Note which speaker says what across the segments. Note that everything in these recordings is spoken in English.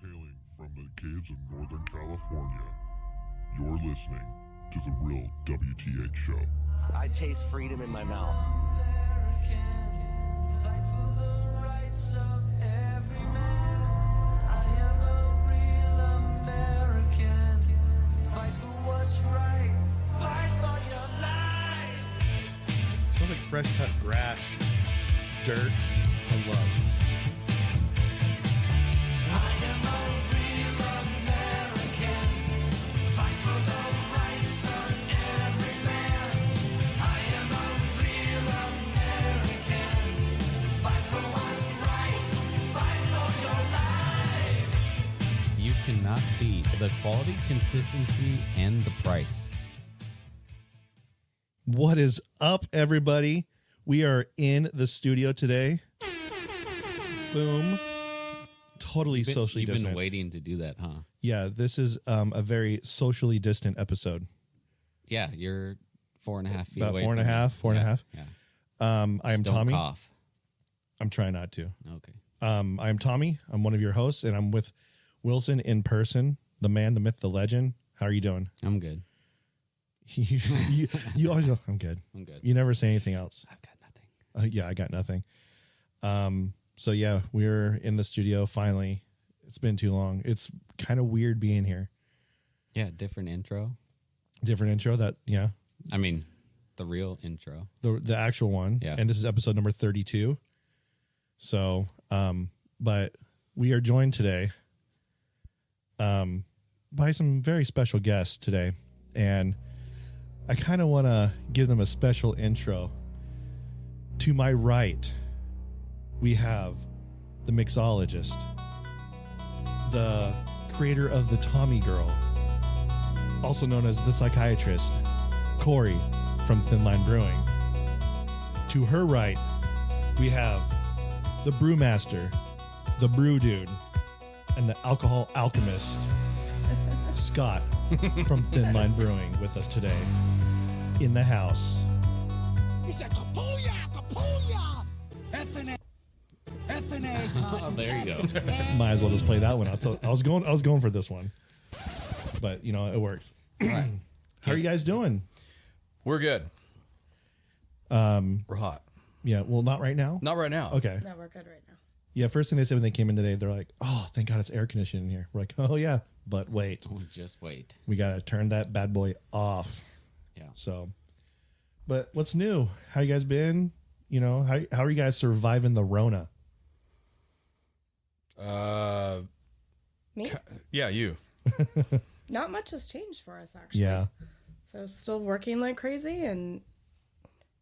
Speaker 1: From the caves of Northern California, you're listening to The Real WTH Show.
Speaker 2: I taste freedom in my mouth.
Speaker 3: Smells like fresh cut grass, dirt, and love.
Speaker 4: You cannot beat the quality, consistency, and the price.
Speaker 3: What is up, everybody? We are in the studio today. Boom. Totally
Speaker 4: You've been-
Speaker 3: socially
Speaker 4: you've
Speaker 3: distant.
Speaker 4: been waiting to do that, huh?
Speaker 3: Yeah, this is um, a very socially distant episode.
Speaker 4: Yeah, you're four and a half feet
Speaker 3: About
Speaker 4: away.
Speaker 3: four and
Speaker 4: from
Speaker 3: a
Speaker 4: me.
Speaker 3: half, four and a
Speaker 4: Yeah,
Speaker 3: half.
Speaker 4: Yeah.
Speaker 3: Um, I am
Speaker 4: Don't
Speaker 3: Tommy.
Speaker 4: cough.
Speaker 3: I'm trying not to.
Speaker 4: Okay.
Speaker 3: Um, I am Tommy. I'm one of your hosts, and I'm with Wilson in person, the man, the myth, the legend. How are you doing?
Speaker 4: I'm good.
Speaker 3: you, you, you always go, I'm good.
Speaker 4: I'm good.
Speaker 3: You never say anything else.
Speaker 4: I've got nothing.
Speaker 3: Uh, yeah, I got nothing. Um, so yeah, we're in the studio finally. It's been too long. It's kind of weird being here.
Speaker 4: Yeah, different intro.
Speaker 3: Different intro that yeah,
Speaker 4: I mean, the real intro.
Speaker 3: the the actual one.
Speaker 4: Yeah.
Speaker 3: And this is episode number 32. So, um, but we are joined today um by some very special guests today and I kind of want to give them a special intro. To my right, we have the mixologist, the creator of the Tommy Girl, also known as the psychiatrist, Corey from Thin Line Brewing. To her right, we have the brewmaster, the brew dude, and the alcohol alchemist, Scott from Thin Line Brewing, with us today in the house.
Speaker 4: Oh, there you go.
Speaker 3: Might as well just play that one. I, thought- I was going, I was going for this one, but you know it works. How are you guys doing?
Speaker 5: We're good. Um, we're hot.
Speaker 3: Yeah, well, not right now.
Speaker 5: Not right now.
Speaker 3: Okay.
Speaker 6: No, we're good right now.
Speaker 3: Yeah, first thing they said when they came in today, they're like, "Oh, thank God it's air conditioning in here." We're like, "Oh yeah," but wait,
Speaker 4: Oh, Just wait.
Speaker 3: we gotta turn that bad boy off.
Speaker 4: Yeah.
Speaker 3: So, but what's new? How you guys been? You know, how how are you guys surviving the Rona?
Speaker 5: Uh,
Speaker 6: Me?
Speaker 5: yeah, you.
Speaker 6: Not much has changed for us actually.
Speaker 3: Yeah,
Speaker 6: So still working like crazy and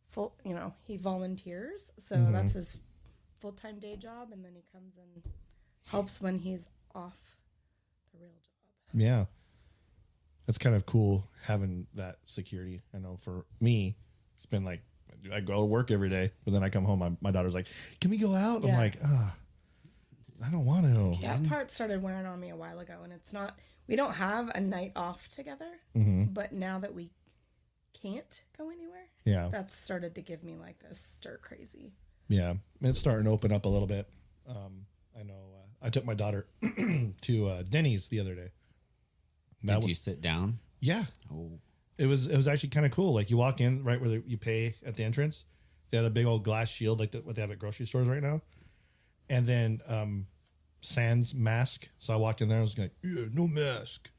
Speaker 6: full. You know, he volunteers, so
Speaker 5: Mm-hmm.
Speaker 6: that's his full time day job, and then he comes and helps when he's off the real job.
Speaker 3: yeah. That's kind of cool having that security. I know for me, it's been like I go to work every day, but then I come home. My, my daughter's like, "Can we go out?" I'm
Speaker 6: Yeah.
Speaker 3: like, "Ah, I don't want to."
Speaker 6: That part started wearing on me a while ago, and it's not. We don't have a night off together,
Speaker 5: Mm-hmm.
Speaker 6: but now that we can't go anywhere,
Speaker 3: Yeah.
Speaker 6: that's started to give me like this stir crazy.
Speaker 3: Yeah, it's starting to open up a little bit. Um, I know. Uh, I took my daughter to uh, Denny's the other day. That
Speaker 4: Did
Speaker 3: was,
Speaker 4: you sit down?
Speaker 3: yeah,
Speaker 4: Oh,
Speaker 3: it was it was actually kind of cool. Like you walk in right where they, you pay at the entrance. They had a big old glass shield like the, what they have at grocery stores right now, and then um, sans mask. So I walked in there. I was like, yeah, no mask.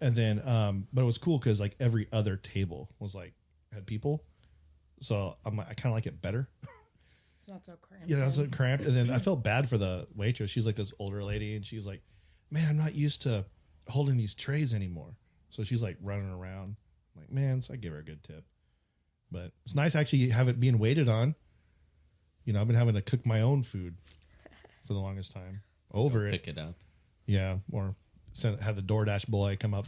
Speaker 3: And then, um, but it was cool because like every other table was like had people. So I'm like, I kind of like it better.
Speaker 6: It's not so cramped.
Speaker 3: Yeah, I was
Speaker 6: in.
Speaker 3: like, cramped, and then I felt bad for the waitress. She's like this older lady, and she's like, "Man, I'm not used to holding these trays anymore." So she's like running around, I'm like, "Man," so I give her a good tip. But it's nice actually have it being waited on. You know, I've been having to cook my own food for the longest time. Over it,
Speaker 4: pick it up.
Speaker 3: yeah, or send, have the DoorDash boy come up.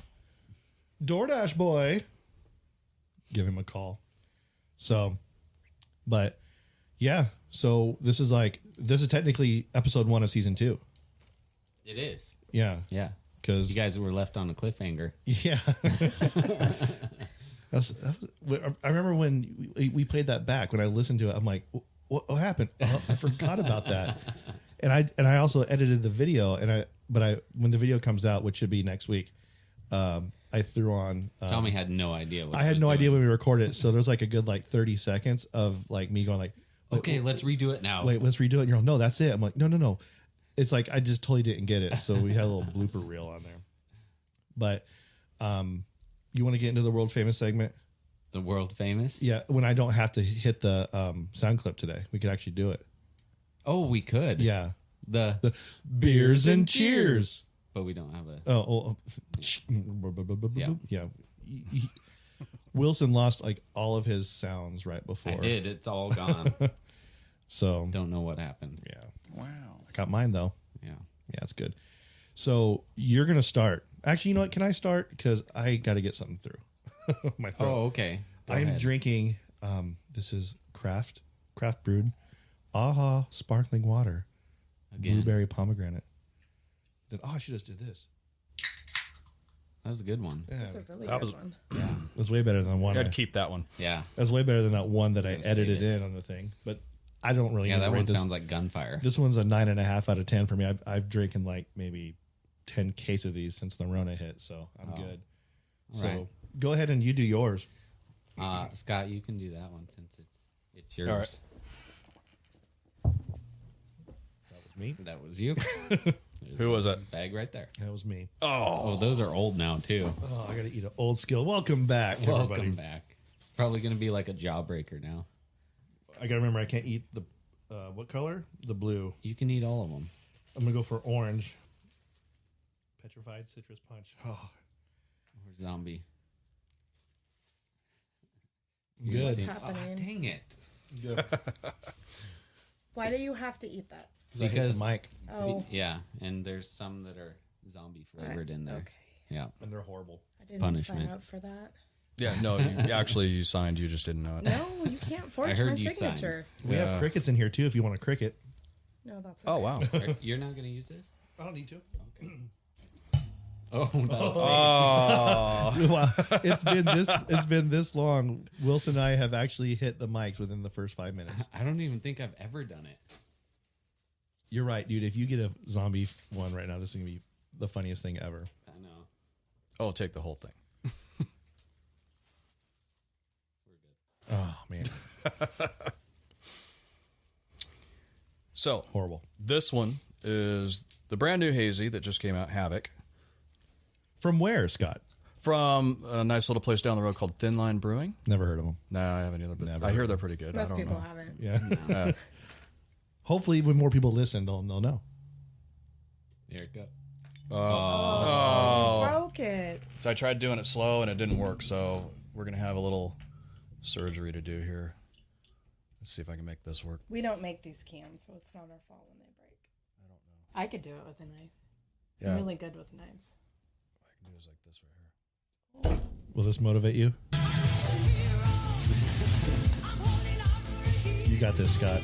Speaker 3: DoorDash boy, give him a call. So, but yeah, so this is like this is technically episode one of season two.
Speaker 4: It is.
Speaker 3: Yeah,
Speaker 4: Yeah. You
Speaker 3: because
Speaker 4: guys were left on a cliffhanger.
Speaker 3: yeah, that's, that was, I remember when we, we played that back when I listened to it. I'm like, Uh-huh, what, what happened? Oh, I forgot about that. And I and I also edited the video and I but I when the video comes out, which should be next week, um, I threw on. Um,
Speaker 4: Tommy had no idea. What
Speaker 3: I
Speaker 4: he
Speaker 3: had
Speaker 4: was
Speaker 3: no idea
Speaker 4: doing.
Speaker 3: when we recorded it, so there's like a good like 30 seconds of like me going like, "Wait,
Speaker 4: okay, let's redo it now.
Speaker 3: wait, let's redo it." And you're like, "No, that's it." I'm like, "No, no, no." It's like I just totally didn't get it, so we had a little blooper reel on there. But um, you want to get into the world famous segment?
Speaker 4: the world famous.
Speaker 3: Yeah, when I don't have to hit the um, sound clip today, we could actually do it.
Speaker 4: Oh, we could.
Speaker 3: Yeah,
Speaker 4: The,
Speaker 3: the beers and cheers.
Speaker 4: But we don't have a.
Speaker 3: Oh, oh, oh. yeah. Wilson lost like all of his sounds right before.
Speaker 4: I did. It's all gone.
Speaker 3: So
Speaker 4: don't know what happened.
Speaker 3: yeah,
Speaker 7: Wow.
Speaker 3: I got mine though.
Speaker 4: Yeah.
Speaker 3: Yeah, it's good. So you're gonna start. Actually, you know what? Can I start? Because I got to get something through my throat.
Speaker 4: Oh, okay. Go
Speaker 3: I am
Speaker 4: ahead.
Speaker 3: drinking. Um, this is craft craft brewed, aha sparkling water,
Speaker 4: Again.
Speaker 3: blueberry pomegranate. Then oh, I should just did this.
Speaker 4: That was a good one.
Speaker 3: Yeah,
Speaker 6: That's a really
Speaker 5: That
Speaker 6: good
Speaker 5: was-
Speaker 6: one.
Speaker 3: that's way better than one. I-
Speaker 5: I'd keep that one.
Speaker 4: Yeah.
Speaker 3: That's way better than that one that I
Speaker 4: save
Speaker 3: edited
Speaker 4: it.
Speaker 3: in on the thing. But I don't really.
Speaker 4: Yeah,
Speaker 3: know
Speaker 4: that
Speaker 3: rate
Speaker 4: one
Speaker 3: this.
Speaker 4: sounds like gunfire.
Speaker 3: This one's a nine and a half out of ten for me. I've I've drinking like maybe ten case of these since the Rona hit, so I'm good. So
Speaker 4: Oh. right.
Speaker 3: go ahead and you do yours.
Speaker 4: Uh, Scott, you can do that one since it's it's yours.
Speaker 5: right.
Speaker 3: That was me.
Speaker 4: That was you.
Speaker 5: Who was it?
Speaker 4: Bag right there.
Speaker 3: That was me.
Speaker 4: Oh, those are old now too.
Speaker 3: Oh, I gotta eat an old skill. Welcome back,
Speaker 4: Welcome
Speaker 3: everybody.
Speaker 4: back. It's probably going to be like a jawbreaker now.
Speaker 3: I gotta remember I can't eat the uh, what color? The blue.
Speaker 4: You can eat all of them.
Speaker 3: I'm gonna go for orange. Petrified citrus punch. Oh,
Speaker 4: Or zombie.
Speaker 3: good.
Speaker 6: What's
Speaker 4: Ah,
Speaker 6: happening?
Speaker 4: dang it!
Speaker 3: good.
Speaker 6: Why do you have to eat that?
Speaker 4: Because-
Speaker 3: Mike
Speaker 6: Oh,
Speaker 4: Yeah, and there's some that are zombie flavored in there.
Speaker 6: okay.
Speaker 4: Yeah.
Speaker 3: and they're horrible.
Speaker 6: I didn't
Speaker 4: Punishment.
Speaker 6: sign up for that.
Speaker 5: Yeah, no, you, actually, you signed. You just didn't know it.
Speaker 6: No, you can't forge
Speaker 4: heard
Speaker 6: my
Speaker 4: you signed.
Speaker 6: signature.
Speaker 3: We have crickets in here too. If you want a cricket,
Speaker 6: No, that's okay.
Speaker 5: Oh, wow.
Speaker 4: Are- You're not going to use this?
Speaker 3: I don't need to.
Speaker 4: Oh, that was
Speaker 5: Uh,
Speaker 3: Wow. it's been this it's been this long. Wilson and I have actually hit the mics within the first five minutes.
Speaker 4: I don't even think I've ever done it.
Speaker 3: You're right, dude. If you get a zombie one right now, this is gonna be the funniest thing ever.
Speaker 4: I know.
Speaker 5: Oh, take the whole thing.
Speaker 3: Oh man,
Speaker 5: So
Speaker 3: horrible.
Speaker 5: this one is the brand new hazy that just came out, Havoc,
Speaker 3: From where, Scott?
Speaker 5: from a nice little place down the road called Thin Line Brewing.
Speaker 3: Never heard of him.
Speaker 5: No, I haven't either. But
Speaker 3: Never.
Speaker 5: I hear they're pretty good. I
Speaker 6: Most
Speaker 5: don't
Speaker 6: people
Speaker 5: know.
Speaker 6: haven't.
Speaker 3: Yeah. Hopefully, when more people listen, they'll they'll know.
Speaker 4: There it goes. Oh.
Speaker 6: Broke it.
Speaker 5: So I tried doing it slow and it didn't work. So we're gonna have a little surgery to do here. Let's see if I can make this work.
Speaker 6: We don't make these cans, so it's not our fault when they break. I don't know. I could do it with a knife.
Speaker 5: Yeah.
Speaker 6: I'm really good with knives.
Speaker 5: I can do is like this right here.
Speaker 3: Will this motivate you? You got this, Scott.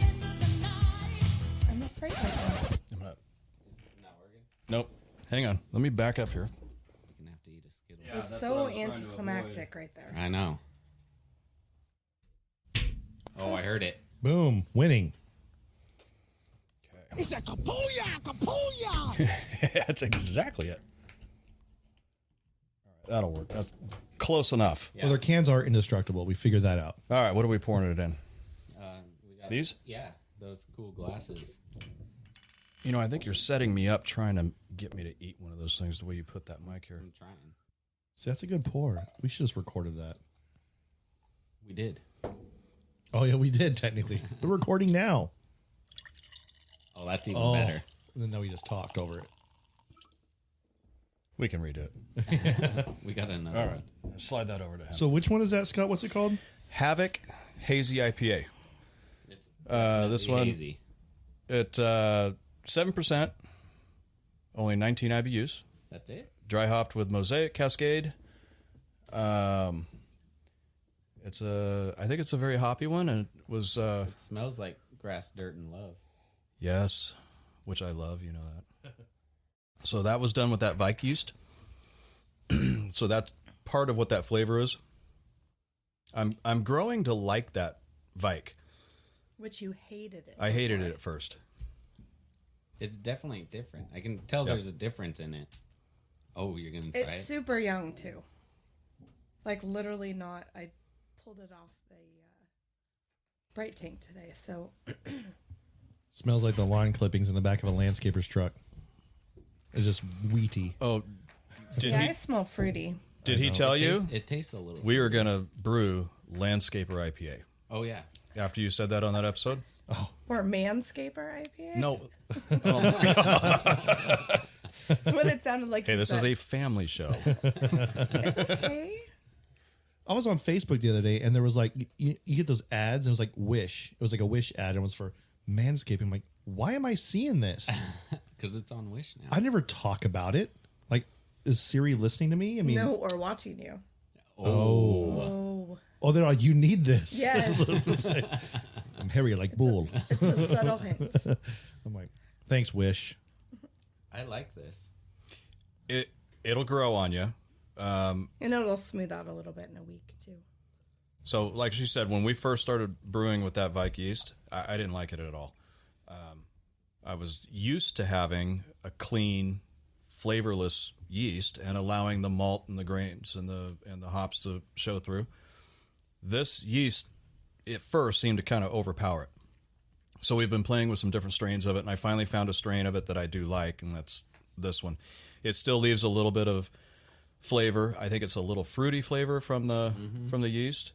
Speaker 6: I'm afraid of that.
Speaker 5: I'm not. Nope. Hang on. Let me back up here.
Speaker 4: You're going to have to eat a Skittle.
Speaker 6: It was so anticlimactic right there.
Speaker 4: I know. Oh, I heard it.
Speaker 3: Boom, winning.
Speaker 5: That's exactly it. All right, that'll work. That's close enough.
Speaker 3: Well, their cans are indestructible. We figured that out.
Speaker 5: All right. What are we pouring it in?
Speaker 4: Uh, we got
Speaker 5: These?
Speaker 4: Yeah, those cool glasses.
Speaker 5: You know, I think you're setting me up trying to get me to eat one of those things the way you put that mic here.
Speaker 4: I'm trying.
Speaker 3: See, that's a good pour. We should just recorded that.
Speaker 4: We did.
Speaker 3: Oh yeah, we did technically. We're recording now.
Speaker 4: Oh, that's even
Speaker 3: Oh,
Speaker 4: better.
Speaker 3: And then we just talked over it.
Speaker 5: We can redo it.
Speaker 4: We got another
Speaker 5: All
Speaker 4: one.
Speaker 5: right. Slide that over to him.
Speaker 3: So which one is that, Scott? What's it called?
Speaker 5: Havoc Hazy IPA.
Speaker 4: It's
Speaker 5: Uh, this
Speaker 4: definitely
Speaker 5: one
Speaker 4: hazy.
Speaker 5: at seven percent, only 19 IBUs,
Speaker 4: That's it.
Speaker 5: dry hopped with Mosaic Cascade. Um, it's a I think it's a very hoppy one, and it was uh,
Speaker 4: It smells like grass, dirt, and love.
Speaker 5: yes, which I love. You know that. so that was done with that Vike yeast. so that's part of what that flavor is. I'm I'm growing to like that Vike.
Speaker 6: Which you hated it.
Speaker 5: I hated it at first.
Speaker 4: It's definitely different. I can tell
Speaker 5: Yep.
Speaker 4: there's a difference in it. Oh, you're gonna try
Speaker 6: It's
Speaker 4: it?
Speaker 6: super young too. Like literally not. I pulled it off the uh, bright tank today, so
Speaker 3: Smells like the lawn clippings in the back of a landscaper's truck. It's just wheaty.
Speaker 5: Oh, did
Speaker 6: yeah,
Speaker 5: he
Speaker 6: I smell fruity.
Speaker 5: did he tell
Speaker 4: It
Speaker 5: you
Speaker 4: tastes- it tastes a little.
Speaker 5: we were gonna brew landscaper IPA
Speaker 4: Oh yeah,
Speaker 5: after you said that on that episode?
Speaker 6: Or manscaper IPA.
Speaker 5: No.
Speaker 6: that's what it sounded like.
Speaker 5: Hey,
Speaker 6: you
Speaker 5: this is
Speaker 6: said.
Speaker 5: a family show.
Speaker 6: It's okay.
Speaker 3: I was on Facebook the other day and there was like, you, you get those ads and it was like Wish. It was like a Wish ad and it was for manscaping. I'm like, why am I seeing this?
Speaker 4: because it's on Wish now.
Speaker 3: I never talk about it. Like, is Siri listening to me? I mean,
Speaker 6: No, or watching you. Oh.
Speaker 3: oh, they're like, you need this.
Speaker 6: Yes,
Speaker 3: I'm hairy like bull.
Speaker 6: it's a subtle hint.
Speaker 3: I'm like, thanks, Wish.
Speaker 4: I like this.
Speaker 5: It it'll grow on Um, you.
Speaker 6: And it'll smooth out a little bit in a week too.
Speaker 5: So, like she said, when we first started brewing with that Vike yeast, I, I didn't like it at all. Um, I was used to having a clean, flavorless yeast and allowing the malt and the grains and the and the hops to show through. This yeast, at first, seemed to kind of overpower it. So we've been playing with some different strains of it, and I finally found a strain of it that I do like, and that's this one. It still leaves a little bit of flavor. I think it's a little fruity flavor from the from the yeast.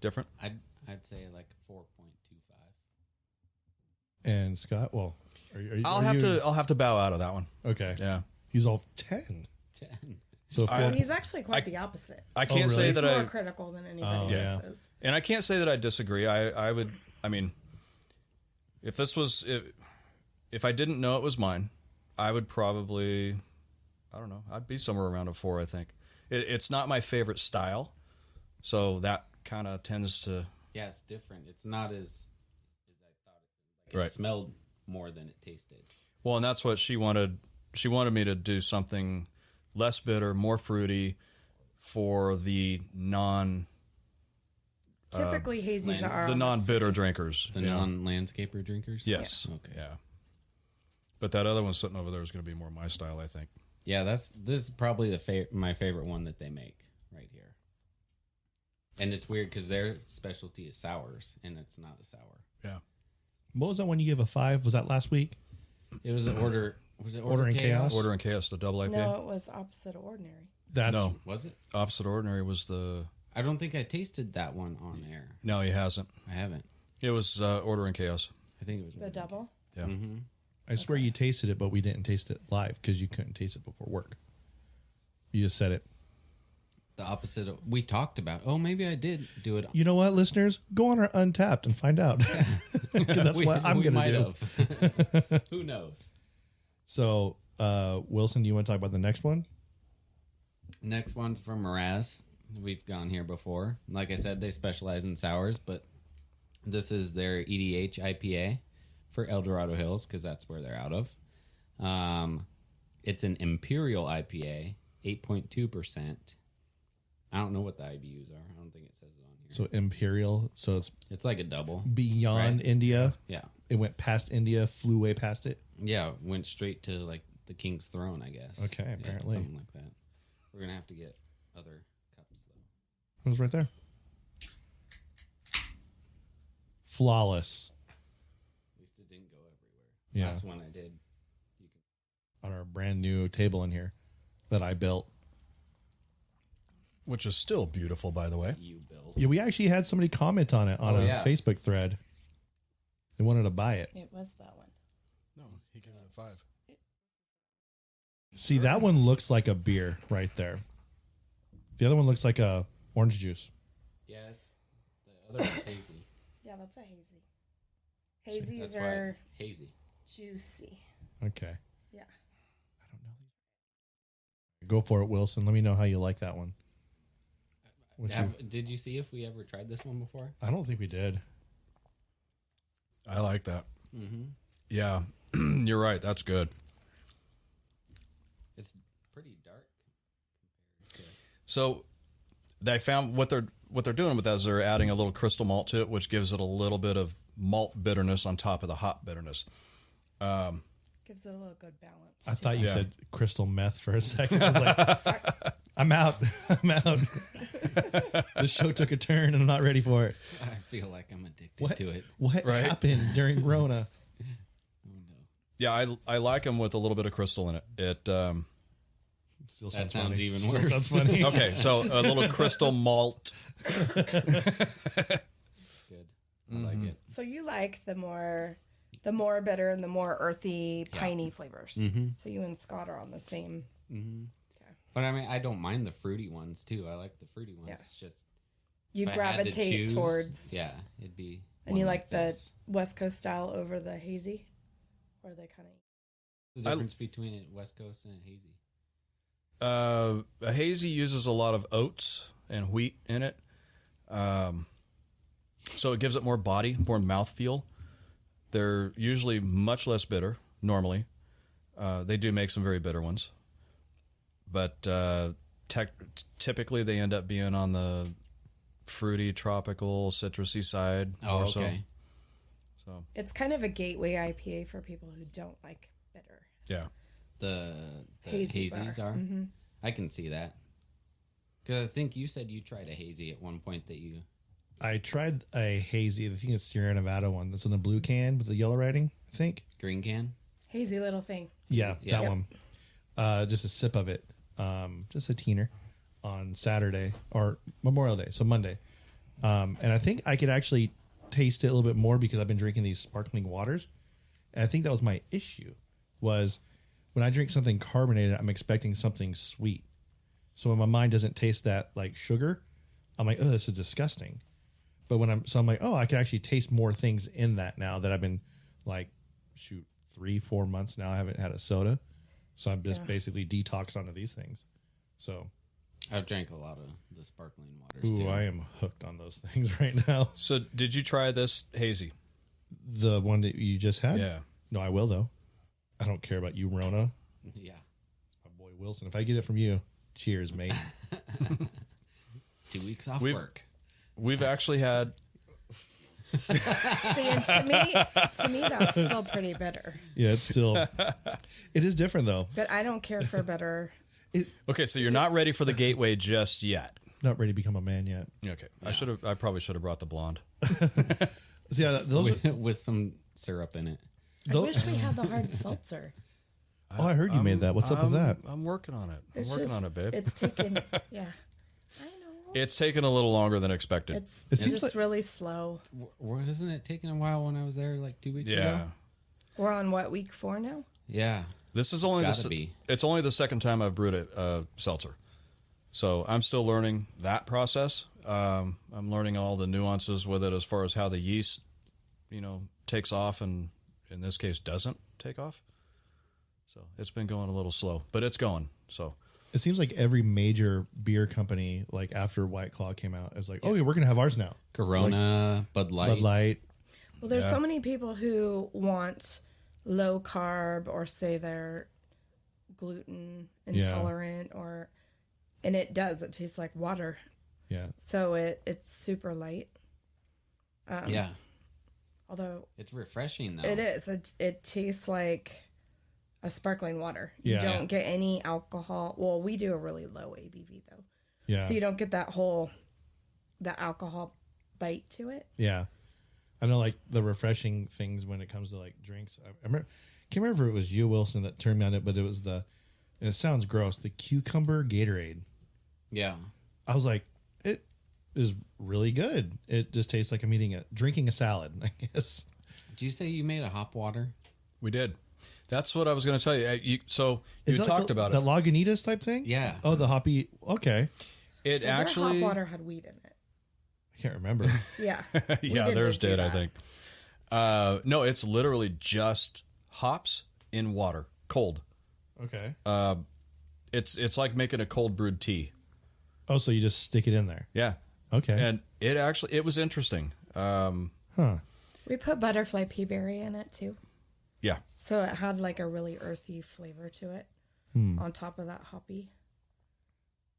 Speaker 5: Different.
Speaker 4: I'd I'd say like four point two five.
Speaker 3: And Scott, well, are, you- are, you-
Speaker 5: I'll
Speaker 3: are
Speaker 5: have
Speaker 3: you-
Speaker 5: to I'll have to bow out of that one.
Speaker 3: Okay.
Speaker 5: Yeah.
Speaker 3: He's all 10.
Speaker 4: Ten.
Speaker 3: So, four,
Speaker 6: He's actually quite the opposite.
Speaker 5: I can't
Speaker 3: Oh, really?
Speaker 5: say
Speaker 6: He's
Speaker 5: that
Speaker 6: more
Speaker 5: I Oh,
Speaker 6: critical than anybody
Speaker 3: yeah.
Speaker 6: else is.
Speaker 5: and I can't say that I disagree. I I would I mean if this was if, if I didn't know it was mine, I would probably I don't know. I'd be somewhere around a 4, I think. It, it's not my favorite style. So that kind of tends to
Speaker 4: Yeah, it's different. It's not as as I thought. It, like,
Speaker 5: Right.
Speaker 4: it smelled more than it tasted.
Speaker 5: Well, and that's what she wanted. She wanted me to do something less bitter, more fruity for the non
Speaker 6: Typically, hazies
Speaker 4: land-
Speaker 6: are
Speaker 5: Uh,
Speaker 6: um,
Speaker 5: the non bitter drinkers.
Speaker 4: The
Speaker 5: yeah.
Speaker 4: non-landscaper drinkers.
Speaker 5: yes,
Speaker 4: Okay.
Speaker 5: yeah. But that other one sitting over there is going to be more my style, I think.
Speaker 4: Yeah, that's this is probably the fa- my favorite one that they make right here. And it's weird because their specialty is sours, and it's not a sour.
Speaker 5: Yeah,
Speaker 3: what was that one you gave a five? Was that last week?
Speaker 4: It was
Speaker 5: Mm-hmm.
Speaker 4: an order. Was it order,
Speaker 3: Order and
Speaker 4: chaos?
Speaker 3: Chaos?
Speaker 5: Order and Chaos, the double IPA.
Speaker 6: No, it was opposite of ordinary.
Speaker 3: That's,
Speaker 5: No.
Speaker 4: Was it?
Speaker 5: Opposite Ordinary was the
Speaker 4: I don't think I tasted that one on air.
Speaker 5: no, he hasn't.
Speaker 4: I haven't.
Speaker 5: It was uh, Order and Chaos.
Speaker 4: I think it was
Speaker 6: The double.
Speaker 5: Yeah,
Speaker 3: I swear you tasted it, but we didn't taste it live because you couldn't taste it before work. You just said it.
Speaker 4: the opposite. Of, we talked about. Oh, maybe I did do it.
Speaker 3: You know what, listeners? Go on our Untapped and find out. That's
Speaker 4: We-
Speaker 3: what I'm
Speaker 4: we
Speaker 3: going to
Speaker 4: might
Speaker 3: do.
Speaker 4: have. Who knows?
Speaker 3: So, uh, Wilson, do you want to talk about the next one?
Speaker 4: Next one's from Mraz. We've gone here before. Like I said, they specialize in sours, but this is their E EDH IPA for El Dorado Hills because that's where they're out of. Um, it's an Imperial IPA, 8.2%. I don't know what the IBUs are. I don't think it says it on here.
Speaker 3: So, Imperial. So, it's
Speaker 4: It's like a double.
Speaker 3: beyond
Speaker 4: Right.
Speaker 3: India.
Speaker 4: Yeah.
Speaker 3: It went past India, flew way past it.
Speaker 4: Yeah, went straight to like the king's throne, I guess.
Speaker 3: Okay,
Speaker 4: Yeah,
Speaker 3: apparently.
Speaker 4: something like that. We're gonna have to get other cups though.
Speaker 3: It was right there. Flawless
Speaker 4: At least it didn't go everywhere.
Speaker 3: Yeah.
Speaker 4: Last one I did.
Speaker 3: on our brand new table in here that I built.
Speaker 5: which is still beautiful, by the way.
Speaker 4: You build.
Speaker 3: Yeah, we actually had somebody comment on it on
Speaker 4: Oh,
Speaker 3: a
Speaker 4: yeah.
Speaker 3: Facebook thread. They wanted to buy it.
Speaker 6: It was that one.
Speaker 5: No, he gave it a five.
Speaker 3: See, that one looks like a beer right there. The other one looks like a orange juice.
Speaker 4: Yeah, it's the other one's hazy.
Speaker 6: Yeah, that's a hazy. Hazies
Speaker 4: That's why
Speaker 6: are
Speaker 4: hazy.
Speaker 6: juicy.
Speaker 3: Okay.
Speaker 6: Yeah.
Speaker 3: I don't know. Go for it, Wilson. Let me know how you like that one. Which you-
Speaker 4: Have- did you see if we ever tried this one before?
Speaker 3: I don't think we did.
Speaker 5: I like that.
Speaker 4: Mm-hmm.
Speaker 5: Yeah, you're right. That's good.
Speaker 4: It's pretty dark.
Speaker 5: So they found what they're what they're doing with that is they're adding a little crystal malt to it, which gives it a little bit of malt bitterness on top of the hop bitterness.
Speaker 6: Gives it a little good balance.
Speaker 3: I thought you
Speaker 5: Yeah.
Speaker 3: said crystal meth for a second. I was like, I'm out. I'm out. the show took a turn and I'm not ready for it.
Speaker 4: I feel like I'm addicted
Speaker 3: What,
Speaker 4: to it.
Speaker 3: what
Speaker 5: Right?
Speaker 3: happened during Rona?
Speaker 5: Yeah, I I like them with a little bit of crystal in it. It um,
Speaker 3: Still
Speaker 4: That sounds
Speaker 3: funny.
Speaker 4: even
Speaker 3: Still
Speaker 4: worse.
Speaker 3: sounds funny.
Speaker 5: okay, so a little crystal malt.
Speaker 4: Good. I like it.
Speaker 6: So you like the more, the more bitter and the more earthy, piney flavors. So you and Scott are on the same.
Speaker 3: Mm-hmm.
Speaker 4: Mm-hmm. But I mean, I don't mind the fruity ones too. I like the fruity ones.
Speaker 6: Yeah.
Speaker 4: It's just
Speaker 6: You
Speaker 4: if I had to
Speaker 6: gravitate
Speaker 4: choose,
Speaker 6: towards,
Speaker 4: Yeah, it'd be.
Speaker 6: and you
Speaker 4: one
Speaker 6: like the
Speaker 4: this.
Speaker 6: West Coast style over the hazy, or they kind of
Speaker 4: the
Speaker 5: I-
Speaker 4: difference between a West Coast and a hazy.
Speaker 5: Uh, a hazy uses a lot of oats and wheat in it, um, so it gives it more body, more mouthfeel. They're usually much less bitter normally. Uh, they do make some very bitter ones, but uh, tec- typically they end up being on the fruity, tropical, citrusy side.
Speaker 4: Oh,
Speaker 5: more
Speaker 4: okay.
Speaker 5: So, so
Speaker 6: it's kind of a gateway IPA for people who don't like bitter.
Speaker 5: yeah.
Speaker 4: The, the
Speaker 6: Hazies
Speaker 4: hazies,
Speaker 6: are. Mm-hmm.
Speaker 4: are. I can see that. Because I think you said you tried a hazy at one point that you.
Speaker 3: I tried a hazy. I think it's Sierra Nevada one. That's in the blue can with the yellow writing. I think.
Speaker 4: Green can?
Speaker 6: Hazy little thing.
Speaker 3: Yeah,
Speaker 4: Yeah.
Speaker 3: that
Speaker 4: Yep.
Speaker 3: one. Uh, just a sip of it. Um, just a teener on Saturday or Memorial Day, so Monday. Um, and I think I could actually taste it a little bit more because I've been drinking these sparkling waters. And I think that was my issue was when I drink something carbonated, I'm expecting something sweet. So when my mind doesn't taste that like sugar, I'm like, oh, this is disgusting. But when I'm so I'm like, oh, I can actually taste more things in that now that I've been like, shoot, three, four months now I haven't had a soda. So I'm just basically detoxed onto these things. So
Speaker 4: I've drank a lot of the sparkling waters
Speaker 3: ooh,
Speaker 4: too.
Speaker 3: I am hooked on those things right now.
Speaker 5: So did you try this hazy?
Speaker 3: The one that you just had?
Speaker 5: Yeah.
Speaker 3: No, I will though. I don't care about you, Rona.
Speaker 4: yeah.
Speaker 3: It's my boy Wilson. If I get it from you, cheers, mate.
Speaker 4: Two weeks off
Speaker 5: We've-
Speaker 4: work.
Speaker 5: We've actually had
Speaker 6: See, and to me, to me, that's still pretty bitter.
Speaker 3: yeah, it's still it is different though.
Speaker 6: But I don't care for bitter.
Speaker 5: Okay, so you're not ready for the gateway just yet.
Speaker 3: Not ready to become a man yet.
Speaker 5: Okay, I should have. I probably should have brought the blonde.
Speaker 3: So yeah, those
Speaker 4: With, with some syrup in it.
Speaker 6: I wish we had the hard seltzer.
Speaker 3: Oh, I heard you made that. What's up with that?
Speaker 5: I'm working on it. I'm
Speaker 6: It's
Speaker 5: working
Speaker 6: just-
Speaker 5: on it, babe. It's,
Speaker 6: It's taken. Yeah, I know.
Speaker 5: taken a little longer than expected.
Speaker 6: It's
Speaker 3: It seems
Speaker 6: just
Speaker 3: like-
Speaker 6: really slow.
Speaker 4: W- Wasn't it taking a while when I was there like two weeks
Speaker 5: yeah,
Speaker 4: ago?
Speaker 6: We're on what week four now?
Speaker 4: Yeah.
Speaker 5: this is only the,
Speaker 4: Gotta
Speaker 5: se-
Speaker 4: be.
Speaker 5: it's only the second time I've brewed a uh, seltzer, so I'm still learning that process. Um, I'm learning all the nuances with it as far as how the yeast, you know, takes off and in this case doesn't take off. So it's been going a little slow, but it's going. So
Speaker 3: It seems like every major beer company, like after White Claw came out, is like, oh, yeah, we're gonna have ours now.
Speaker 4: Corona, Bud Light.
Speaker 3: Bud Light.
Speaker 6: Well, there's so many people who want low carb or say they're gluten intolerant or, and it does. It tastes like water,
Speaker 3: Yeah,
Speaker 6: so it it's super light.
Speaker 4: Yeah.
Speaker 6: Although
Speaker 4: It's refreshing
Speaker 5: Oh.
Speaker 4: though.
Speaker 6: Uh-huh. it is, it it tastes like a sparkling water.
Speaker 3: Yeah.
Speaker 6: You don't get any alcohol. Well, we do a really low ABV though,
Speaker 3: yeah,
Speaker 6: so you don't get that whole the alcohol bite to it.
Speaker 3: yeah. I know, like the refreshing things when it comes to like drinks. I, I remember, can't remember if it was you Wilson that turned me on it, but it was the, and it sounds gross, the cucumber Gatorade.
Speaker 4: Yeah.
Speaker 3: I was like, it is really good. It just tastes like I'm eating a drinking a salad. I guess.
Speaker 4: Did you say you made a hop water?
Speaker 5: We did. That's what I was going to tell you. Uh, you so
Speaker 3: Is
Speaker 5: you
Speaker 3: that
Speaker 5: talked
Speaker 3: the,
Speaker 5: about
Speaker 3: the
Speaker 5: it.
Speaker 3: Lagunitas type thing.
Speaker 4: Yeah.
Speaker 3: Oh, the hoppy. Okay,
Speaker 5: It
Speaker 6: Well,
Speaker 5: actually,
Speaker 6: their hot water had weed in it.
Speaker 3: I can't remember.
Speaker 6: Yeah. We
Speaker 5: yeah,
Speaker 6: didn't
Speaker 5: theirs
Speaker 6: do
Speaker 5: did. I
Speaker 6: that.
Speaker 5: think. Uh, no, it's literally just hops in water, cold.
Speaker 3: okay.
Speaker 5: Um, It's it's like making a cold brewed tea.
Speaker 3: oh, so you just stick it in there.
Speaker 5: Yeah,
Speaker 3: Okay.
Speaker 5: and it actually it was interesting. Um,
Speaker 3: huh.
Speaker 6: We put butterfly pea berry in it too.
Speaker 5: yeah,
Speaker 6: So it had like a really earthy flavor to it on top of that hoppy.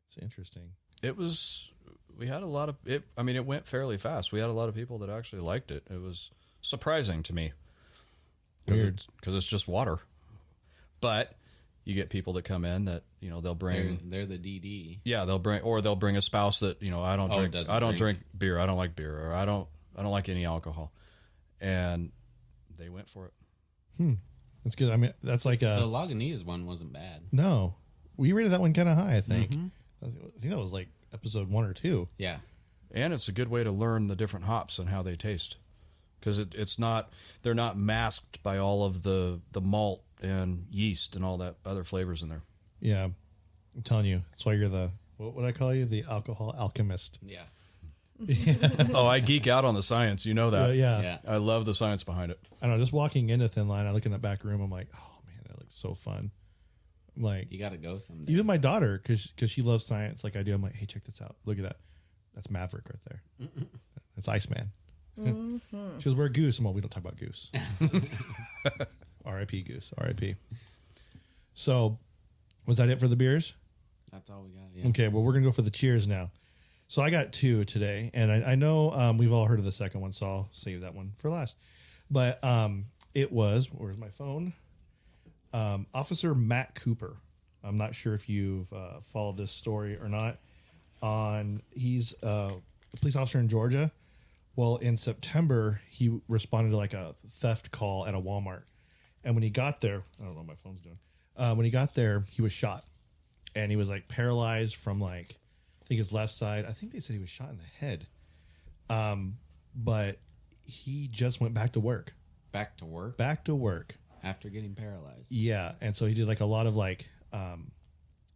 Speaker 3: It's interesting.
Speaker 5: it was. We had a lot of it. I mean, it went fairly fast. We had a lot of people that actually liked it. It was surprising to me. because
Speaker 3: Weird.
Speaker 5: it's, 'cause it's just water. But you get people that come in that you know they'll
Speaker 4: They're,
Speaker 5: bring.
Speaker 4: they're the DD.
Speaker 5: Yeah, they'll bring, or they'll bring a spouse that you know I don't
Speaker 4: Oh,
Speaker 5: drink.
Speaker 4: doesn't
Speaker 5: I don't
Speaker 4: drink.
Speaker 5: drink. beer. I don't like beer, or I don't. I don't like any alcohol, and they went for it.
Speaker 3: That's good. I mean, that's like
Speaker 4: The
Speaker 3: a
Speaker 4: Lagunitas one wasn't bad.
Speaker 3: no. We rated that one kind of high, I think. I think- I think that was like episode one or two.
Speaker 4: Yeah.
Speaker 5: and it's a good way to learn the different hops and how they taste because it, it's not they're not masked by all of the the malt and yeast and all that other flavors in there
Speaker 3: Yeah, I'm telling you, that's why you're the what would I call you? The alcohol alchemist.
Speaker 4: Yeah.
Speaker 5: oh i geek out on the science you know that
Speaker 3: Uh, yeah.
Speaker 4: yeah.
Speaker 5: i love the science behind it
Speaker 3: I don't know. Just walking into Thin Line, I look in that back room. I'm like, oh man, that looks so fun. I'm like,
Speaker 4: You got to go someday.
Speaker 3: even my daughter, because she loves science like I do. I'm like, hey, check this out. Look at that. That's Maverick right there. That's Iceman. she goes, we're Goose. I'm like, we don't talk about Goose. R.I.P. Goose. R.I.P. So, was that it for the beers?
Speaker 4: That's all we got. Yeah.
Speaker 3: Okay, well, we're gonna go for the cheers now. So I got two today, and I, I know um, we've all heard of the second one, so I'll save that one for last. But um, it was where's my phone? Um, Officer Matt Cooper. I'm not sure if you've uh, followed this story or not. On he's uh, a police officer in Georgia. Well, in September, he responded to like a theft call at a Walmart, and when he got there, I don't know what my phone's doing. Uh, when he got there, he was shot and he was like paralyzed from like I think his left side. I think they said he was shot in the head. Um, but he just went back to work.
Speaker 4: Back to work
Speaker 3: Back E- to work.
Speaker 4: after getting paralyzed.
Speaker 3: Yeah, and so he did like a lot of like um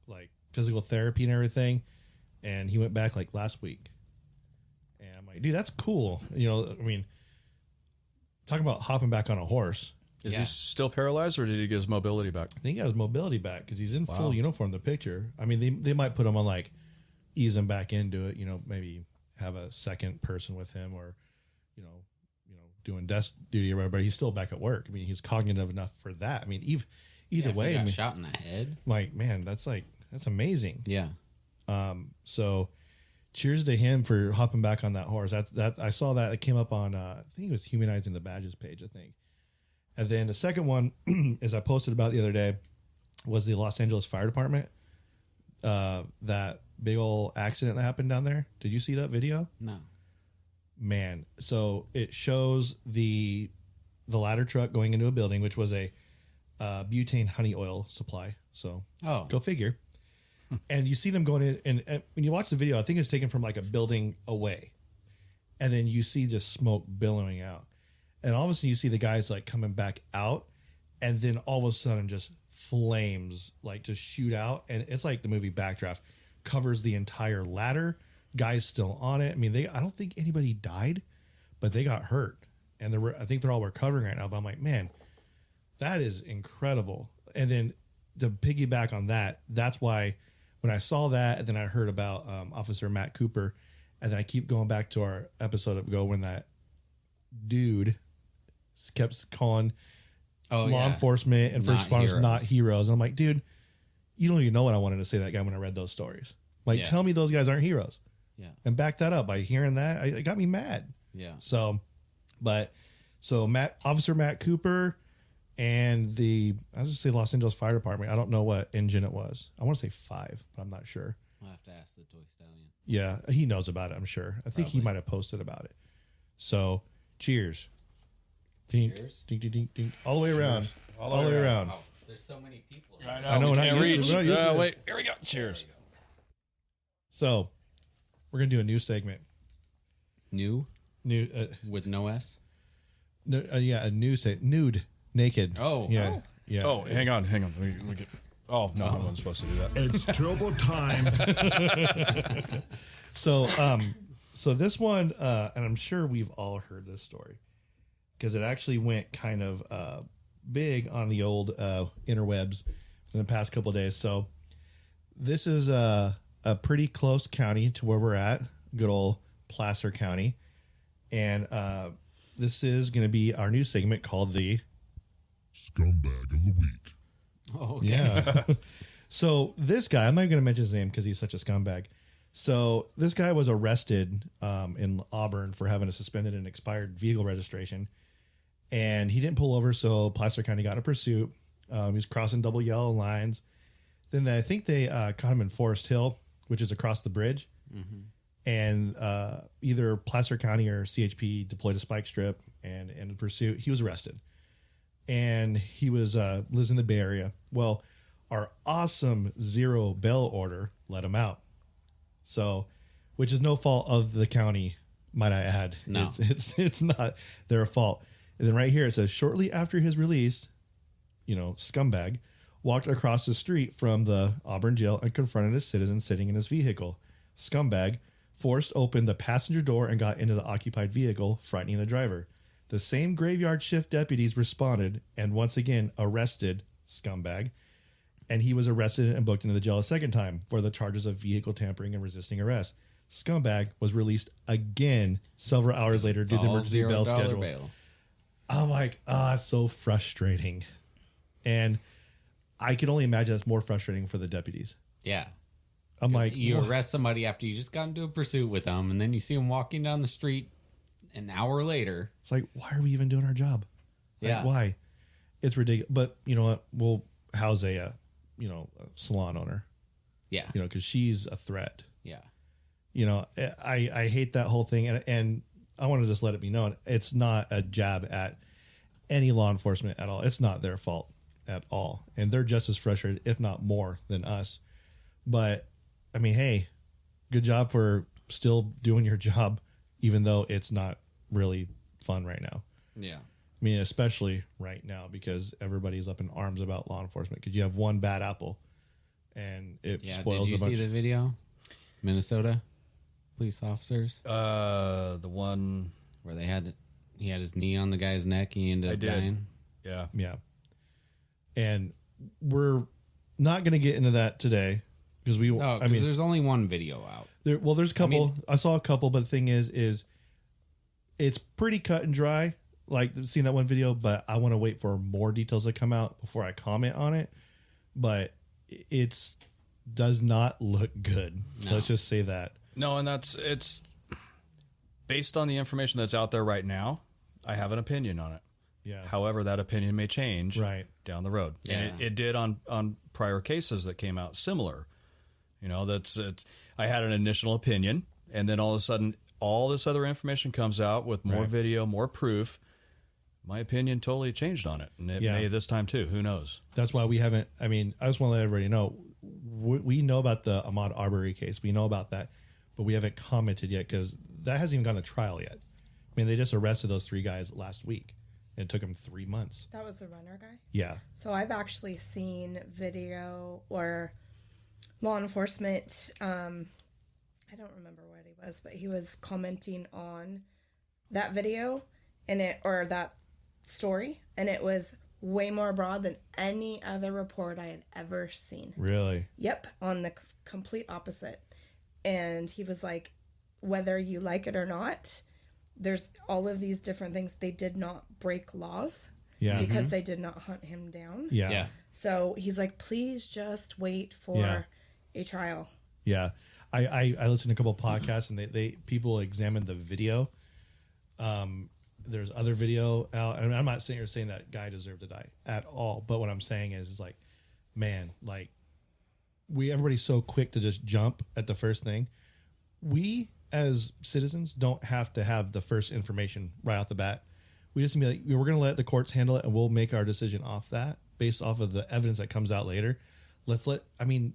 Speaker 3: like physical therapy and everything and he went back like last week. And I'm like, dude, that's cool. You know, I mean talk about hopping back on a horse.
Speaker 5: is
Speaker 4: Yeah.
Speaker 5: he still paralyzed or did he get his mobility back
Speaker 3: I think he got his mobility back because he's in full uniform. in The picture. I mean, they they might put him on like ease him back into it. You know, maybe have a second person with him, or you know, you know, doing desk duty or whatever. But he's still back at work. I mean, he's cognitive enough for that. I mean, ev-
Speaker 4: Yeah,
Speaker 3: either
Speaker 4: if he
Speaker 3: way, I
Speaker 4: got
Speaker 3: mean,
Speaker 4: shot in the head.
Speaker 3: like man, that's like that's amazing.
Speaker 4: Yeah.
Speaker 3: So, cheers to him for hopping back on that horse. That's that I saw that it came up on. Uh, I think it was humanizing the badges page. I think. And then the second one, as I posted about the other day, was the Los Angeles Fire Department. Uh, that big old accident that happened down there. Did you see that video?
Speaker 4: No.
Speaker 3: man so it shows the the ladder truck going into a building which was a uh, butane honey oil supply so
Speaker 4: Oh.
Speaker 3: go figure and you see them going in and, and when you watch the video i think it's taken from like a building away and then you see just smoke billowing out and all of a sudden you see the guys like coming back out and then all of a sudden just flames like just shoot out and it's like the movie backdraft covers the entire ladder guys still on it i mean they i don't think anybody died but they got hurt and they're i think they're all recovering right now but i'm like man that is incredible and then to piggyback on that that's why when i saw that and then i heard about um, officer matt cooper and then i keep going back to our episode ago when that dude kept calling
Speaker 4: Oh,
Speaker 3: law
Speaker 4: yeah.
Speaker 3: enforcement and first
Speaker 4: Not
Speaker 3: responders
Speaker 4: heroes.
Speaker 3: not heroes. And I'm like, dude, you don't even know what I wanted to say to that guy when I read those stories. Like,
Speaker 4: Yeah.
Speaker 3: tell me those guys aren't heroes.
Speaker 4: Yeah.
Speaker 3: And back that up by hearing that. I, it got me mad.
Speaker 4: Yeah.
Speaker 3: So, but so Matt, Officer Matt Cooper, and the I was just say Los Angeles Fire Department. I don't know what engine it was. I want to say five, but I'm not sure.
Speaker 4: I'll have to ask the toy stallion.
Speaker 3: Yeah, he knows about it. I'm sure. I think he
Speaker 4: Probably.
Speaker 3: might have posted about it. So, cheers. Dink,
Speaker 4: Cheers.
Speaker 3: dink, dink, dink, dink. All the way around. All the way around.
Speaker 4: There's so many people.
Speaker 3: I know,
Speaker 5: we
Speaker 3: and I
Speaker 5: can't
Speaker 3: used
Speaker 5: reach.
Speaker 3: to- no, I used to-
Speaker 5: Uh, wait here we go cheers
Speaker 3: So, we're gonna do a new segment.
Speaker 4: New
Speaker 3: New, uh,
Speaker 4: with no S.
Speaker 3: no, uh, yeah, a new se- nude, naked.
Speaker 4: Oh.
Speaker 3: yeah, yeah.
Speaker 5: oh hang on hang on let me, let me get oh no i wasn't supposed to do that
Speaker 1: It's turbo time.
Speaker 3: So, um, so this one, uh, and I'm sure we've all heard this story because it actually went kind of uh, big on the old uh, interwebs in the past couple of days. So, this is a a pretty close county to where we're at, good old Placer County, and uh, this is going to be our new segment called the
Speaker 1: Scumbag of the week.
Speaker 4: Oh, okay.
Speaker 3: Yeah. so this guy, I'm not going to mention his name because he's such a scumbag. So this guy was arrested um, in Auburn for having a suspended and expired vehicle registration, and he didn't pull over, so Placer County got in a pursuit. Um, he was crossing double yellow lines. Then I think they uh, caught him in Forest Hill, which is across the bridge. And uh, either Placer County or CHP deployed a spike strip and ended pursuit. He was arrested, and he was uh, lives in the Bay Area. Well, our awesome zero bail order let him out. So, which is no fault of the county, might I add.
Speaker 4: No.
Speaker 3: It's, it's, it's not their fault. And then right here it says shortly after his release, you know, scumbag, walked across the street from the Auburn jail and confronted a citizen sitting in his vehicle. Scumbag forced open the passenger door and got into the occupied vehicle, frightening the driver. The same graveyard shift deputies responded and once again arrested scumbag and he was arrested and booked into the jail a second time for the charges of vehicle tampering and resisting arrest. Scumbag was released again several hours later due to the
Speaker 4: All
Speaker 3: emergency
Speaker 4: zero
Speaker 3: bail
Speaker 4: dollar
Speaker 3: schedule.
Speaker 4: bail.
Speaker 3: I'm like, ah, it's so frustrating. And I can only imagine that's more frustrating for the deputies.
Speaker 4: Yeah.
Speaker 3: I'm like,
Speaker 4: you
Speaker 3: "Wha-
Speaker 4: arrest somebody after you just got into a pursuit with them, and then you see them walking down the street an hour later.
Speaker 3: it's like, why are we even doing our job? Like,
Speaker 4: Yeah.
Speaker 3: Why? It's ridiculous. But you know what? We'll house a, uh, you know, a salon owner,
Speaker 4: Yeah.
Speaker 3: you know, because she's a threat.
Speaker 4: Yeah.
Speaker 3: you know i i hate that whole thing and and i want to just let it be known it's not a jab at any law enforcement at all it's not their fault at all and they're just as frustrated if not more than us but i mean hey good job for still doing your job even though it's not really fun right now
Speaker 4: Yeah.
Speaker 3: i mean especially right now because everybody's up in arms about law enforcement because you have one bad apple and it
Speaker 4: Yeah.
Speaker 3: spoils
Speaker 4: Did you
Speaker 3: a bunch
Speaker 4: see the video? Minnesota police officers
Speaker 5: Uh, the one,
Speaker 4: where they had he had his knee on the guy's neck. He ended
Speaker 5: I
Speaker 4: up
Speaker 5: did.
Speaker 4: dying.
Speaker 5: yeah,
Speaker 3: Yeah. And we're not going to get into that today because we,
Speaker 4: Oh, 'cause
Speaker 3: I mean,
Speaker 4: there's only one video out.
Speaker 3: there, well, there's a couple. I,
Speaker 4: mean-
Speaker 3: saw a couple, but the thing is, is it's pretty cut and dry. Like seeing that one video, but I want to wait for more details to come out before I comment on it. But it's does not look good.
Speaker 4: No.
Speaker 3: Let's just say that.
Speaker 5: no, and that's it's based on the information that's out there right now. I have an opinion on it.
Speaker 3: Yeah.
Speaker 5: However, that opinion may change
Speaker 3: Right.
Speaker 5: down the road, and
Speaker 4: Yeah.
Speaker 5: it, it did on on prior cases that came out similar. You know, that's it's. I had an initial opinion, and then all of a sudden, all this other information comes out with more video, more proof. My opinion totally changed on it, and it
Speaker 3: Yeah.
Speaker 5: may this time too. Who knows?
Speaker 3: that's why we haven't. I mean, I just want to let everybody know we, we know about the Ahmad Arbery case. We know about that, but we haven't commented yet because that hasn't even gone to trial yet. I mean, they just arrested those three guys last week, and it took them three months.
Speaker 6: That was the runner guy.
Speaker 3: Yeah,
Speaker 6: So I've actually seen video or law enforcement. Um, I don't remember what he was, but he was commenting on that video and it or that story, and it was way more broad than any other report I had ever seen.
Speaker 3: really.
Speaker 6: Yep, on the c- complete opposite. And he was like, whether you like it or not, there's all of these different things. They did not break laws
Speaker 3: Yeah, Mm-hmm.
Speaker 6: because they did not hunt him down.
Speaker 4: Yeah.
Speaker 3: yeah, yeah,
Speaker 6: So he's like, please just wait for
Speaker 3: Yeah.
Speaker 6: a trial.
Speaker 3: I, I I listened to a couple podcasts, and they they people examined the video. Um, there's other video out, and I'm not sitting here saying that guy deserved to die at all. But what I'm saying is, is like, man, like we everybody's so quick to just jump at the first thing. We as citizens don't have to have the first information right off the bat. We just can be like, we're going to let the courts handle it, and we'll make our decision off that based off of the evidence that comes out later. Let's let. I mean,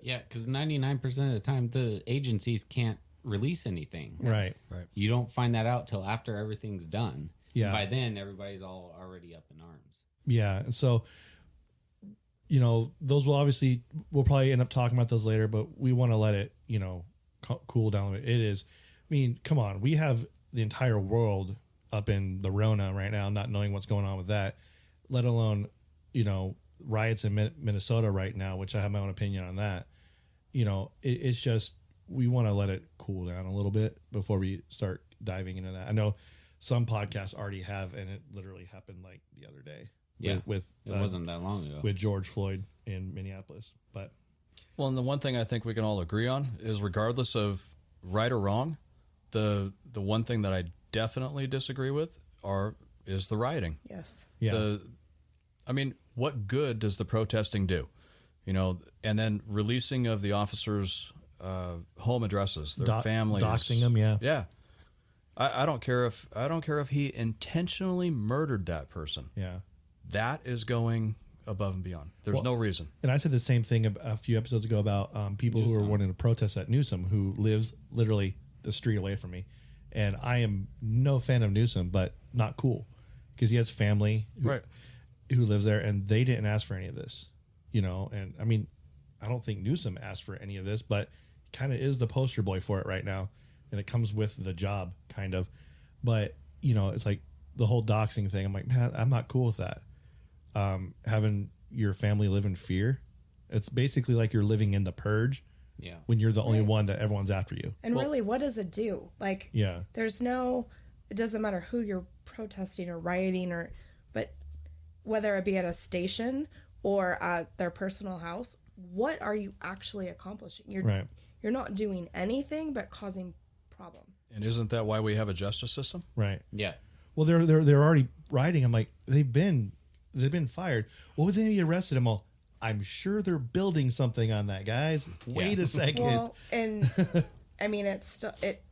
Speaker 4: Yeah, because 99% of the time, the agencies can't release anything.
Speaker 3: right,
Speaker 4: You don't find that out till after everything's done.
Speaker 3: Yeah.
Speaker 4: And by then, everybody's all already up in arms.
Speaker 3: yeah. And so, you know, those will obviously we'll probably end up talking about those later, but we want to let it, you know, co- cool down. It is. I mean, come on, we have the entire world up in the Rona right now, not knowing what's going on with that, let alone, you know, riots in Min- Minnesota right now, which I have my own opinion on that. You know, it, it's just we want to let it cool down a little bit before we start diving into that. I know some podcasts already have, and it literally happened like the other day.
Speaker 4: Yeah.
Speaker 3: with,
Speaker 4: It
Speaker 3: with uh,
Speaker 4: wasn't that long ago.
Speaker 3: with George Floyd in Minneapolis, but
Speaker 5: Well, and the one thing I think we can all agree on is regardless of right or wrong, the the one thing that I definitely disagree with are is the rioting.
Speaker 6: Yes.
Speaker 3: Yeah.
Speaker 5: The, I mean, what good does the protesting do? You know, and then releasing of the officers' uh, home addresses, their
Speaker 3: Doc-
Speaker 5: families,
Speaker 3: doxing them, yeah.
Speaker 5: yeah. I, I don't care if I don't care if he intentionally murdered that person.
Speaker 3: yeah.
Speaker 5: That is going above and beyond. There's no reason.
Speaker 3: And I said the same thing ab- a few episodes ago about um, people who are wanting to protest at Newsom, who lives literally the street away from me. And I am no fan of Newsom, but not cool because he has family who,
Speaker 5: Right.
Speaker 3: who lives there, and they didn't ask for any of this, you know. And I mean, I don't think Newsom asked for any of this, but kind of is the poster boy for it right now, and it comes with the job, kind of. But you know, it's like the whole doxing thing. I'm like, man, I'm not cool with that um, having your family live in fear. It's basically like you're living in the purge
Speaker 4: Yeah.
Speaker 3: when you're the only one that everyone's after you.
Speaker 6: And really, what does it do? Like,
Speaker 3: Yeah.
Speaker 6: there's no, it doesn't matter who you're protesting or rioting or, but whether it be at a station or at their personal house, what are you actually accomplishing? You're,
Speaker 3: Right.
Speaker 6: you're not doing anything but causing problem.
Speaker 5: And isn't that why we have a justice system?
Speaker 3: Right.
Speaker 4: Yeah.
Speaker 3: Well, they're they're they're already rioting. I'm like, they've been they've been fired. Well, then he arrested them all. I'm sure they're building something on that, guys. Wait
Speaker 4: Yeah.
Speaker 3: a second.
Speaker 6: Well, and I mean, it's still, it,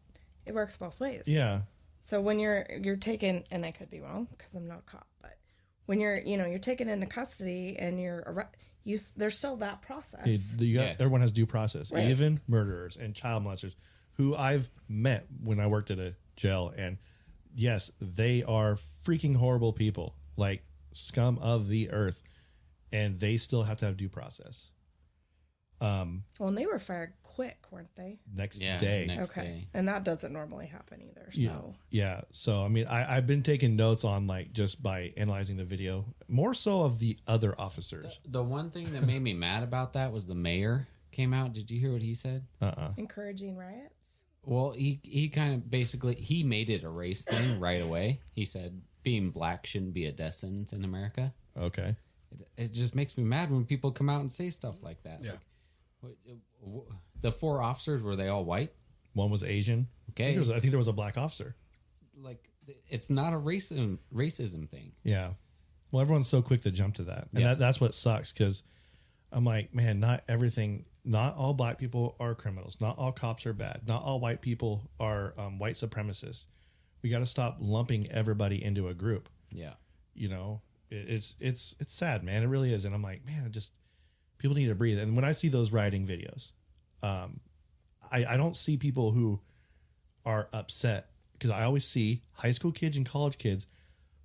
Speaker 6: it works both ways.
Speaker 3: yeah.
Speaker 6: So when you're you're taken, and I could be wrong because I'm not a cop, but when you're you know you're taken into custody and you're arre- you s- there's still that process.
Speaker 3: It- the- you got-
Speaker 4: Yeah.
Speaker 3: Everyone has due process,
Speaker 6: Right.
Speaker 3: even murderers and child molesters, who I've met when I worked at a jail. And yes, they are freaking horrible people, like scum of the earth, and they still have to have due process. Um,
Speaker 6: Well, and they were fired quick, weren't they?
Speaker 3: next
Speaker 4: Yeah,
Speaker 3: day,
Speaker 4: next-
Speaker 6: okay,
Speaker 4: day.
Speaker 6: and that doesn't normally happen either. So
Speaker 3: Yeah. Yeah. So I mean, I, I've been taking notes on like just by analyzing the video, more so of the other officers.
Speaker 4: The one thing that made me mad about that was the mayor came out. Did you hear what he said?
Speaker 6: encouraging riots.
Speaker 4: Well, he he kind of basically he made it a race thing right away. He said being black shouldn't be a death sentence in America.
Speaker 3: Okay.
Speaker 4: It, it just makes me mad when people come out and say stuff like that.
Speaker 5: Yeah.
Speaker 4: Like, what- wh- the four officers were they all white?
Speaker 3: One was Asian. I
Speaker 4: Okay,
Speaker 3: think there was, I think there was a black officer.
Speaker 4: like it's not a racism racism thing.
Speaker 3: Yeah. Well, everyone's so quick to jump to that. And
Speaker 4: Yeah.
Speaker 3: that, that's what sucks because I'm like, man, not everything, not all black people are criminals. Not all cops are bad. Not all white people are um, white supremacists. We got to stop lumping everybody into a group.
Speaker 4: Yeah,
Speaker 3: You know, it, it's, it's, it's sad, man. It really is. And I'm like, man, I just, people need to breathe. And when I see those rioting videos, um, I, I don't see people who are upset because I always see high school kids and college kids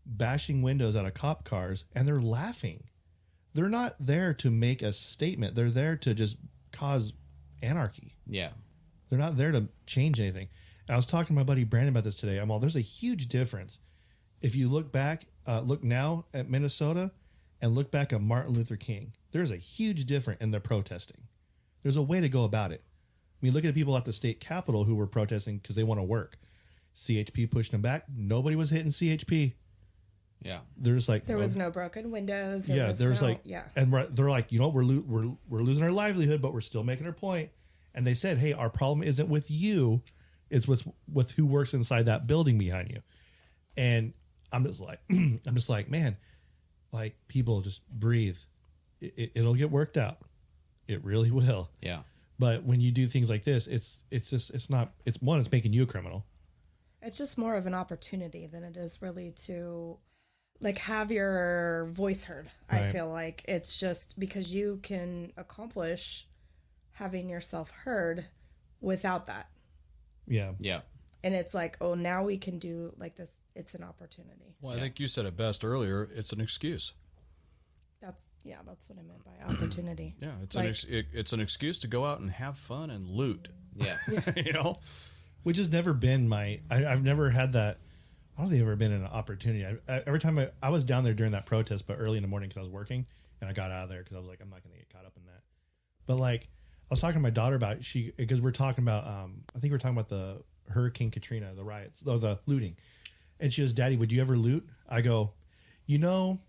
Speaker 3: bashing windows out of cop cars and they're laughing. They're not there to make a statement. They're there to just cause anarchy.
Speaker 4: yeah,
Speaker 3: They're not there to change anything. And I was talking to my buddy Brandon about this today. I'm all there's a huge difference if you look back, uh, look now at Minnesota, and look back at Martin Luther King. There's a huge difference in their protesting. There's a way to go about it. I mean, look at the people at the state capitol who were protesting because they want to work. CHP pushing them back. Nobody was hitting CHP.
Speaker 4: yeah.
Speaker 3: There's like
Speaker 6: There was
Speaker 3: oh,
Speaker 6: no broken windows.
Speaker 3: yeah.
Speaker 6: was
Speaker 3: There's
Speaker 6: no-
Speaker 3: like
Speaker 6: yeah.
Speaker 3: and we're- they're like you know we're lo- we're we're losing our livelihood, but we're still making our point. And they said, hey, our problem isn't with you, it's with with who works inside that building behind you. And I'm just like I'm just like man, like people just breathe. It, it, it'll get worked out. It really will.
Speaker 4: Yeah.
Speaker 3: But when you do things like this, it's it's just it's not it's one it's making you a criminal.
Speaker 6: It's just more of an opportunity than it is really to like have your voice heard. I
Speaker 3: Right.
Speaker 6: feel like it's just because you can accomplish having yourself heard without that.
Speaker 3: Yeah.
Speaker 4: Yeah.
Speaker 6: And it's like, oh, now we can do like this. It's an opportunity.
Speaker 5: Well, I think you said it best earlier. It's an excuse.
Speaker 6: That's yeah, that's what I meant by opportunity.
Speaker 5: Yeah, it's
Speaker 6: Like-
Speaker 5: an ex- it, it's an excuse to go out and have fun and loot.
Speaker 4: Yeah.
Speaker 5: you know,
Speaker 3: which has never been my I, i've never had that i don't think i've ever been in an opportunity I, I, every time I, I was down there during that protest but early in the morning because i was working and i got out of there because i was like i'm not going to get caught up in that but like i was talking to my daughter about it, she because we're talking about um i think we're talking about the hurricane katrina the riots or the looting and she goes daddy would you ever loot i go you know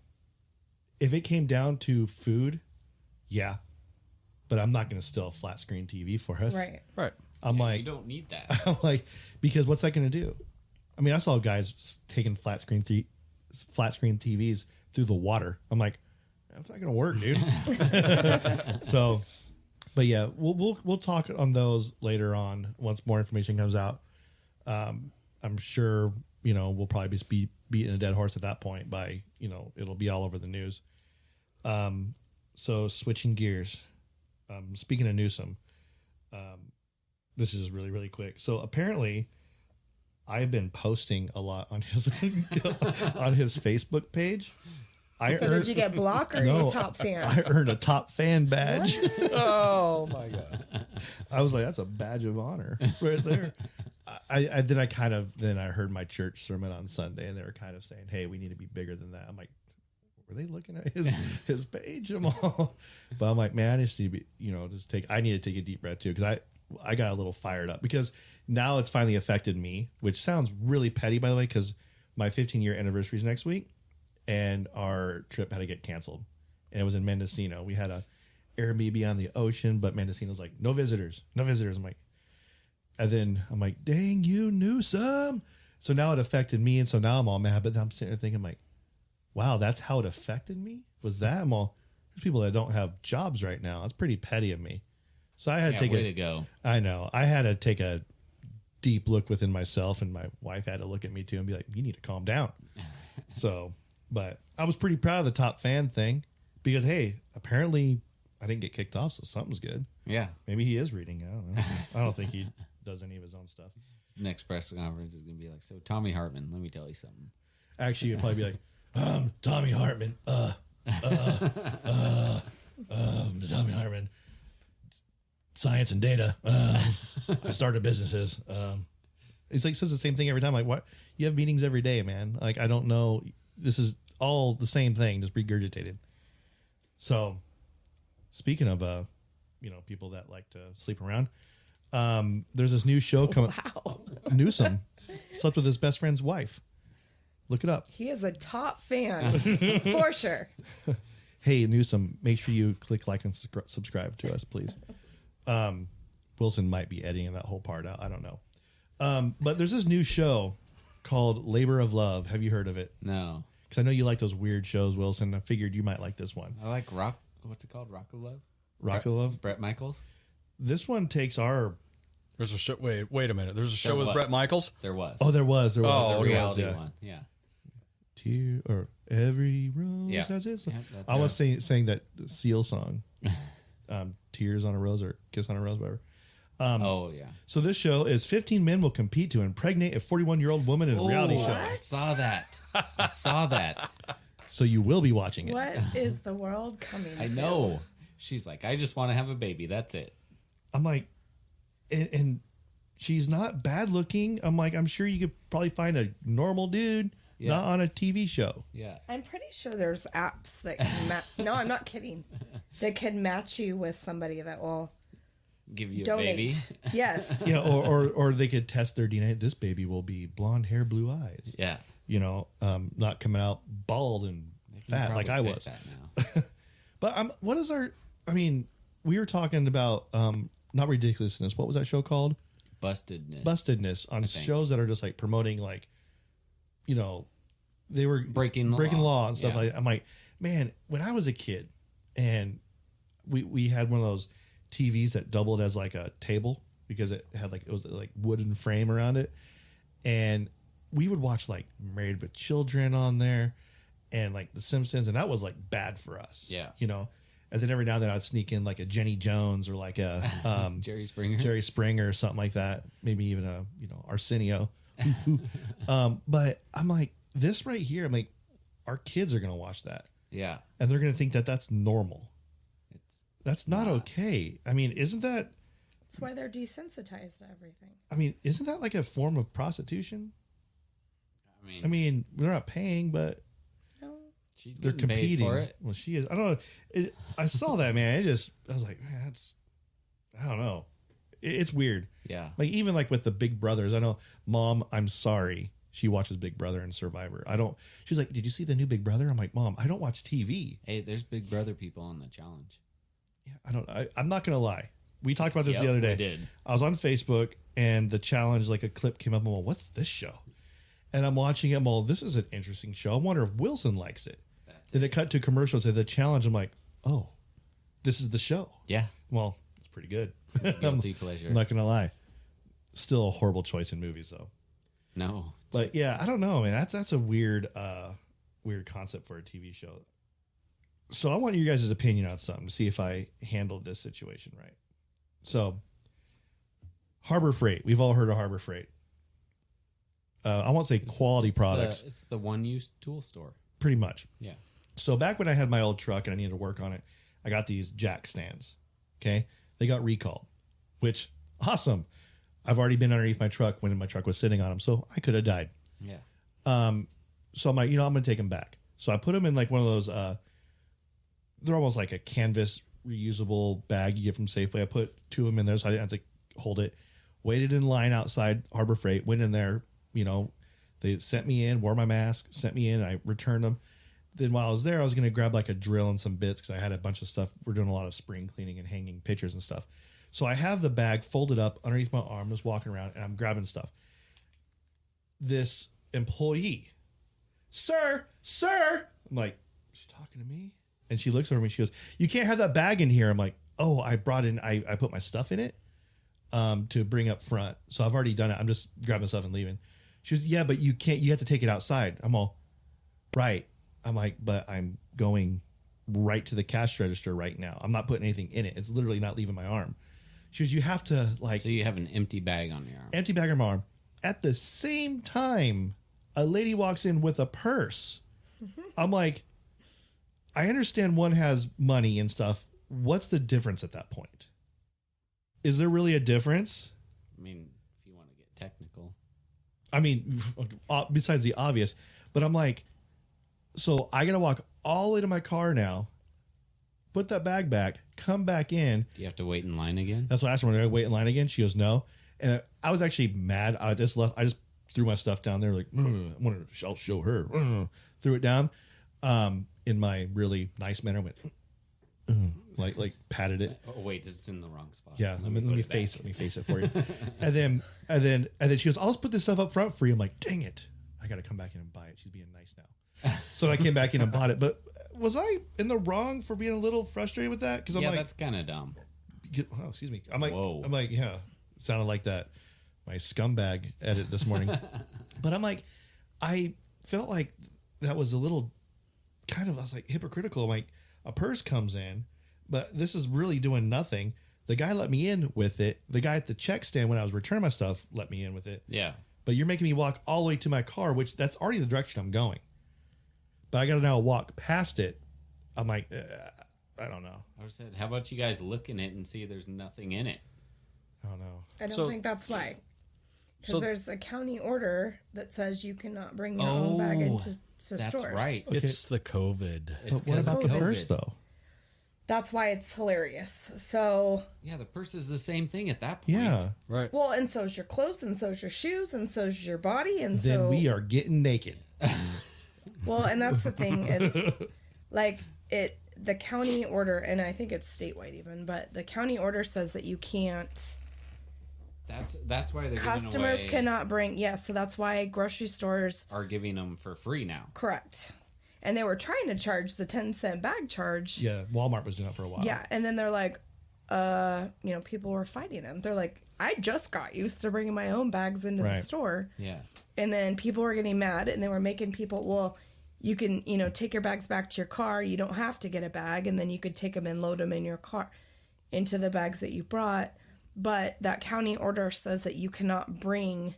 Speaker 3: if it came down to food yeah but i'm not going to steal a flat screen tv for us
Speaker 6: Right.
Speaker 5: right?
Speaker 3: i'm like
Speaker 4: You don't need that.
Speaker 3: I'm like, because what's that going to do? I mean, I saw guys taking flat screen th- flat screen TVs through the water. I'm like, that's not gonna work, dude. so, but yeah, we'll we'll we'll talk on those later on once more information comes out. Um, I'm sure you know we'll probably just be beating a dead horse at that point. By you know it'll be all over the news. Um, so switching gears. Um, speaking of Newsom, um, this is really really quick. So apparently, I've been posting a lot on his on his Facebook page. I
Speaker 6: So
Speaker 3: earn-
Speaker 6: did you get blocked or you
Speaker 3: No,
Speaker 6: a top fan?
Speaker 3: I earned a top fan badge.
Speaker 5: Oh my god.
Speaker 3: I was like, that's a badge of honor right there. I, I then I kind of then I heard my church sermon on Sunday and they were kind of saying, Hey, we need to be bigger than that. I'm like, were they looking at his his page? I'm all but I'm like, man, I just need to be you know, just take I need to take a deep breath too, because I I got a little fired up because now it's finally affected me, which sounds really petty by the way, because my 15 year anniversary is next week and our trip had to get canceled. And it was in Mendocino. We had a Airbnb on the ocean, but Mendocino's like, no visitors, no visitors. I'm like, and then I'm like, dang you, Newsom. So now it affected me. And so now I'm all mad. But then I'm sitting there thinking, like, wow, that's how it affected me? Was that? I'm all, there's people that don't have jobs right now. That's pretty petty of me. So I had
Speaker 4: Yeah,
Speaker 3: to take
Speaker 4: way
Speaker 3: a,
Speaker 4: to go.
Speaker 3: I know. I had to take a deep look within myself, and my wife had to look at me too and be like, "You need to calm down." so, but I was pretty proud of the top fan thing because hey, apparently I didn't get kicked off, so something's good.
Speaker 4: Yeah.
Speaker 3: Maybe he is reading. I don't know. I don't think he does any of his own stuff.
Speaker 4: His next press conference is going to be like, so Tommy Hartman, let me tell you something.
Speaker 3: Actually, it'd probably be like, um, Tommy Hartman, uh, uh, uh, um, Tommy Hartman, science and data. Uh, I started businesses. Um, it's like says the same thing every time. Like, what? You have meetings every day, man. Like, I don't know. This is all the same thing, just regurgitated. So, speaking of, uh, you know, people that like to sleep around, um, there's this new show coming.
Speaker 6: Wow.
Speaker 3: Newsom slept with his best friend's wife. Look it up.
Speaker 6: He is a top fan for sure.
Speaker 3: hey Newsom, make sure you click like and subscri- subscribe to us, please. Um, Wilson might be editing that whole part out. I don't know. Um, but there's this new show called Labor of Love. Have you heard of it?
Speaker 4: No.
Speaker 3: Because I know you like those weird shows, Wilson. I figured you might like this one.
Speaker 4: I like rock. What's it called? Rock of Love?
Speaker 3: Rock of Love.
Speaker 4: Brett Michaels?
Speaker 3: This one takes our.
Speaker 5: There's a show. Wait, wait a minute. There's a show
Speaker 4: There
Speaker 5: with
Speaker 4: was.
Speaker 5: Brett Michaels.
Speaker 4: There was.
Speaker 3: Oh, there was. There was.
Speaker 5: Oh,
Speaker 3: there
Speaker 4: the
Speaker 5: okay.
Speaker 4: reality
Speaker 3: was, yeah.
Speaker 4: one. Yeah.
Speaker 3: Tear or every rose
Speaker 4: Yeah.
Speaker 3: has its.
Speaker 4: Yeah, that's
Speaker 3: I was
Speaker 4: it.
Speaker 3: saying, saying that Seal song, um, "Tears on a Rose" or "Kiss on a Rose," whatever. Um,
Speaker 4: oh, yeah.
Speaker 3: So this show is 15 men will compete to impregnate a 41 year old woman in a reality
Speaker 4: Oh,
Speaker 3: show.
Speaker 4: I saw that. I saw that.
Speaker 3: So you will be watching it.
Speaker 6: What is the world coming
Speaker 4: I
Speaker 6: to?
Speaker 4: know. She's like, I just want to have a baby. That's it.
Speaker 3: I'm like, and, and she's not bad looking. I'm like, I'm sure you could probably find a normal dude
Speaker 4: Yeah.
Speaker 3: not on a TV show.
Speaker 4: Yeah.
Speaker 6: I'm pretty sure there's apps that can ma- no, I'm not kidding. That can match you with somebody that will
Speaker 4: Give you a baby.
Speaker 6: donate. Yes.
Speaker 3: Yeah, or, or or they could test their DNA. This baby will be blonde hair, blue eyes.
Speaker 4: Yeah.
Speaker 3: You know, um, not coming out bald and fat like I
Speaker 4: Probably pick
Speaker 3: was.
Speaker 4: That now.
Speaker 3: But um, what is our? I mean, we were talking about um, not ridiculousness. What was that show called?
Speaker 4: Bustedness.
Speaker 3: bustedness on
Speaker 4: think.
Speaker 3: shows that are just like promoting like you know they were
Speaker 4: Breaking the
Speaker 3: breaking
Speaker 4: law.
Speaker 3: law, and stuff
Speaker 4: Yeah.
Speaker 3: like that. I'm like man when I was a kid and we we had one of those TVs that doubled as like a table because it had like it was like wooden frame around it and we would watch like Married with Children on there and like The Simpsons and that was like bad for us
Speaker 4: Yeah.
Speaker 3: you know and then every now and then I'd sneak in like a Jenny Jones or like a um
Speaker 4: Jerry Springer.
Speaker 3: Jerry Springer or something like that. Maybe even a you know Arsenio. um, but I'm like this right here. I'm like, our kids are gonna watch that,
Speaker 4: Yeah.
Speaker 3: and they're gonna think that that's normal.
Speaker 4: It's
Speaker 3: That's not okay. I mean, isn't that?
Speaker 6: That's why they're desensitized to everything.
Speaker 3: I mean, isn't that like a form of prostitution?
Speaker 4: I mean,
Speaker 3: I mean, they're not paying, but
Speaker 6: No.
Speaker 4: she's
Speaker 3: they're
Speaker 4: getting paid
Speaker 3: competing.
Speaker 4: for it.
Speaker 3: Well, she is. I don't know. It, I saw that man. It just. I was like, man, that's. I don't know. It, it's weird.
Speaker 4: Yeah.
Speaker 3: Like even like with the Big Brothers, I know mom, I'm sorry. She watches Big Brother and Survivor. I don't. She's like, "Did you see the new Big Brother?" I'm like, "Mom, I don't watch TV."
Speaker 4: Hey, there's Big Brother people on the challenge.
Speaker 3: Yeah, I don't. I, I'm not gonna lie. We talked about this
Speaker 4: Yep,
Speaker 3: the other day.
Speaker 4: we did.
Speaker 3: I was on Facebook and the challenge, like a clip came up. I'm like, "What's this show?" and I'm watching it. I'm all, this is an interesting show. I wonder if Wilson likes it. Then it cut to commercials and the challenge. I'm like, oh, this is the show.
Speaker 4: Yeah.
Speaker 3: Well, it's pretty good. I'm
Speaker 4: Guilty pleasure.
Speaker 3: not gonna lie. Still a horrible choice in movies though.
Speaker 4: no.
Speaker 3: But yeah, I don't know, man. That's that's a weird, uh, weird concept for a TV show. So I want you guys' opinion on something to see if I handled this situation right. So, Harbor Freight. We've all heard of Harbor Freight. Uh, I won't say quality
Speaker 4: It's the-
Speaker 3: products,
Speaker 4: it's the one use tool store.
Speaker 3: pretty much.
Speaker 4: Yeah.
Speaker 3: So back when I had my old truck and I needed to work on it, I got these jack stands. Okay. They got recalled, which awesome. I've already been underneath my truck when my truck was sitting on them, so I could have died.
Speaker 4: Yeah.
Speaker 3: Um, So I'm like, you know, I'm gonna take them back. So I put them in like one of those. Uh, they're almost like a canvas reusable bag you get from Safeway. I put two of them in there, so I didn't have to hold it. Waited in line outside Harbor Freight. Went in there. You know, they sent me in, wore my mask, sent me in. I returned them. Then while I was there, I was gonna grab like a drill and some bits because I had a bunch of stuff. We're doing a lot of spring cleaning and hanging pictures and stuff. So I have the bag folded up underneath my arm, just walking around, and I'm grabbing stuff. This employee sir, sir. I'm like, she's talking to me. And she looks over me. she goes, you can't have that bag in here. I'm like, oh, I brought in, I, I put my stuff in it um, to bring up front. So I've already done it. I'm just grabbing stuff and leaving. She goes, yeah, but you can't, you have to take it outside. I'm all, right. I'm like, but I'm going right to the cash register right now. I'm not putting anything in it. It's literally not leaving my arm. She goes, you have to like
Speaker 4: So you have an empty bag on your arm.
Speaker 3: empty bag on my arm. At the same time, a lady walks in with a purse. I'm like, I understand one has money and stuff. What's the difference at that point? Is there really a difference?
Speaker 4: I mean, if you want to get technical.
Speaker 3: I mean, uh, besides the obvious, but I'm like, so I gotta walk all the way to my car now, put that bag back, come back in,
Speaker 4: Do you have to wait in line again?
Speaker 3: That's what I asked her, "Did I wait in line again?" She goes, "No." And I was actually mad. I just left. I just threw my stuff down there, like "Mm, I wanted to. I'll show her. Mm." Threw it down um, in my really nice manner. Went "Mm," like like patted it.
Speaker 4: Oh wait, it's in the wrong spot.
Speaker 3: Yeah, let me,
Speaker 4: put
Speaker 3: let me
Speaker 4: it back.
Speaker 3: face it. Let me face it for you. and then and then and then she goes, "I'll just put this stuff up front for you." I'm like, "Dang it! I got to come back in and buy it." She's being nice now. so I came back in and bought it. But was I in the wrong for being a little frustrated with that? Because I'm
Speaker 4: Yeah,
Speaker 3: like,
Speaker 4: that's kind of dumb.
Speaker 3: Get- oh, excuse me. I'm like,
Speaker 4: Whoa.
Speaker 3: I'm like, yeah, sounded like that. My scumbag edit this morning. but I'm like, I felt like that was a little kind of, I was like hypocritical. I'm like, a purse comes in, but this is really doing nothing. The guy let me in with it. The guy at the check stand when I was returning my stuff let me in with it.
Speaker 4: Yeah.
Speaker 3: But you're making me walk all the way to my car, which that's already the direction I'm going. But I got to now walk past it. I'm like, uh, I don't know.
Speaker 4: I said, how about you guys look in it and see there's nothing in it?
Speaker 3: I don't know.
Speaker 6: I don't
Speaker 5: So-
Speaker 6: think that's why. Because
Speaker 5: So-
Speaker 6: there's a county order that says you cannot bring your
Speaker 4: Oh,
Speaker 6: own bag into to
Speaker 4: That's
Speaker 6: stores.
Speaker 4: right.
Speaker 5: It's the COVID.
Speaker 4: It's
Speaker 3: What
Speaker 4: 'cause of
Speaker 3: about the
Speaker 4: COVID.
Speaker 3: purse though?
Speaker 6: That's why it's hilarious. So,
Speaker 4: Yeah, the purse is the same thing at that point.
Speaker 3: Yeah.
Speaker 5: Right.
Speaker 6: well, and so's your clothes, and so's your shoes, and so's your body, and
Speaker 3: Then
Speaker 6: so
Speaker 3: we are getting naked.
Speaker 6: Well, and that's the thing. It's like it the county order, and I think it's statewide even, but the county order says that you can't.
Speaker 4: That's that's why they're
Speaker 6: Customers
Speaker 4: giving away,
Speaker 6: cannot bring. Yes, so that's why grocery stores
Speaker 4: are giving them for free now.
Speaker 6: correct, and they were trying to charge the ten cent bag charge.
Speaker 3: Yeah, Walmart was doing that for a while.
Speaker 6: Yeah, and then they're like, uh, you know, people were fighting them. They're like, I just got used to bringing my own bags into the
Speaker 3: Right.
Speaker 6: store.
Speaker 4: Yeah.
Speaker 6: and then people were getting mad and they were making people well you can you know take your bags back to your car you don't have to get a bag and then you could take them and load them in your car into the bags that you brought but that county order says that you cannot bring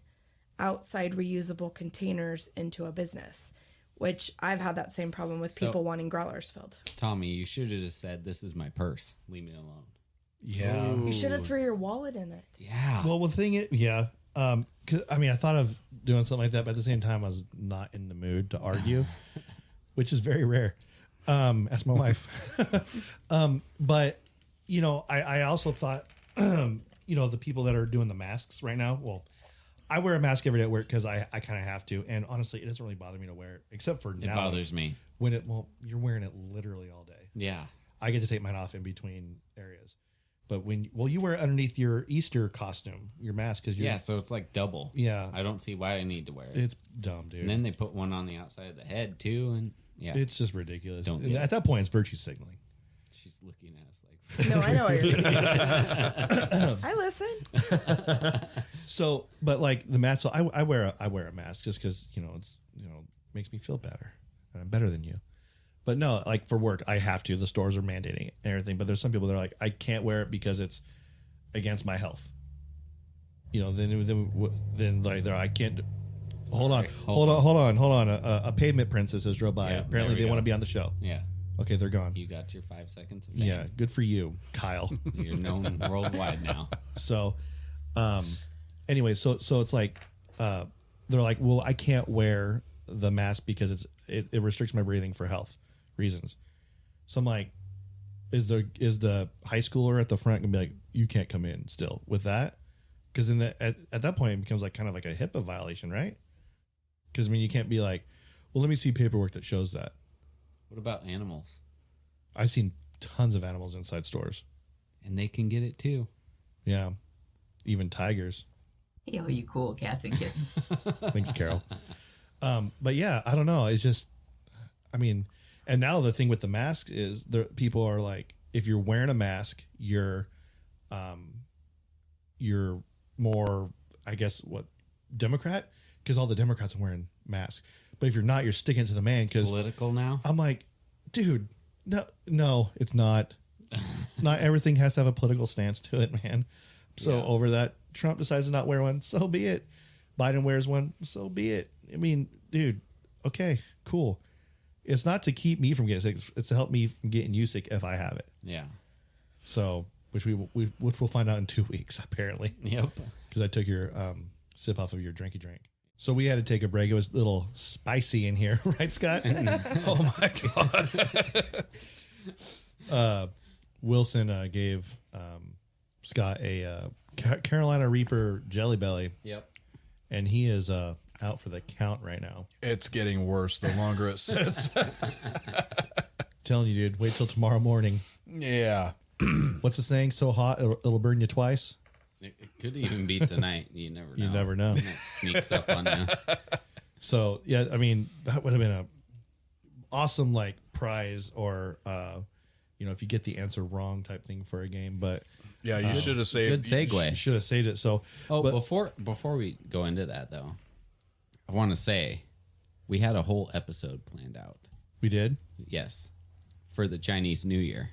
Speaker 6: outside reusable containers into a business which i've had that same problem with people wanting growlers filled
Speaker 4: Tommy, you should have just said, This is my purse. Leave me alone.
Speaker 3: Yeah.
Speaker 6: you should have threw your wallet in it
Speaker 4: Yeah.
Speaker 3: Well, the thing is, yeah. Um, 'cause- I mean, I thought of doing something like that, but at the same time, I was not in the mood to argue, which is very rare. Um, ask my wife. um, but you know, I, I also thought, you know, the people that are doing the masks right now. Well, I wear a mask every day at work because I, I kind of have to, and honestly, it doesn't really bother me to wear it, except for
Speaker 4: it
Speaker 3: now
Speaker 4: bothers me.
Speaker 3: when it. Well, you're wearing it literally all day.
Speaker 4: Yeah.
Speaker 3: I get to take mine off in between areas. But when well, you wear it underneath your Easter costume, your mask, because
Speaker 4: Yeah, so it's like double.
Speaker 3: yeah,
Speaker 4: I don't see why I need to wear it.
Speaker 3: it's dumb, dude.
Speaker 4: and then they put one on the outside of the head too, and yeah,
Speaker 3: it's just ridiculous.
Speaker 4: Don't
Speaker 3: And
Speaker 4: get
Speaker 3: at that point, it's virtue signaling.
Speaker 4: she's looking at us like
Speaker 6: No, I know what you're doing. I listen.
Speaker 3: So, but like the mask, so I, I wear a, I wear a mask just because you know it's you know makes me feel better and I'm better than you. But no, like for work, I have to. The stores are mandating it and everything. But there's some people that are like, I can't wear it because it's against my health. You know, then then then like they're, I can't. do- Hold on,
Speaker 4: Sorry, hold
Speaker 3: hold on, hold on, hold on. A, a a pavement princess has drove by.
Speaker 4: Yeah,
Speaker 3: Apparently,
Speaker 4: there we
Speaker 3: they want to
Speaker 4: go.
Speaker 3: be on the show.
Speaker 4: yeah.
Speaker 3: Okay, they're gone.
Speaker 4: You got your five seconds of fame.
Speaker 3: Yeah, good for you, Kyle.
Speaker 4: You're known worldwide now.
Speaker 3: So, um, anyway, so so it's like uh, they're like, well, I can't wear the mask because it's it, it restricts my breathing for health reasons. So I'm like, is the is the high schooler at the front gonna be like, you can't come in still with that? Because then that at, at that point it becomes like kind of like a HIPAA violation, right? Because I mean, you can't be like, well, let me see paperwork that shows that.
Speaker 4: What about animals?
Speaker 3: I've seen tons of animals inside stores.
Speaker 4: And they can get it too.
Speaker 3: Yeah, even tigers.
Speaker 7: Yo, you cool cats and kittens.
Speaker 3: Thanks, Carol. um, but yeah, I don't know. It's just, I mean, and now the thing with the mask is the people are like, if you're wearing a mask, you're, um, you're more, I guess, what Democrat because all the Democrats are wearing masks. But if you're not, you're sticking to the man because
Speaker 4: Political now.
Speaker 3: I'm like, dude, no, no, it's not. not everything has to have a political stance to it, man. So
Speaker 4: Yeah.
Speaker 3: over that, Trump decides to not wear one. So be it. Biden wears one. So be it. I mean, dude, okay, cool. It's not to keep me from getting sick. It's- It's to help me from getting you sick if I have it.
Speaker 4: Yeah.
Speaker 3: So, which we, we which we'll find out in two weeks apparently
Speaker 4: Yep.
Speaker 3: because I took your um, sip off of your drinky drink. So we had to take a break. It was a little spicy in here, right, Scott? Oh
Speaker 5: Oh my god!
Speaker 3: Uh, Wilson uh, gave um, Scott a uh, Ca- Carolina Reaper Jelly Belly,
Speaker 4: Yep.
Speaker 3: and he is uh, out for the count right now.
Speaker 5: It's getting worse the longer it sits.
Speaker 3: Telling you, dude, wait till tomorrow morning.
Speaker 5: yeah.
Speaker 3: What's the saying? So hot it'll, it'll burn you twice.
Speaker 4: It, it could even be tonight. You never know.
Speaker 3: You never know.
Speaker 4: It sneaks up on you.
Speaker 3: So yeah, I mean that would have been a awesome like prize or uh, you know if you get the answer wrong type thing for a game, but
Speaker 5: Yeah, you should have
Speaker 4: Good
Speaker 5: saved.
Speaker 3: you
Speaker 4: segue.
Speaker 3: should have saved it. So
Speaker 4: Oh,
Speaker 3: but-
Speaker 4: before before we go into that though, I want to say we had a whole episode planned out.
Speaker 3: we did.
Speaker 4: Yes, for the Chinese New Year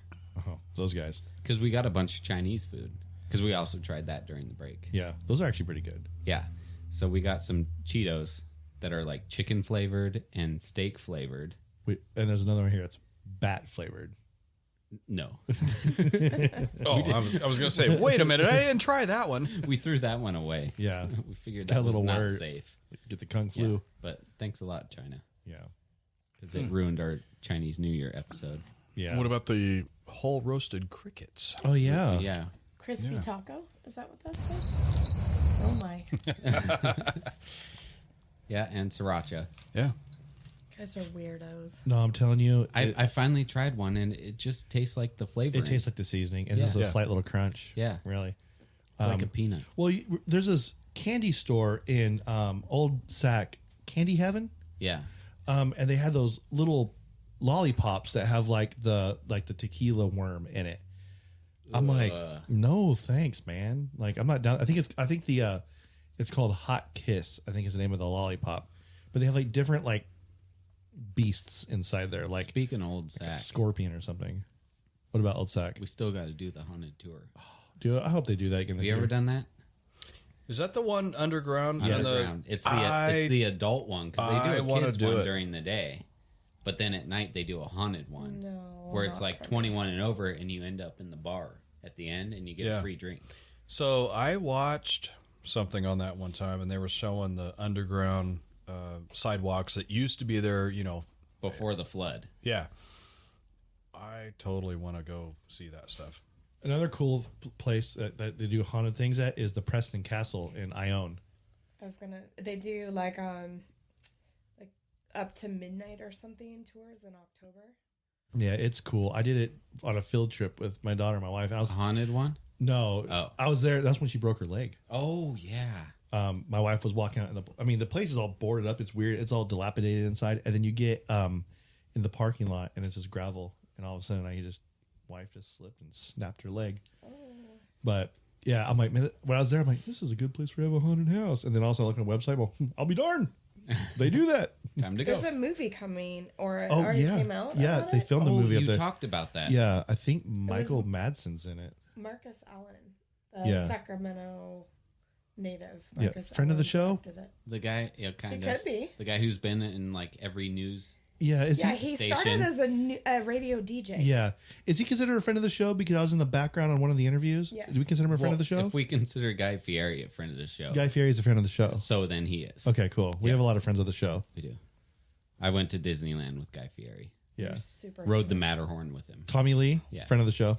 Speaker 3: Oh, those guys.
Speaker 4: because we got a bunch of Chinese food because we also tried that during the break.
Speaker 3: Yeah, those are actually pretty good.
Speaker 4: Yeah. So we got some Cheetos that are like chicken flavored and steak flavored.
Speaker 3: We, and there's another one here that's bat flavored.
Speaker 4: No,
Speaker 5: Oh, I was, I was gonna say, wait a minute, I didn't try that one.
Speaker 4: we threw that one away.
Speaker 3: Yeah.
Speaker 4: We figured
Speaker 3: That
Speaker 4: that, was
Speaker 3: little
Speaker 4: not
Speaker 3: word.
Speaker 4: safe.
Speaker 3: Get the kung
Speaker 4: Yeah.
Speaker 3: flu.
Speaker 4: But thanks a lot, China,
Speaker 3: Yeah.
Speaker 4: because
Speaker 3: Hmm.
Speaker 4: it ruined our Chinese New Year episode.
Speaker 3: Yeah.
Speaker 5: What about the whole roasted crickets?
Speaker 3: Oh yeah.
Speaker 4: Yeah.
Speaker 6: Crispy taco? Is that what that says? Oh my. You
Speaker 4: Yeah, and sriracha.
Speaker 5: Yeah.
Speaker 6: guys are weirdos.
Speaker 3: No, I'm telling you,
Speaker 4: I,
Speaker 3: it,
Speaker 4: I finally tried one and it just tastes like the flavor.
Speaker 3: it tastes like the seasoning. It's just a
Speaker 4: Yeah.
Speaker 3: slight little crunch.
Speaker 4: Yeah.
Speaker 3: Really.
Speaker 4: like
Speaker 3: um,
Speaker 4: a peanut.
Speaker 3: Well, you, there's this candy store in um, Old Sac, Candy Heaven,
Speaker 4: Yeah.
Speaker 3: um, and they had those little lollipops that have like the like the tequila worm in it. I'm like, no, thanks, man. Like, I'm not down. I think it's I think the uh, it's called Hot Kiss. I think is the name of the lollipop, but they have like different like beasts inside there, like
Speaker 4: Speaking of old sack,
Speaker 3: scorpion or something. What about Old Sac?
Speaker 4: we still got to do the haunted tour.
Speaker 3: Oh, Do I hope they do that again?
Speaker 4: Have
Speaker 3: this
Speaker 4: you ever
Speaker 3: year.
Speaker 4: done that?
Speaker 5: Is that the one underground?
Speaker 4: Yeah,
Speaker 5: And the-
Speaker 4: It's the
Speaker 5: I-
Speaker 4: it's the adult one because they
Speaker 5: I
Speaker 4: do a
Speaker 5: wanna
Speaker 4: kids
Speaker 5: do
Speaker 4: one
Speaker 5: it.
Speaker 4: during the day, but then at night they do a haunted one
Speaker 6: No,
Speaker 4: where it's
Speaker 6: not
Speaker 4: like
Speaker 6: for me.
Speaker 4: twenty one and over, and you end up in the bar at the end and you get
Speaker 5: Yeah.
Speaker 4: a free drink.
Speaker 5: So I watched something on that one time, and they were showing the underground uh, sidewalks that used to be there. You know,
Speaker 4: Before the flood,
Speaker 5: yeah. I totally want to go see that stuff.
Speaker 3: Another cool p- place that, that they do haunted things at is the Preston Castle in Ione.
Speaker 6: I was gonna. They do like um, like up to midnight or something tours in October.
Speaker 3: Yeah, it's cool. I did it on a field trip with my daughter and my wife, and I was
Speaker 4: a haunted one.
Speaker 3: No,
Speaker 4: Oh.
Speaker 3: I was there. That's when she broke her leg.
Speaker 4: Oh yeah.
Speaker 3: Um, my wife was walking out, in the. I mean, the place is all boarded up. It's weird. It's all dilapidated inside. And then you get um, in the parking lot, and it's just gravel. And all of a sudden, I just wife just slipped and snapped her leg. But yeah, I'm like, man, when I was there, I'm like, this is a good place for have a haunted house. And then also I look on the website. Well, hmm, I'll be darned, they do that.
Speaker 4: Time to go.
Speaker 6: There's a movie coming, or it
Speaker 3: Oh
Speaker 6: already
Speaker 3: yeah,
Speaker 6: came out.
Speaker 3: yeah,
Speaker 6: about
Speaker 3: they
Speaker 6: it?
Speaker 3: filmed the
Speaker 4: Oh,
Speaker 3: movie up
Speaker 4: you
Speaker 3: there.
Speaker 4: talked about that.
Speaker 3: Yeah, I think Michael Madsen's in it.
Speaker 6: Marcus Allen, the
Speaker 3: Yeah.
Speaker 6: Sacramento native.
Speaker 3: Yeah,
Speaker 6: Marcus
Speaker 3: friend of the show?
Speaker 6: Did it.
Speaker 4: The guy, yeah, kind
Speaker 6: It
Speaker 4: of.
Speaker 6: could be.
Speaker 4: The guy who's been in like every news.
Speaker 3: Yeah, is
Speaker 6: Yeah,
Speaker 3: he?
Speaker 6: he
Speaker 4: station?
Speaker 6: started as a, new, a radio DJ.
Speaker 3: Yeah, is he considered a friend of the show? Because I was in the background on one of the interviews.
Speaker 6: Yes.
Speaker 3: Do we consider him a friend of the show?
Speaker 4: If we consider Guy Fieri a friend of the show,
Speaker 3: Guy Fieri is a friend of the show.
Speaker 4: so then he is.
Speaker 3: Okay, cool. We have a lot of friends of the show.
Speaker 4: We do. I went to Disneyland with Guy Fieri.
Speaker 3: Yeah,
Speaker 6: super.
Speaker 4: Rode the Matterhorn with him.
Speaker 3: Tommy Lee,
Speaker 4: Yeah.
Speaker 3: friend of the show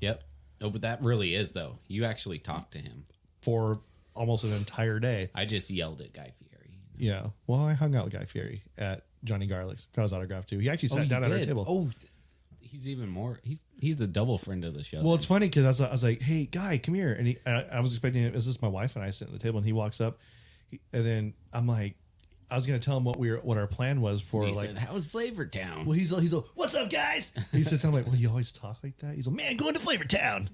Speaker 4: Yep. No, but that really is though. You actually talked to him.
Speaker 3: for almost an entire day.
Speaker 4: I just yelled at Guy Fieri.
Speaker 3: Yeah. Well, I hung out with Guy Fieri at Johnny Garlic's. Got his autograph too. He actually sat
Speaker 4: you
Speaker 3: down at our
Speaker 4: did?
Speaker 3: table.
Speaker 4: Oh, th- he's even more. He's he's a double friend of the show.
Speaker 3: Well, it's funny because I was, I was like, "Hey, guy, come here," and, he, and I, I was expecting him. Is this my wife? And I sit at the table, and he walks up, he, and then I'm like, I was gonna tell him what we were, what our plan was for
Speaker 4: he
Speaker 3: like.
Speaker 4: said, "How's Flavor Town?"
Speaker 3: well, he's all- he's like, "What's up, guys?" He sits. I'm like, "Well, you always talk like that." He's like, "Man, going to Flavor Town,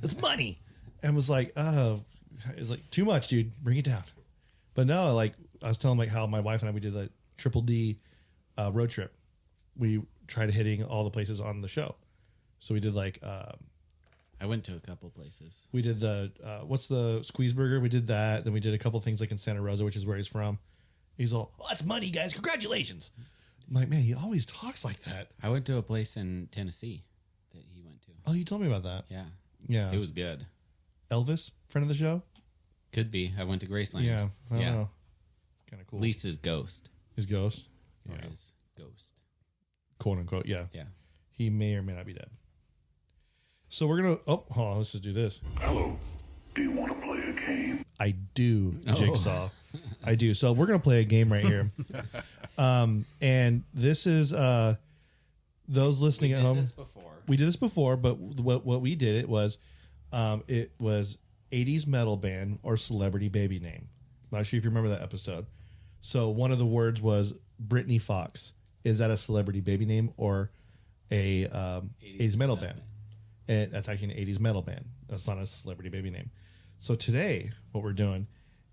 Speaker 3: that's money," and was like, "Uh, it's like too much, dude. Bring it down." But no, like I was telling him like how my wife and I we did a triple D uh, road trip. We tried hitting all the places on the show, so we did like. Um,
Speaker 4: I went to a couple places.
Speaker 3: we did the uh, what's the squeeze burger? We did that. Then we did a couple things like in Santa Rosa, which is where he's from. He's all, oh, that's money, guys! Congratulations. I'm like, man, he always talks like that.
Speaker 4: I went to a place in Tennessee that he went to.
Speaker 3: Oh, you told me about that.
Speaker 4: Yeah,
Speaker 3: Yeah,
Speaker 4: it was good.
Speaker 3: Elvis, friend of the show.
Speaker 4: Could be. I went to Graceland.
Speaker 3: Yeah, I don't know. Kind of cool.
Speaker 4: Lisa's ghost.
Speaker 3: His ghost,
Speaker 4: Or his ghost.
Speaker 3: quote unquote. Yeah.
Speaker 4: Yeah.
Speaker 3: he may or may not be dead. So we're gonna. Oh, hold on. Let's just do this.
Speaker 8: Hello. Do you want to play a game?
Speaker 3: I do jigsaw. I do. So we're gonna play a game right here. um, and this is uh, those listening at home.
Speaker 4: before.
Speaker 3: we did this before, but what what we did it was, um, it was '80s metal band or celebrity baby name. I'm not sure if you remember that episode. So one of the words was Brittany Fox. Is that a celebrity baby name or a um, 80s, metal band? And that's actually an '80s metal band. That's not a celebrity baby name. So today, what we're doing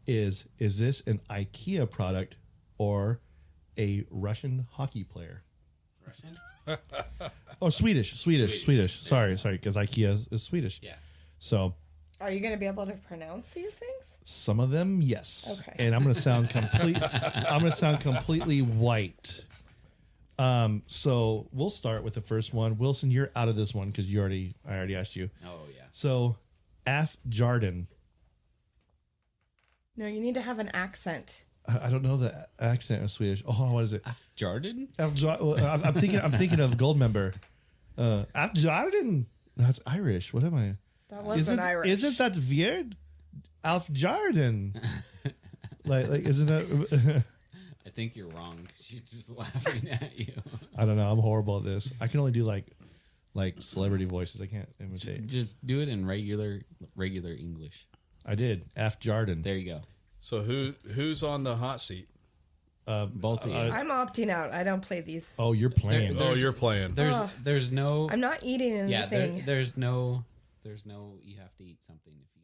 Speaker 3: is is this an IKEA product or a Russian hockey player? Oh, Swedish, Swedish, Swedish. Sorry, sorry, because IKEA is, is Swedish.
Speaker 4: Yeah.
Speaker 3: So
Speaker 6: Are you going to be able to pronounce these things?
Speaker 3: some of them, yes.
Speaker 6: Okay.
Speaker 3: And I'm going to sound complete. I'm going to sound completely white. Um. So we'll start with the first one. Wilson, you're out of this one because you already. I already asked you.
Speaker 4: Oh yeah.
Speaker 3: So, Af Jardin.
Speaker 6: No, you need to have an accent.
Speaker 3: I I don't know the a- accent of Swedish. Oh, what is it?
Speaker 4: Jordan?
Speaker 3: Af Jar- well, I'm I'm thinking. I'm thinking of Goldmember. Uh, Af Jardin. That's Irish. What am I?
Speaker 6: That wasn't Irish.
Speaker 3: Isn't that weird? Alf Jardin. like, like, isn't that?
Speaker 4: I think you're wrong. She's just laughing at you.
Speaker 3: I don't know. I'm horrible at this. I can only do like, like celebrity voices. I can't imitate.
Speaker 4: Just do it in regular regular English.
Speaker 3: I did. Alf Jardin.
Speaker 4: There you go.
Speaker 5: So who who's on the hot seat?
Speaker 4: Both of you.
Speaker 6: I'm opting out. I don't play these.
Speaker 3: Uh, Oh, you're playing.
Speaker 4: There-
Speaker 5: oh, you're playing.
Speaker 4: there's
Speaker 6: Ugh.
Speaker 4: there's no
Speaker 6: I'm not eating anything.
Speaker 4: yeah, there, there's no there's no you have to eat something if you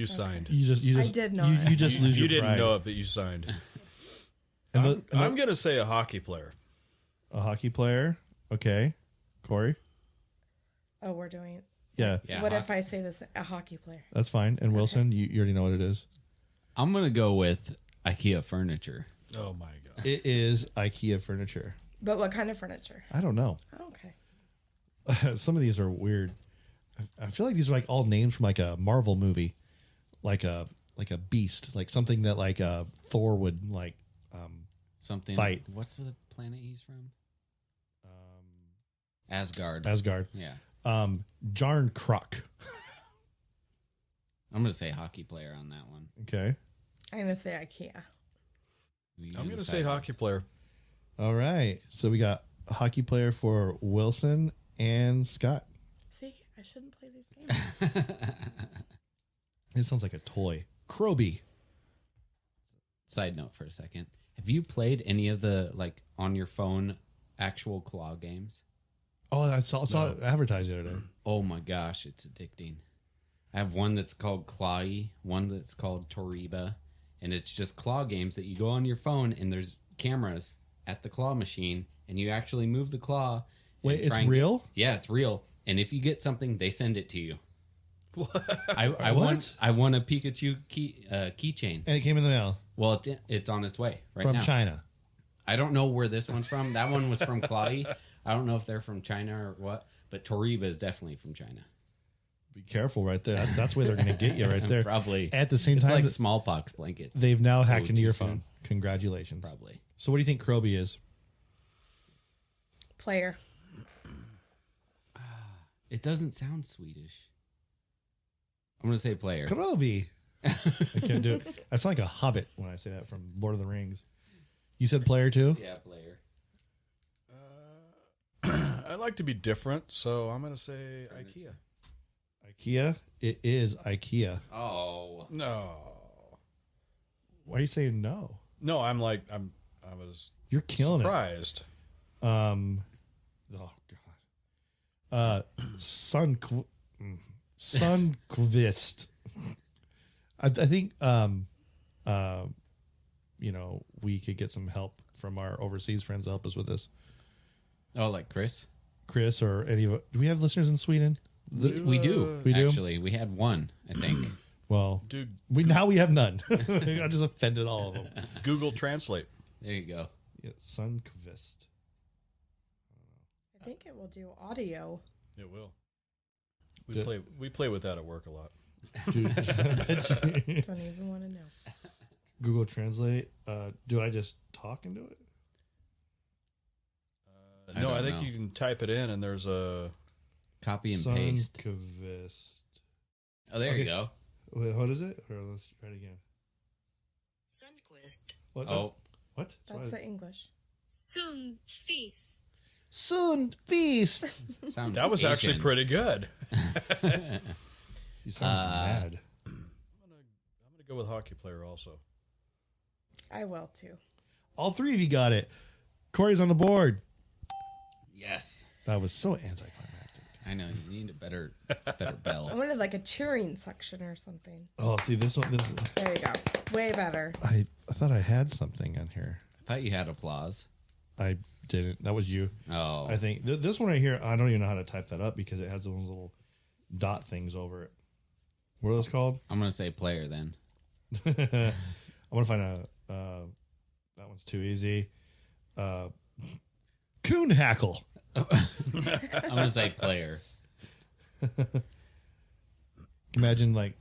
Speaker 5: You signed.
Speaker 3: you just, you
Speaker 6: I
Speaker 3: just,
Speaker 6: did
Speaker 3: you- You,
Speaker 6: not.
Speaker 3: just
Speaker 5: You,
Speaker 3: lose
Speaker 5: you
Speaker 3: your
Speaker 5: didn't
Speaker 3: pride.
Speaker 5: know it, but you signed.
Speaker 3: And the-
Speaker 5: I'm,
Speaker 3: and the-
Speaker 5: I'm gonna say a hockey player.
Speaker 3: a hockey player. Okay, Corey.
Speaker 6: Oh, we're doing.
Speaker 3: Yeah,
Speaker 4: Yeah,
Speaker 6: what
Speaker 4: hockey.
Speaker 6: if I say this? A hockey player.
Speaker 3: that's fine. And Wilson, you, you already know what it is.
Speaker 4: I'm gonna go with IKEA furniture.
Speaker 5: Oh my god.
Speaker 3: It is IKEA furniture.
Speaker 6: But what kind of furniture?
Speaker 3: I don't know.
Speaker 6: Okay.
Speaker 3: some of these are weird. I, I feel like these are like all names from like a Marvel movie, like a like a beast, like something that like uh, Thor would like. Um,
Speaker 4: Something
Speaker 3: Fight.
Speaker 4: what's the planet he's from? Um Asgard.
Speaker 3: Asgard,
Speaker 4: yeah.
Speaker 3: um, Jarn Croc.
Speaker 4: I'm gonna say hockey player on that one.
Speaker 3: Okay,
Speaker 6: I'm going to say IKEA.
Speaker 4: You
Speaker 5: I'm gonna
Speaker 4: decide.
Speaker 5: say hockey player.
Speaker 3: all right. So we got a hockey player for Wilson and Scott.
Speaker 6: See, I shouldn't play these games.
Speaker 3: It sounds like a toy. Kroby.
Speaker 4: Side note for a second. Have you played any of the like on your phone actual claw games?
Speaker 3: Oh, I saw, saw it advertised the other day.
Speaker 4: Oh my gosh, it's addicting. I have one that's called Clawy, one that's called Toriba, and it's just claw games that you go on your phone and there's cameras at the claw machine and you actually move the claw. and
Speaker 3: Wait, it's
Speaker 4: try and-
Speaker 3: real?
Speaker 4: yeah, it's real. And if you get something, they send it to you. I, I
Speaker 3: What?
Speaker 4: want I want a Pikachu key uh, keychain.
Speaker 3: And it came in the mail
Speaker 4: Well, it's, it's on its way right
Speaker 3: from
Speaker 4: now.
Speaker 3: China.
Speaker 4: I don't know where this one's from. That one was from Clawy. I don't know if they're from China or what, but Toriba is definitely from China.
Speaker 3: Be careful right there. That- That's where they're going to get you right there.
Speaker 4: Probably.
Speaker 3: At the same
Speaker 4: It's
Speaker 3: time,
Speaker 4: like
Speaker 3: that-
Speaker 4: smallpox blankets.
Speaker 3: they've now hacked
Speaker 4: Oh,
Speaker 3: into your
Speaker 4: too soon.
Speaker 3: phone. Congratulations.
Speaker 4: Probably.
Speaker 3: So, what do you think Kroby is?
Speaker 6: Player.
Speaker 4: It doesn't sound Swedish. I'm gonna say player.
Speaker 3: Kroby. I can't do it. I sound like a hobbit when I say that from Lord of the Rings. You said player too?
Speaker 4: Yeah, player.
Speaker 5: I like to be different, so I'm gonna say IKEA.
Speaker 3: IKEA. It is IKEA.
Speaker 4: Oh,
Speaker 5: No,
Speaker 3: Why are you saying no?
Speaker 5: no, I'm like I'm. I was
Speaker 3: You're killing
Speaker 5: surprised.
Speaker 3: it. Um, oh god. Uh, Sun mm, Sunquist. I, I think um, uh, you know, we could get some help from our overseas friends to help us with this.
Speaker 4: oh, like Chris.
Speaker 3: Chris or any of do we have listeners in Sweden?
Speaker 4: We, we do.
Speaker 3: We do?
Speaker 4: Actually, we had one. I think.
Speaker 3: Well,
Speaker 5: Dude,
Speaker 3: we now we have none. I just offended all of them.
Speaker 5: Google Translate.
Speaker 4: there you go.
Speaker 3: Yeah, Sunquist.
Speaker 6: I think it will do audio.
Speaker 5: It will. We
Speaker 3: Did-
Speaker 5: play we play with that at work a lot.
Speaker 3: Dude.
Speaker 6: Don't even want to know.
Speaker 3: Google Translate. Uh, do I just talk into it?
Speaker 4: I
Speaker 5: no,
Speaker 4: don't
Speaker 5: I think
Speaker 4: know.
Speaker 5: you can type it in, and there's a
Speaker 4: Copy and paste.
Speaker 3: Sunkvist.
Speaker 4: Oh, there
Speaker 3: Okay.
Speaker 4: you go.
Speaker 3: Wait, what is it? Or let's try it again.
Speaker 9: Sunquist.
Speaker 3: What?
Speaker 4: Oh.
Speaker 3: What?
Speaker 6: That's the English.
Speaker 9: Sundfis.
Speaker 3: Soon feast.
Speaker 4: Sounds
Speaker 5: that was actually
Speaker 4: Asian.
Speaker 5: pretty good.
Speaker 3: You sound
Speaker 4: Uh,
Speaker 3: mad.
Speaker 5: I'm gonna go with hockey player also.
Speaker 6: I will too.
Speaker 3: All three of you got it. Corey's on the board.
Speaker 4: Yes.
Speaker 3: That was so anticlimactic.
Speaker 4: I know you need a better, better
Speaker 6: I
Speaker 4: bell.
Speaker 6: wanted like a cheering section or something.
Speaker 3: Oh, see this one. This
Speaker 6: There you go. Way better.
Speaker 3: I I thought I had something on here.
Speaker 4: I thought you had applause.
Speaker 3: I didn't. That was you.
Speaker 4: Oh,
Speaker 3: I think Th- this one right here. I don't even know how to type that up because it has those little dot things over it. What are those called?
Speaker 4: I'm gonna say player then.
Speaker 3: I want to find out. Uh, that one's too easy. Uh, coon hackle.
Speaker 4: I'm gonna say player.
Speaker 3: Imagine like,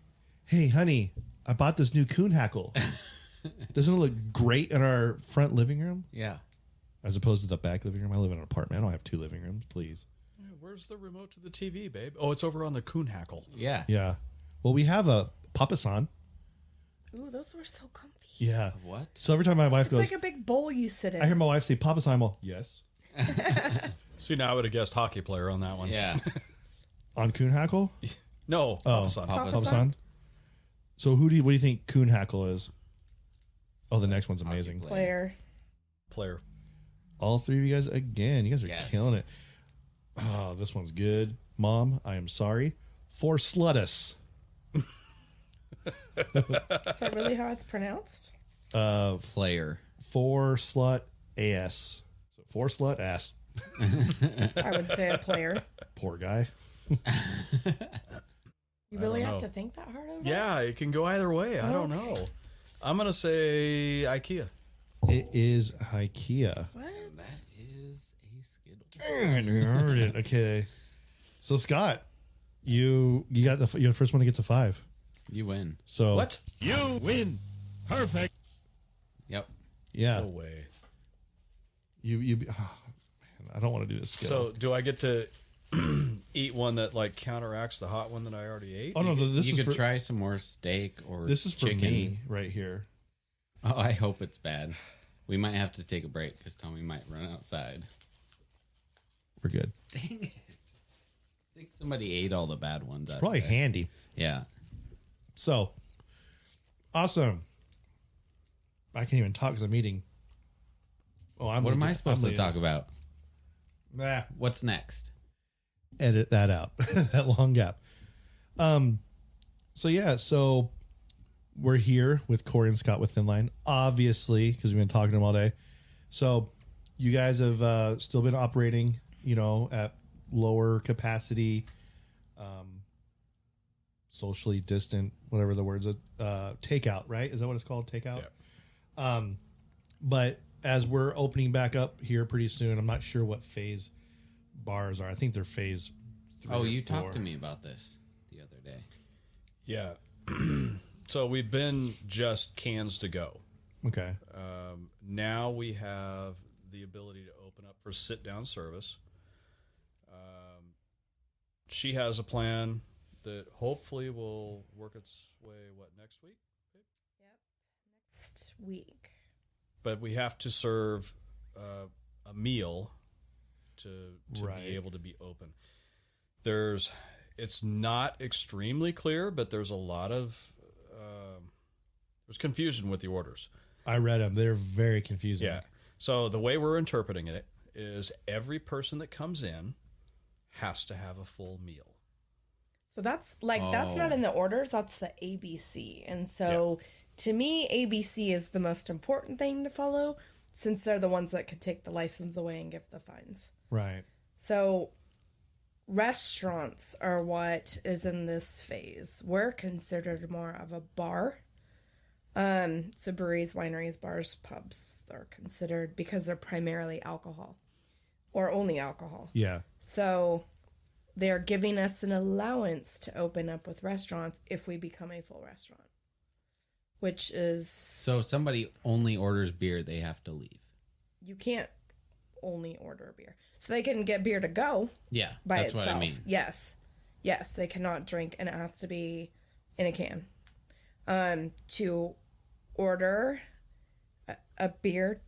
Speaker 3: hey, honey, I bought this new coon hackle. Doesn't it look great in our front living room
Speaker 4: Yeah.
Speaker 3: as opposed to the back living room? I live in an apartment. I don't have two living rooms, please.
Speaker 5: Yeah, Where's the remote to the TV, babe? Oh, it's over on the coon hackle.
Speaker 4: Yeah.
Speaker 3: Yeah. Well, we have a papasan.
Speaker 6: Ooh, those were so comfy.
Speaker 3: Yeah.
Speaker 4: What?
Speaker 3: So every time my wife
Speaker 6: It's
Speaker 3: goes,
Speaker 6: like a big bowl you sit in.
Speaker 3: I hear my wife say papasan. I'm all, yes.
Speaker 5: See, now I would have guessed hockey player on that one.
Speaker 4: Yeah.
Speaker 3: On coon hackle?
Speaker 5: No.
Speaker 3: Oh.
Speaker 5: son.
Speaker 4: Papa-
Speaker 3: Papasan. So who do you, what do you think coon hackle is? Oh, the next one's amazing.
Speaker 4: Hockey
Speaker 6: Player.
Speaker 5: player.
Speaker 3: All three of you guys again. You guys are
Speaker 4: Yes.
Speaker 3: killing it. Oh, this one's good. Mom, I am sorry. For sluttus.
Speaker 6: Is that really how it's pronounced?
Speaker 3: Uh,
Speaker 4: Player.
Speaker 3: for slut ass. So for slut ass.
Speaker 6: I would say a player.
Speaker 3: Poor guy.
Speaker 6: You
Speaker 5: I don't
Speaker 6: really have
Speaker 5: know.
Speaker 6: to think that hard over it?
Speaker 5: Yeah, it can go either way. I don't
Speaker 6: Okay.
Speaker 5: know. I'm gonna say IKEA.
Speaker 3: It is IKEA.
Speaker 6: What?
Speaker 4: That is a skittle.
Speaker 3: okay. So Scott, you you got the you're the first one to get to five.
Speaker 4: You win.
Speaker 3: So
Speaker 5: What?
Speaker 10: You win. Perfect.
Speaker 4: Yep.
Speaker 3: Yeah.
Speaker 5: No way.
Speaker 3: You you. Oh, man, I don't want to do this. Skill.
Speaker 5: So do I get to eat one that like counteracts the hot one that I already ate?
Speaker 3: oh no, this
Speaker 4: you
Speaker 3: is
Speaker 4: could
Speaker 3: for,
Speaker 4: try some more steak or
Speaker 3: this is for
Speaker 4: chicken.
Speaker 3: me right here.
Speaker 4: Oh, I hope it's bad. We might have to take a break because Tommy might run outside.
Speaker 3: We're good.
Speaker 4: Dang it! I think Somebody ate all the bad ones. Out
Speaker 3: Probably
Speaker 4: of there.
Speaker 3: handy.
Speaker 4: Yeah.
Speaker 3: So awesome. I can't even talk because I'm eating. Oh, I'm
Speaker 4: What am
Speaker 3: leaving-
Speaker 4: I supposed
Speaker 3: I'm
Speaker 4: to talk about?
Speaker 3: leaving. Nah,
Speaker 4: What's next?
Speaker 3: edit that out. that long gap. Um. So yeah, so we're here with Corey and Scott with Thin Line, obviously, because we've been talking to them all day. So you guys have uh, still been operating, you know, at lower capacity, um, socially distant, whatever the words, uh, takeout, right? Is that what it's called? Takeout. Um, but as we're opening back up here pretty soon, I'm not sure what phase bars are. I think they're phase. Three
Speaker 4: Oh,
Speaker 3: or
Speaker 4: you
Speaker 3: four.
Speaker 4: talked to me about this the other day.
Speaker 5: Yeah. so we've been just cans to go.
Speaker 3: Okay.
Speaker 5: Um, now we have the ability to open up for sit down service. Um, she has a plan that hopefully will work its way, what, next week?
Speaker 6: Next week.
Speaker 5: But we have to serve uh, a meal to, to
Speaker 3: Right.
Speaker 5: be able to be open. There's, it's not extremely clear, but there's a lot of, um, there's confusion with the orders.
Speaker 3: I read them. They're very confusing.
Speaker 5: Yeah. So the way we're interpreting it is every person that comes in has to have a full meal.
Speaker 6: So that's like that's not
Speaker 4: Oh.
Speaker 6: in the orders. That's the ABC. And so to me, ABC is the most important thing to follow since they're the ones that could take the license away and give the fines.
Speaker 3: Right.
Speaker 6: So restaurants are what is in this phase. We're considered more of a bar. Um, so breweries, wineries, bars, pubs are considered because they're primarily alcohol or only alcohol.
Speaker 3: Yeah.
Speaker 6: So they're giving us an allowance to open up with restaurants if we become a full restaurant, which is
Speaker 4: So somebody only orders beer, they have to leave.
Speaker 6: you can't only order beer. So they can get beer to go
Speaker 4: Yeah,
Speaker 6: by
Speaker 4: that's
Speaker 6: itself.
Speaker 4: what I mean.
Speaker 6: Yes. Yes, they cannot drink and it has to be in a can. Um to order a, a beer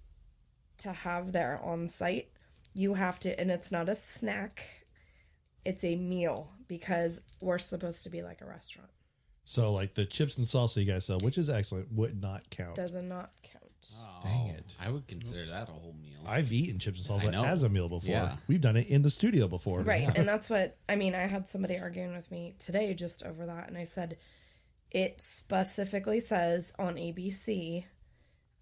Speaker 6: to have there on site, you have to and it's not a snack. It's a meal because we're supposed to be like a restaurant.
Speaker 3: So like the chips and salsa you guys sell, which is excellent, would not count.
Speaker 6: Does it not count?
Speaker 4: Oh.
Speaker 3: Dang it.
Speaker 4: I would consider that a whole meal.
Speaker 3: I've eaten chips and
Speaker 4: I
Speaker 3: salsa
Speaker 4: know.
Speaker 3: as a meal before.
Speaker 4: Yeah.
Speaker 3: We've done it in the studio before.
Speaker 6: Right. And that's what I mean. I had somebody arguing with me today just over that. And I said, it specifically says on ABC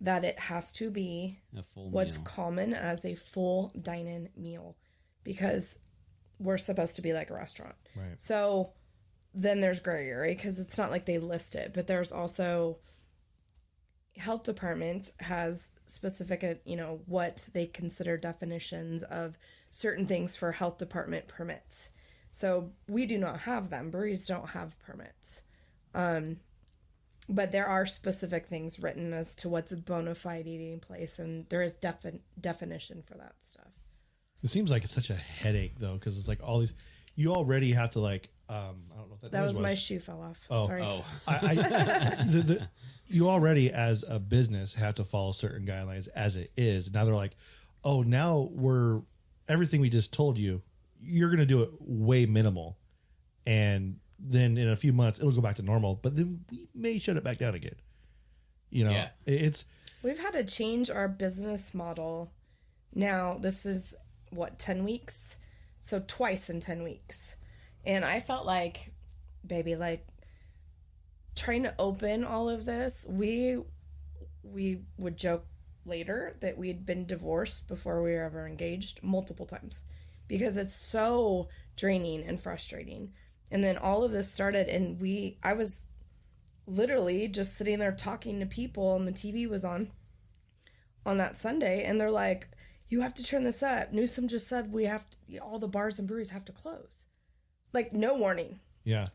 Speaker 6: that it has to be
Speaker 4: a full
Speaker 6: what's
Speaker 4: meal.
Speaker 6: common as a full dine in meal because we're supposed to be like a restaurant.
Speaker 3: Right.
Speaker 6: So then there's gray area because it's not like they list it, but there's also health department has specific, uh, you know, what they consider definitions of certain things for health department permits. So we do not have them. Breweries don't have permits. Um, but there are specific things written as to what's a bona fide eating place, and there is defin- definition for that stuff.
Speaker 3: It seems like it's such a headache though, because it's like all these you already have to like um I don't know if that,
Speaker 6: That
Speaker 3: noise
Speaker 6: was Oh, my shoe fell off.
Speaker 4: Oh,
Speaker 6: Sorry.
Speaker 3: I, I the, the, you already as a business have to follow certain guidelines as it is. Now they're like, oh, now we're everything we just told you. You're going to do it way minimal, and then in a few months it'll go back to normal. But then we may shut it back down again. You know,
Speaker 4: Yeah.
Speaker 3: it- it's
Speaker 6: We've had to change our business model. Now, this is what, 10 weeks? So, twice in 10 weeks. And I felt like, baby, like trying to open all of this, we we would joke later that we had been divorced before we were ever engaged multiple times because it's so draining and frustrating. And then all of this started and we I was literally just sitting there talking to people and the TV was on on that Sunday and they're like you have to turn this up. Newsom just said we have to, all the bars and breweries have to close. Like no warning.
Speaker 3: yeah,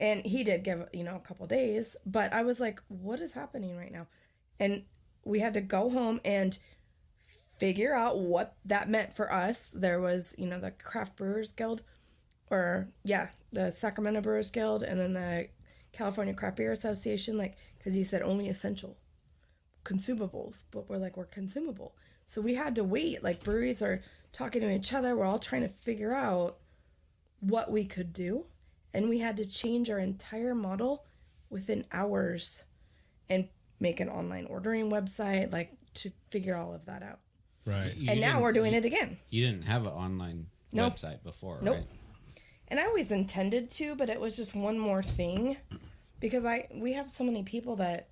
Speaker 6: And he did give, you know, a couple days, but I was like, what is happening right now? And we had to go home and figure out what that meant for us. There was, you know, the Craft Brewers Guild, or yeah, the Sacramento Brewers Guild, and then the California Craft Beer Association, like, because he said only essential consumables, but we're like, we're consumable. So we had to wait. Like, breweries are talking to each other. We're all trying to figure out what we could do, and we had to change our entire model within hours and make an online ordering website, like to figure all of that out.
Speaker 3: Right.
Speaker 4: You
Speaker 6: and now
Speaker 4: didn't-
Speaker 6: we're doing
Speaker 4: you-
Speaker 6: it again.
Speaker 4: You didn't have an online
Speaker 6: Nope.
Speaker 4: website before,
Speaker 6: Nope.
Speaker 4: right?
Speaker 6: And I always intended to, but it was just one more thing because I we have so many people that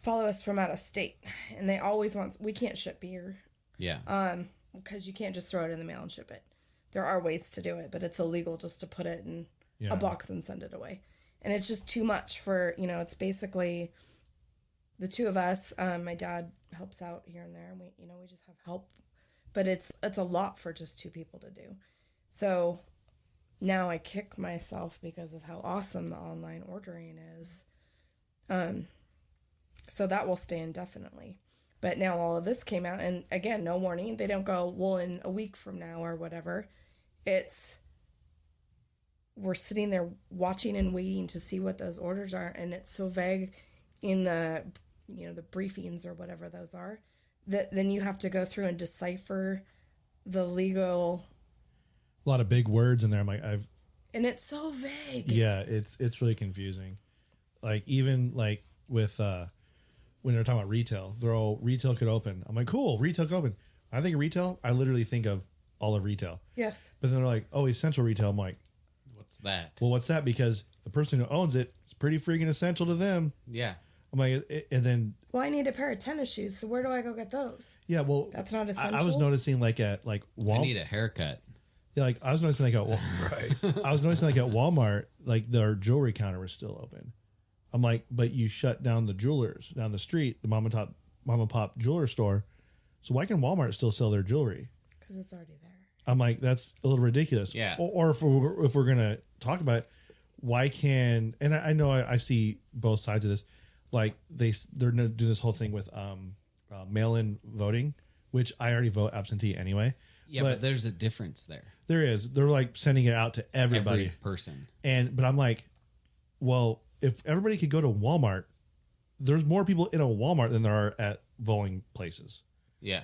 Speaker 6: follow us from out of state and they always want we can't ship beer
Speaker 4: Yeah.
Speaker 6: Uh, because you can't just throw it in the mail and ship it. There are ways to do it, but it's illegal just to put it in
Speaker 3: Yeah.
Speaker 6: a box and send it away. And it's just too much for, you know, it's basically the two of us. Um, my dad helps out here and there, and we, you know, we just have help, but it's it's a lot for just two people to do. So now I kick myself because of how awesome the online ordering is. Um, so that will stay indefinitely. But now all of this came out, and again, no warning. They don't go, well, in a week from now or whatever. It's, we're sitting there watching and waiting to see what those orders are. And it's so vague in the, you know, the briefings or whatever those are that then you have to go through and decipher the legal.
Speaker 3: A lot of big words in there. I'm like, I've
Speaker 6: And it's so vague.
Speaker 3: yeah, it's it's really confusing. Like even like with uh when they're talking about retail, they're all retail could open. I'm like, cool, retail could open. When I think of retail, I literally think of all of retail.
Speaker 6: Yes.
Speaker 3: But then they're like, oh, essential retail. I'm like,
Speaker 4: What's that?
Speaker 3: well, what's that? Because the person who owns it, it's pretty freaking essential to them.
Speaker 4: Yeah.
Speaker 3: I'm like, "I- and then
Speaker 6: Well, I need a pair of tennis shoes. So where do I go get those?
Speaker 3: yeah, well,
Speaker 6: That's
Speaker 3: I-
Speaker 6: not
Speaker 3: I, was
Speaker 6: essential?
Speaker 3: noticing like at like
Speaker 4: I
Speaker 3: Walmart,
Speaker 4: need a haircut.
Speaker 3: yeah, like I was noticing like at Wal- I was noticing like at Walmart, like their jewelry counter was still open. I'm like, but you shut down the jewelers down the street, the mom and pop mom and pop jeweler store. So why can Walmart still sell their jewelry?
Speaker 6: Because it's already there.
Speaker 3: I'm like, that's a little ridiculous.
Speaker 4: Yeah.
Speaker 3: Or, or if we're, if we're gonna talk about it, why can and I, I know I, I see both sides of this, like they s- they're gonna do this whole thing with um uh, mail in voting, which I already vote absentee anyway.
Speaker 4: Yeah, but, there's a difference there.
Speaker 3: There is they're like sending it out to everybody,
Speaker 4: Every person.
Speaker 3: and but I'm like, well, if everybody could go to Walmart, there's more people in a Walmart than there are at voting places,
Speaker 4: Yeah.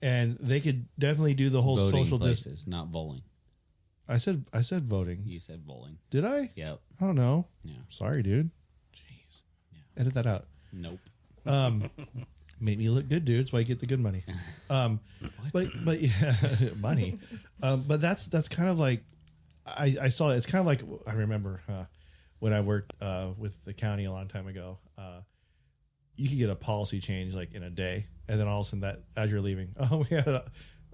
Speaker 3: and they could definitely do the whole
Speaker 4: voting
Speaker 3: social
Speaker 4: places,
Speaker 3: distance.
Speaker 4: not bowling.
Speaker 3: I said I said voting.
Speaker 4: You said bowling.
Speaker 3: Did I?
Speaker 4: Yep.
Speaker 3: I don't know.
Speaker 4: Yeah.
Speaker 3: Sorry, dude. Jeez. Edit that out.
Speaker 4: Nope.
Speaker 3: Make me look good, dude. That's why I get the good money. Um, but but yeah, money. Um, but that's that's kind of like I, I saw it. It's kind of like I remember uh, when I worked uh, with the county a long time ago. Uh, you could get a policy change like in a day, and then all of a sudden that as you're leaving, oh we had a,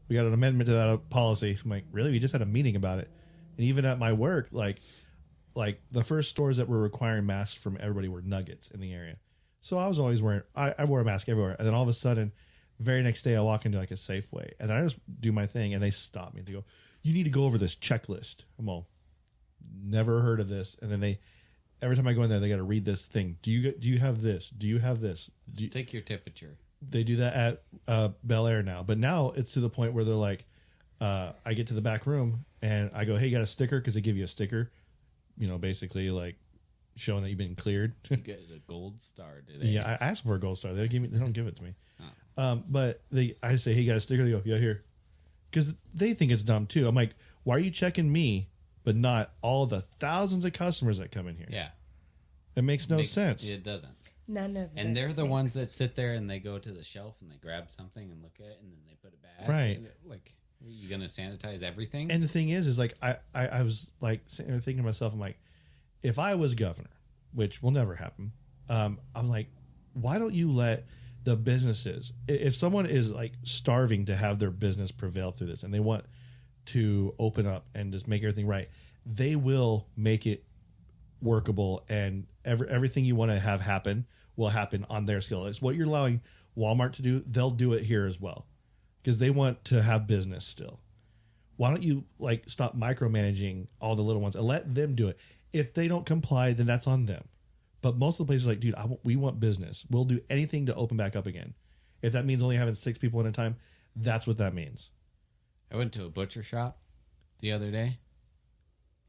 Speaker 3: we got an amendment to that policy. I'm like, really? We just had a meeting about it. And even at my work, like like the first stores that were requiring masks from everybody were Nuggets in the area. So I was always wearing I, I wore a mask everywhere, and then all of a sudden, very next day I walk into like a Safeway, and I just do my thing, and they stop me. They go, "You need to go over this checklist." I'm all, never heard of this, and then they. Every time I go in there, they got to read this thing. Do you get? Do you have this? Do you have this? Do you,
Speaker 4: Take your temperature.
Speaker 3: they do that at uh, Bel Air now, but now it's to the point where they're like, uh, I get to the back room and I go, "Hey, you got a sticker?" Because they give you a sticker, you know, basically like showing that you've been cleared.
Speaker 4: You get a gold star today.
Speaker 3: yeah, I asked for a gold star. They don't give me. They don't give it to me.
Speaker 4: Oh.
Speaker 3: Um, but they, I say, "Hey, you got a sticker?" They go, "Yeah, here," because they think it's dumb too. I'm like, "Why are you checking me, but not all the thousands of customers that come in here?"
Speaker 4: Yeah.
Speaker 3: it makes no
Speaker 4: Make-
Speaker 3: sense.
Speaker 4: It doesn't.
Speaker 6: None of
Speaker 4: And
Speaker 6: this
Speaker 4: they're the
Speaker 6: makes
Speaker 4: ones that sit there and they go to the shelf and they grab something and look at it and then they put it back.
Speaker 3: Right.
Speaker 4: And it- Like, are you going to sanitize everything?
Speaker 3: And the thing is, is like I, I, I was like sitting there thinking to myself, I'm like, if I was governor, which will never happen, um, I'm like, why don't you let the businesses, i- if someone is like starving to have their business prevail through this and they want to open up and just make everything right, they will make it workable and every, everything you want to have happen will happen on their scale. It's what you're allowing Walmart to do. They'll do it here as well because they want to have business still why don't you like stop micromanaging all the little ones and let them do it if they don't comply then that's on them but most of the places are like dude I want, we want business we'll do anything to open back up again if that means only having six people at a time that's what that means
Speaker 4: I went to a butcher shop the other day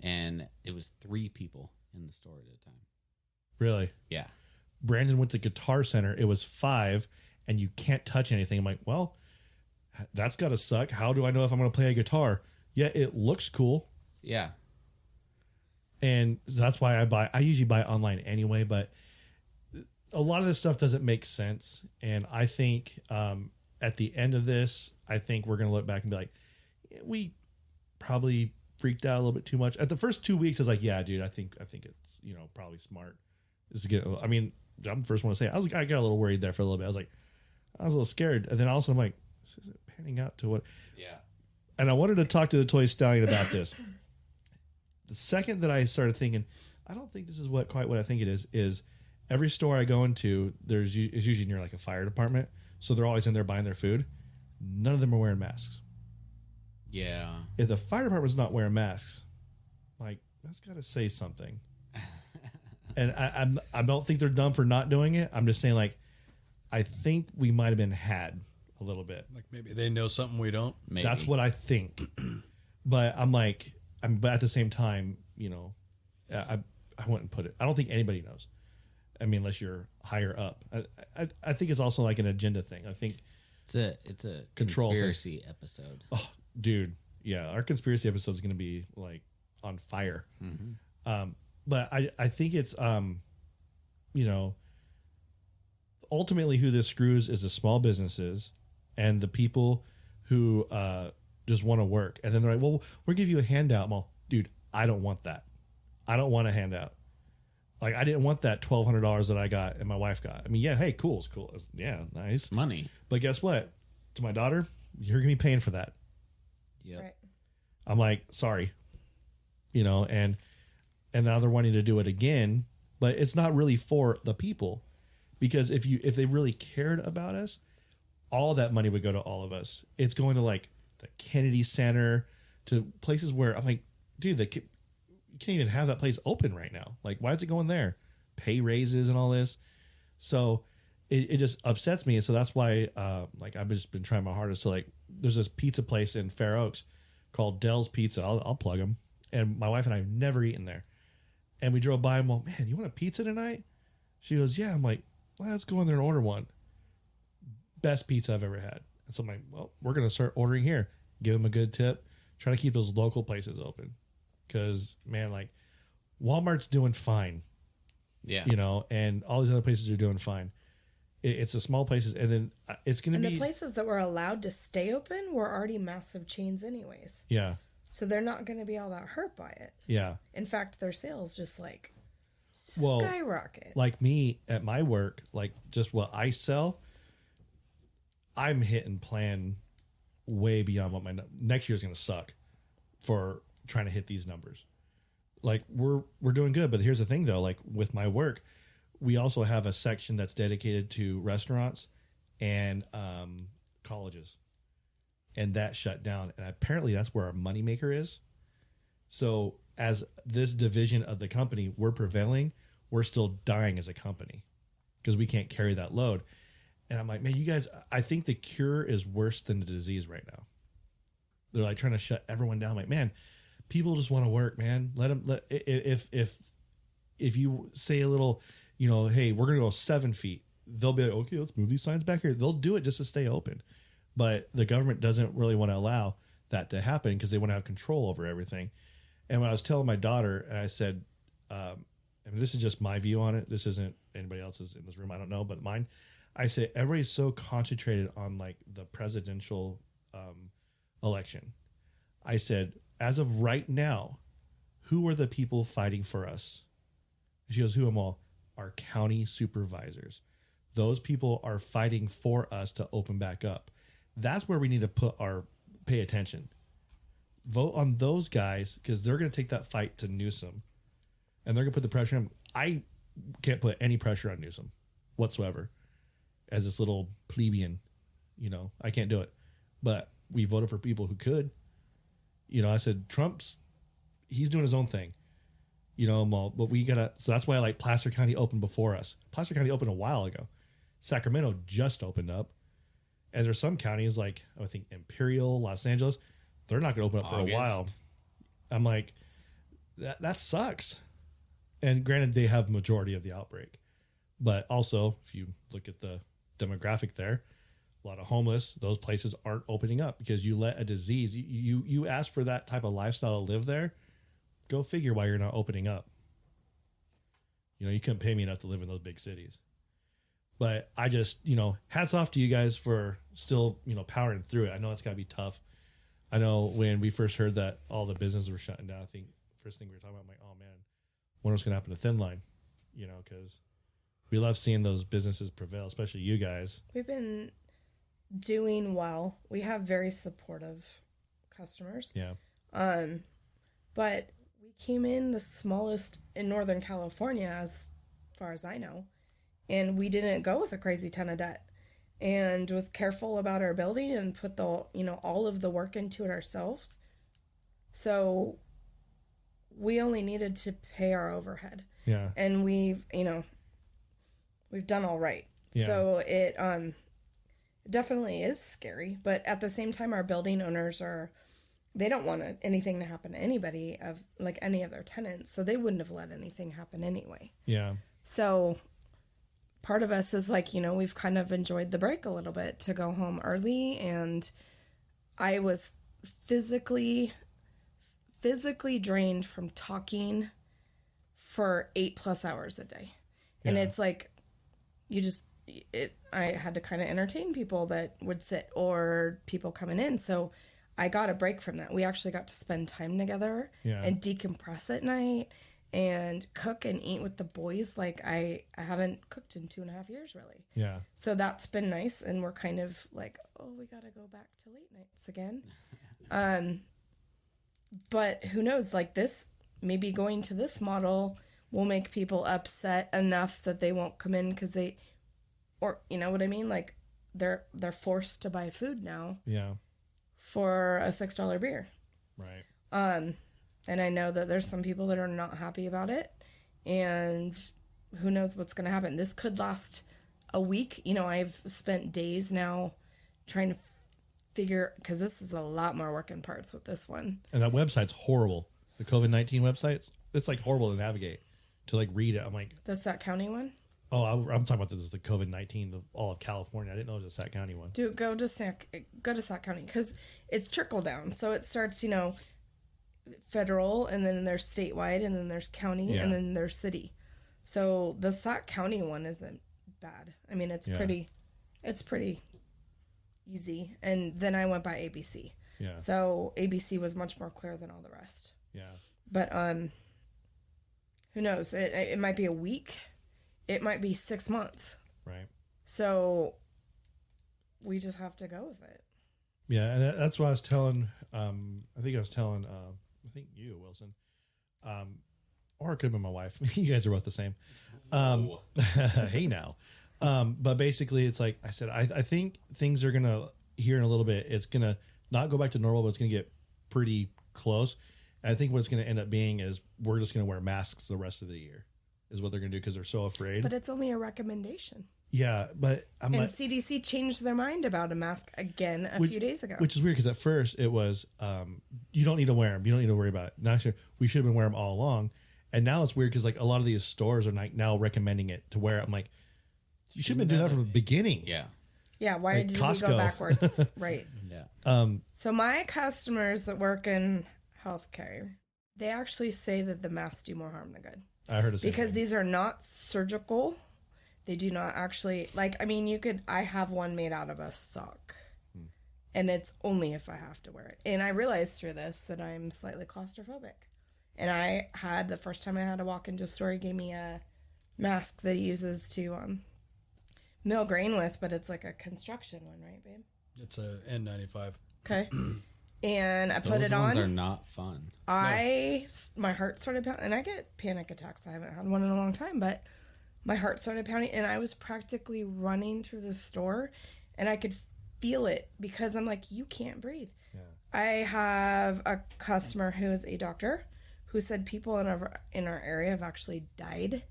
Speaker 4: and it was three people in the store at a time.
Speaker 3: really
Speaker 4: Yeah.
Speaker 3: brandon went to guitar center it was five and you can't touch anything i'm like well that's gotta suck how do i know if i'm gonna play a guitar yeah it looks cool
Speaker 4: Yeah.
Speaker 3: and so that's why I buy. I usually buy online anyway, but a lot of this stuff doesn't make sense. And I think um, at the end of this, I think we're gonna look back and be like, "Yeah, we probably freaked out a little bit too much. At the first two weeks, I was like, yeah, dude, I think I think it's you know probably smart. Is to get. I mean, I'm the first one to say it. I was like, I got a little worried there for a little bit. I was like, I was a little scared, and then also I'm like, this isn't panning out to what
Speaker 4: Yeah.
Speaker 3: and I wanted to talk to the toy stallion about this. the second that I started thinking, I don't think this is what quite what I think it is. Is every store I go into, there's u- is usually near like a fire department, so they're always in there buying their food. None of them are wearing masks.
Speaker 4: Yeah.
Speaker 3: If the fire department's not wearing masks, like that's got to say something. and I, I'm I don't think they're dumb for not doing it. I'm just saying like, I think we might have been had a little bit.
Speaker 5: Like maybe they know something we don't.
Speaker 4: Maybe.
Speaker 3: That's what I think. but I'm like, I'm but at the same time, you know, I I I wouldn't put it. I don't think anybody knows. I mean, unless you're higher up. I I, I think it's also like an agenda thing. I think,
Speaker 4: It's a it's a
Speaker 3: Control thing.
Speaker 4: conspiracy episode.
Speaker 3: oh, dude, yeah, our conspiracy episode is going to be like on fire. Um, but I I think it's um, you know, ultimately who this screws is the small businesses and the people who uh, just want to work. And then they're like, well, we'll give you a handout. I'm all, dude, I don't want that. I don't want a handout. Like, I didn't want that $1,200 that I got and my wife got. I mean, yeah, hey, cool. It's cool. It's, yeah, nice.
Speaker 4: Money.
Speaker 3: But guess what? To my daughter, you're going to be paying for that.
Speaker 4: Yep.
Speaker 6: Right.
Speaker 3: I'm like, sorry, you know, and and now they're wanting to do it again, but it's not really for the people because if you if they really cared about us, all that money would go to all of us. It's going to like the Kennedy Center to places where I'm like, dude, the ki- you can't even have that place open right now. Like, why is it going there? Pay raises and all this. So it, it just upsets me. And so that's why, uh, like, I've just been trying my hardest to, like, there's this pizza place in Fair Oaks called Dell's Pizza. I'll, I'll plug them. And my wife and I have never eaten there. And we drove by and, well, man, you want a pizza tonight? She goes, yeah. I'm like, well, let's go in there and order one. Best pizza I've ever had. And so I'm like, well, we're going to start ordering here. Give them a good tip. Try to keep those local places open. Because, man, like, Walmart's doing fine
Speaker 4: Yeah.
Speaker 3: you know, and all these other places are doing fine. It, it's the small places, and then uh, it's going
Speaker 6: And
Speaker 3: to
Speaker 6: the
Speaker 3: be
Speaker 6: places that were allowed to stay open were already massive chains, anyways.
Speaker 3: yeah,
Speaker 6: So they're not going to be all that hurt by it.
Speaker 3: yeah.
Speaker 6: In fact, their sales just like
Speaker 3: Well,
Speaker 6: skyrocket.
Speaker 3: like me at my work, like just what I sell, I'm hitting plan way beyond what my nu- next year's going to suck for trying to hit these numbers. Like we're we're doing good, but here's the thing though, like with my work, we also have a section that's dedicated to restaurants and um, colleges. And that shut down. And apparently that's where our moneymaker is. So as this division of the company, we're prevailing, we're still dying as a company because we can't carry that load. And I'm like, man, you guys, I think the cure is worse than the disease right now. They're like trying to shut everyone down. I'm like, man, people just want to work, man. Let them. Let, i- i- if if if you say a little, you know, hey, we're gonna go seven feet, they'll be like, okay, let's move these signs back here. They'll do it just to stay open. But the government doesn't really want to allow that to happen because they want to have control over everything. And when I was telling my daughter, and I said, um, and this is just my view on it. This isn't anybody else's in this room. I don't know, but mine. I say everybody's so concentrated on like the presidential um, election. I said, as of right now, who are the people fighting for us? She goes, who am all? Our county supervisors. Those people are fighting for us to open back up. That's where we need to put our pay attention. Vote on those guys because they're going to take that fight to Newsom and they're going to put the pressure on. I can't put any pressure on Newsom whatsoever as this little plebeian. You know, I can't do it. But we voted for people who could. You know, I said, Trump's, he's doing his own thing. You know, I'm all, but we gotta, so that's why I like Placer County opened before us. Placer County opened a while ago. Sacramento just opened up. And there's some counties like, I think Imperial, Los Angeles, they're not gonna open up for a while.
Speaker 4: August.
Speaker 3: I'm like, that, that sucks. And granted, they have majority of the outbreak. But also, if you look at the demographic there, a lot of homeless, those places aren't opening up because you let a disease, you you, you ask for that type of lifestyle to live there, Go figure why you're not opening up. You know, you couldn't pay me enough to live in those big cities. But I just, you know, hats off to you guys for still, you know, powering through it. I know it's got to be tough. I know when we first heard that all the businesses were shutting down, I think first thing we were talking about, I'm like, oh man, wonder what's going to happen to Thin Line, you know, because we love seeing those businesses prevail, especially you guys.
Speaker 6: We've been doing well. We have very supportive customers.
Speaker 3: Yeah.
Speaker 6: Um, but we came in the smallest in Northern California, as far as I know, and we didn't go with a crazy ton of debt, and was careful about our building and put the you know all of the work into it ourselves. So we only needed to pay our overhead,
Speaker 3: Yeah.
Speaker 6: and we've you know we've done all right.
Speaker 3: Yeah.
Speaker 6: So it um definitely is scary, but at the same time, our building owners are they don't want anything to happen to anybody of like any of their tenants, so they wouldn't have let anything happen anyway.
Speaker 3: Yeah.
Speaker 6: So part of us is like, you know, we've kind of enjoyed the break a little bit to go home early and I was physically physically drained from talking for 8 plus hours a day. And
Speaker 3: Yeah.
Speaker 6: it's like you just it I had to kind of entertain people that would sit or people coming in. So I got a break from that. We actually got to spend time together
Speaker 3: Yeah.
Speaker 6: and decompress at night and cook and eat with the boys like I, I haven't cooked in two and a half years really.
Speaker 3: Yeah.
Speaker 6: So that's been nice and we're kind of like, oh, we gotta go back to late nights again. Um but who knows, like this maybe going to this model will make people upset enough that they won't come in because they or you know what I mean? Like they're they're forced to buy food now
Speaker 3: Yeah.
Speaker 6: for a six dollar beer.
Speaker 3: Right.
Speaker 6: And I know that there's some people that are not happy about it. And who knows what's going to happen. This could last a week. You know, I've spent days now trying to f- figure because this is a lot more work in parts with this one.
Speaker 3: And that website's horrible. The COVID 19 website, it's like horrible to navigate, to like read it. I'm like,
Speaker 6: That's that county one.
Speaker 3: oh, I, I'm talking about this is the COVID 19 of all of California. I didn't know it was a Sac County one.
Speaker 6: Dude, go to Sac, go to Sac County because it's trickle down. So it starts, you know, federal, and then there's statewide, and then there's county,
Speaker 3: Yeah.
Speaker 6: and then there's city. So the Sac County one isn't bad. I mean, it's
Speaker 3: Yeah.
Speaker 6: pretty, it's pretty easy. And then I went by ABC.
Speaker 3: Yeah.
Speaker 6: So ABC was much more clear than all the rest.
Speaker 3: Yeah.
Speaker 6: But um, who knows? It it might be a week, it might be six months.
Speaker 3: Right.
Speaker 6: So we just have to go with it.
Speaker 3: Yeah, and that, that's what I was telling. Um, I think I was telling. Uh, I think you, Wilson, um, or it could have been my wife. you guys are both the same. Um, hey now, um, but basically, it's like I said. I, I think things are gonna here in a little bit. It's gonna not go back to normal, but it's gonna get pretty close. And I think what's gonna end up being is we're just gonna wear masks the rest of the year. Is what they're gonna do because they're so afraid.
Speaker 6: But it's only a recommendation.
Speaker 3: yeah, but I'm
Speaker 6: And
Speaker 3: like,
Speaker 6: CDC changed their mind about a mask again a few days ago.
Speaker 3: Which is weird because at first it was, um, you don't need to wear them. You don't need to worry about it. Now, actually, we should have been wearing them all along. And now it's weird because like a lot of these stores are like now recommending it to wear it. I'm like, you should have been doing that from the beginning.
Speaker 4: Yeah.
Speaker 6: yeah, why
Speaker 3: like
Speaker 6: did we
Speaker 3: Costco. Um,
Speaker 6: go backwards? right.
Speaker 4: Yeah.
Speaker 6: So my customers that work in healthcare, they actually say that the masks do more harm than good.
Speaker 3: I heard it
Speaker 6: because these are not surgical. They do not actually like. I mean, you could. I have one made out of a sock,
Speaker 4: Hmm.
Speaker 6: and it's only if I have to wear it. And I realized through this that I'm slightly claustrophobic. And I had the first time I had to walk into a store, he gave me a mask that he uses to um, mill grain with, but it's like a construction one, right, babe?
Speaker 5: It's a N95.
Speaker 6: Okay. and I put
Speaker 4: Those
Speaker 6: it
Speaker 4: ones
Speaker 6: on.
Speaker 4: are not fun.
Speaker 6: I my heart started pounding, and I get panic attacks. I haven't had one in a long time, but my heart started pounding, and I was practically running through the store, and I could feel it because I'm like, you can't breathe. I have a customer who is a doctor who said people in our in our area have actually died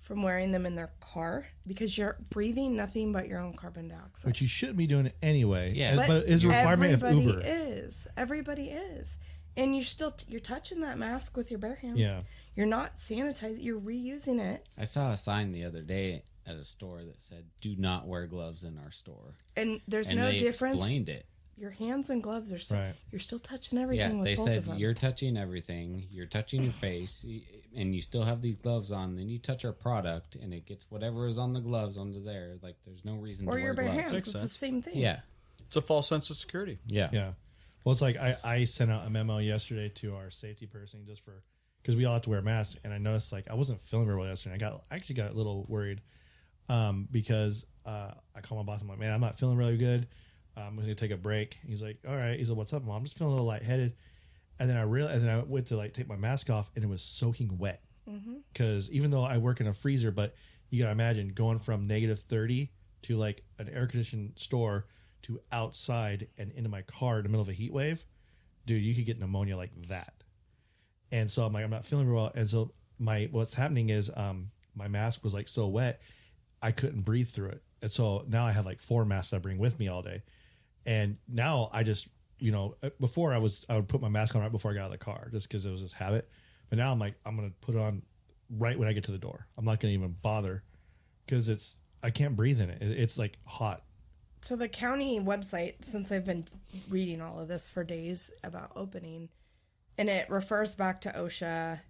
Speaker 6: from wearing them in their car because you're breathing nothing but your own carbon dioxide.
Speaker 3: which you shouldn't be doing it anyway.
Speaker 4: Yeah.
Speaker 3: And- but it's a requirement of
Speaker 6: everybody
Speaker 3: Uber.
Speaker 6: is. Everybody is. And you're still t- you're touching that mask with your bare hands.
Speaker 3: Yeah.
Speaker 6: You're not sanitizing. You're reusing it.
Speaker 4: I saw a sign the other day at a store that said, "Do not wear gloves in our store,"
Speaker 6: And there's
Speaker 4: and
Speaker 6: no
Speaker 4: they
Speaker 6: difference.
Speaker 4: explained it.
Speaker 6: your hands and gloves are still,
Speaker 3: Right.
Speaker 6: you're still touching
Speaker 4: Yeah,
Speaker 6: everything with
Speaker 4: they
Speaker 6: both
Speaker 4: said
Speaker 6: of them.
Speaker 4: you're touching everything. You're touching your face, y- and you still have these gloves on. Then you touch our product, and it gets whatever is on the gloves onto there. Like there's no reason
Speaker 6: or
Speaker 4: to
Speaker 6: your
Speaker 4: wear
Speaker 6: bare
Speaker 4: gloves.
Speaker 6: hands.
Speaker 5: Makes
Speaker 6: It's the
Speaker 5: sense.
Speaker 6: same thing.
Speaker 4: Yeah,
Speaker 5: It's a false sense of security.
Speaker 4: yeah,
Speaker 3: Yeah. Well, it's like I, I sent out a memo yesterday to our safety person just for because we all have to wear masks, and I noticed like I wasn't feeling very well yesterday. I got I actually got a little worried um, because uh, I called my boss. I'm like, man, I'm not feeling really good. I'm just gonna take a break. He's like, all right. He's like, what's up, mom? I'm just feeling a little lightheaded. And then I realized, and then I went to like take my mask off, and it was soaking wet. Because even though I work in a freezer, but you gotta imagine going from negative thirty to like an air conditioned store to outside and into my car in the middle of a heat wave, dude, you could get pneumonia like that. And so I'm like, I'm not feeling real well. And so my what's happening is um my mask was like so wet, I couldn't breathe through it. And so now I have like four masks I bring with me all day. And now I just, you know, uh, before I was I would put my mask on right before I got out of the car just because it was this habit. But now I'm like, I'm gonna put it on right when I get to the door. I'm not gonna even bother because it's I can't breathe in it. It- It's like hot.
Speaker 6: So the county website, since I've been reading all of this for days about opening, and it refers back to OSHA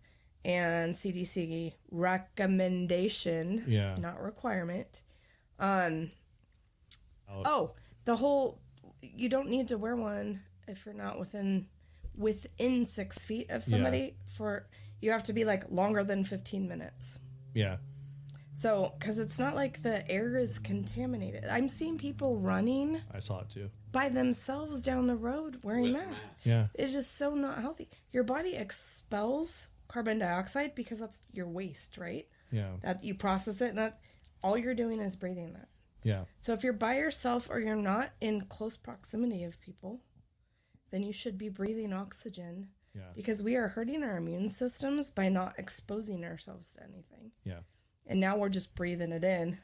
Speaker 6: and CDC recommendation,
Speaker 3: Yeah.
Speaker 6: not requirement. Um, oh, the whole you don't need to wear one if you're not within within six feet of somebody for you have to be like longer than 15 minutes
Speaker 3: Yeah.
Speaker 6: so because it's not like the air is contaminated i'm seeing people running
Speaker 3: I saw it too.
Speaker 6: by themselves down the road wearing masks.
Speaker 3: Yeah.
Speaker 6: It's just so not healthy. Your body expels carbon dioxide because that's your waste, right?
Speaker 3: Yeah.
Speaker 6: That you process it and that all you're doing is breathing that.
Speaker 3: Yeah.
Speaker 6: So if you're by yourself or you're not in close proximity of people, then you should be breathing oxygen.
Speaker 3: Yeah.
Speaker 6: Because we are hurting our immune systems by not exposing ourselves to anything
Speaker 3: Yeah.
Speaker 6: and now we're just breathing it in.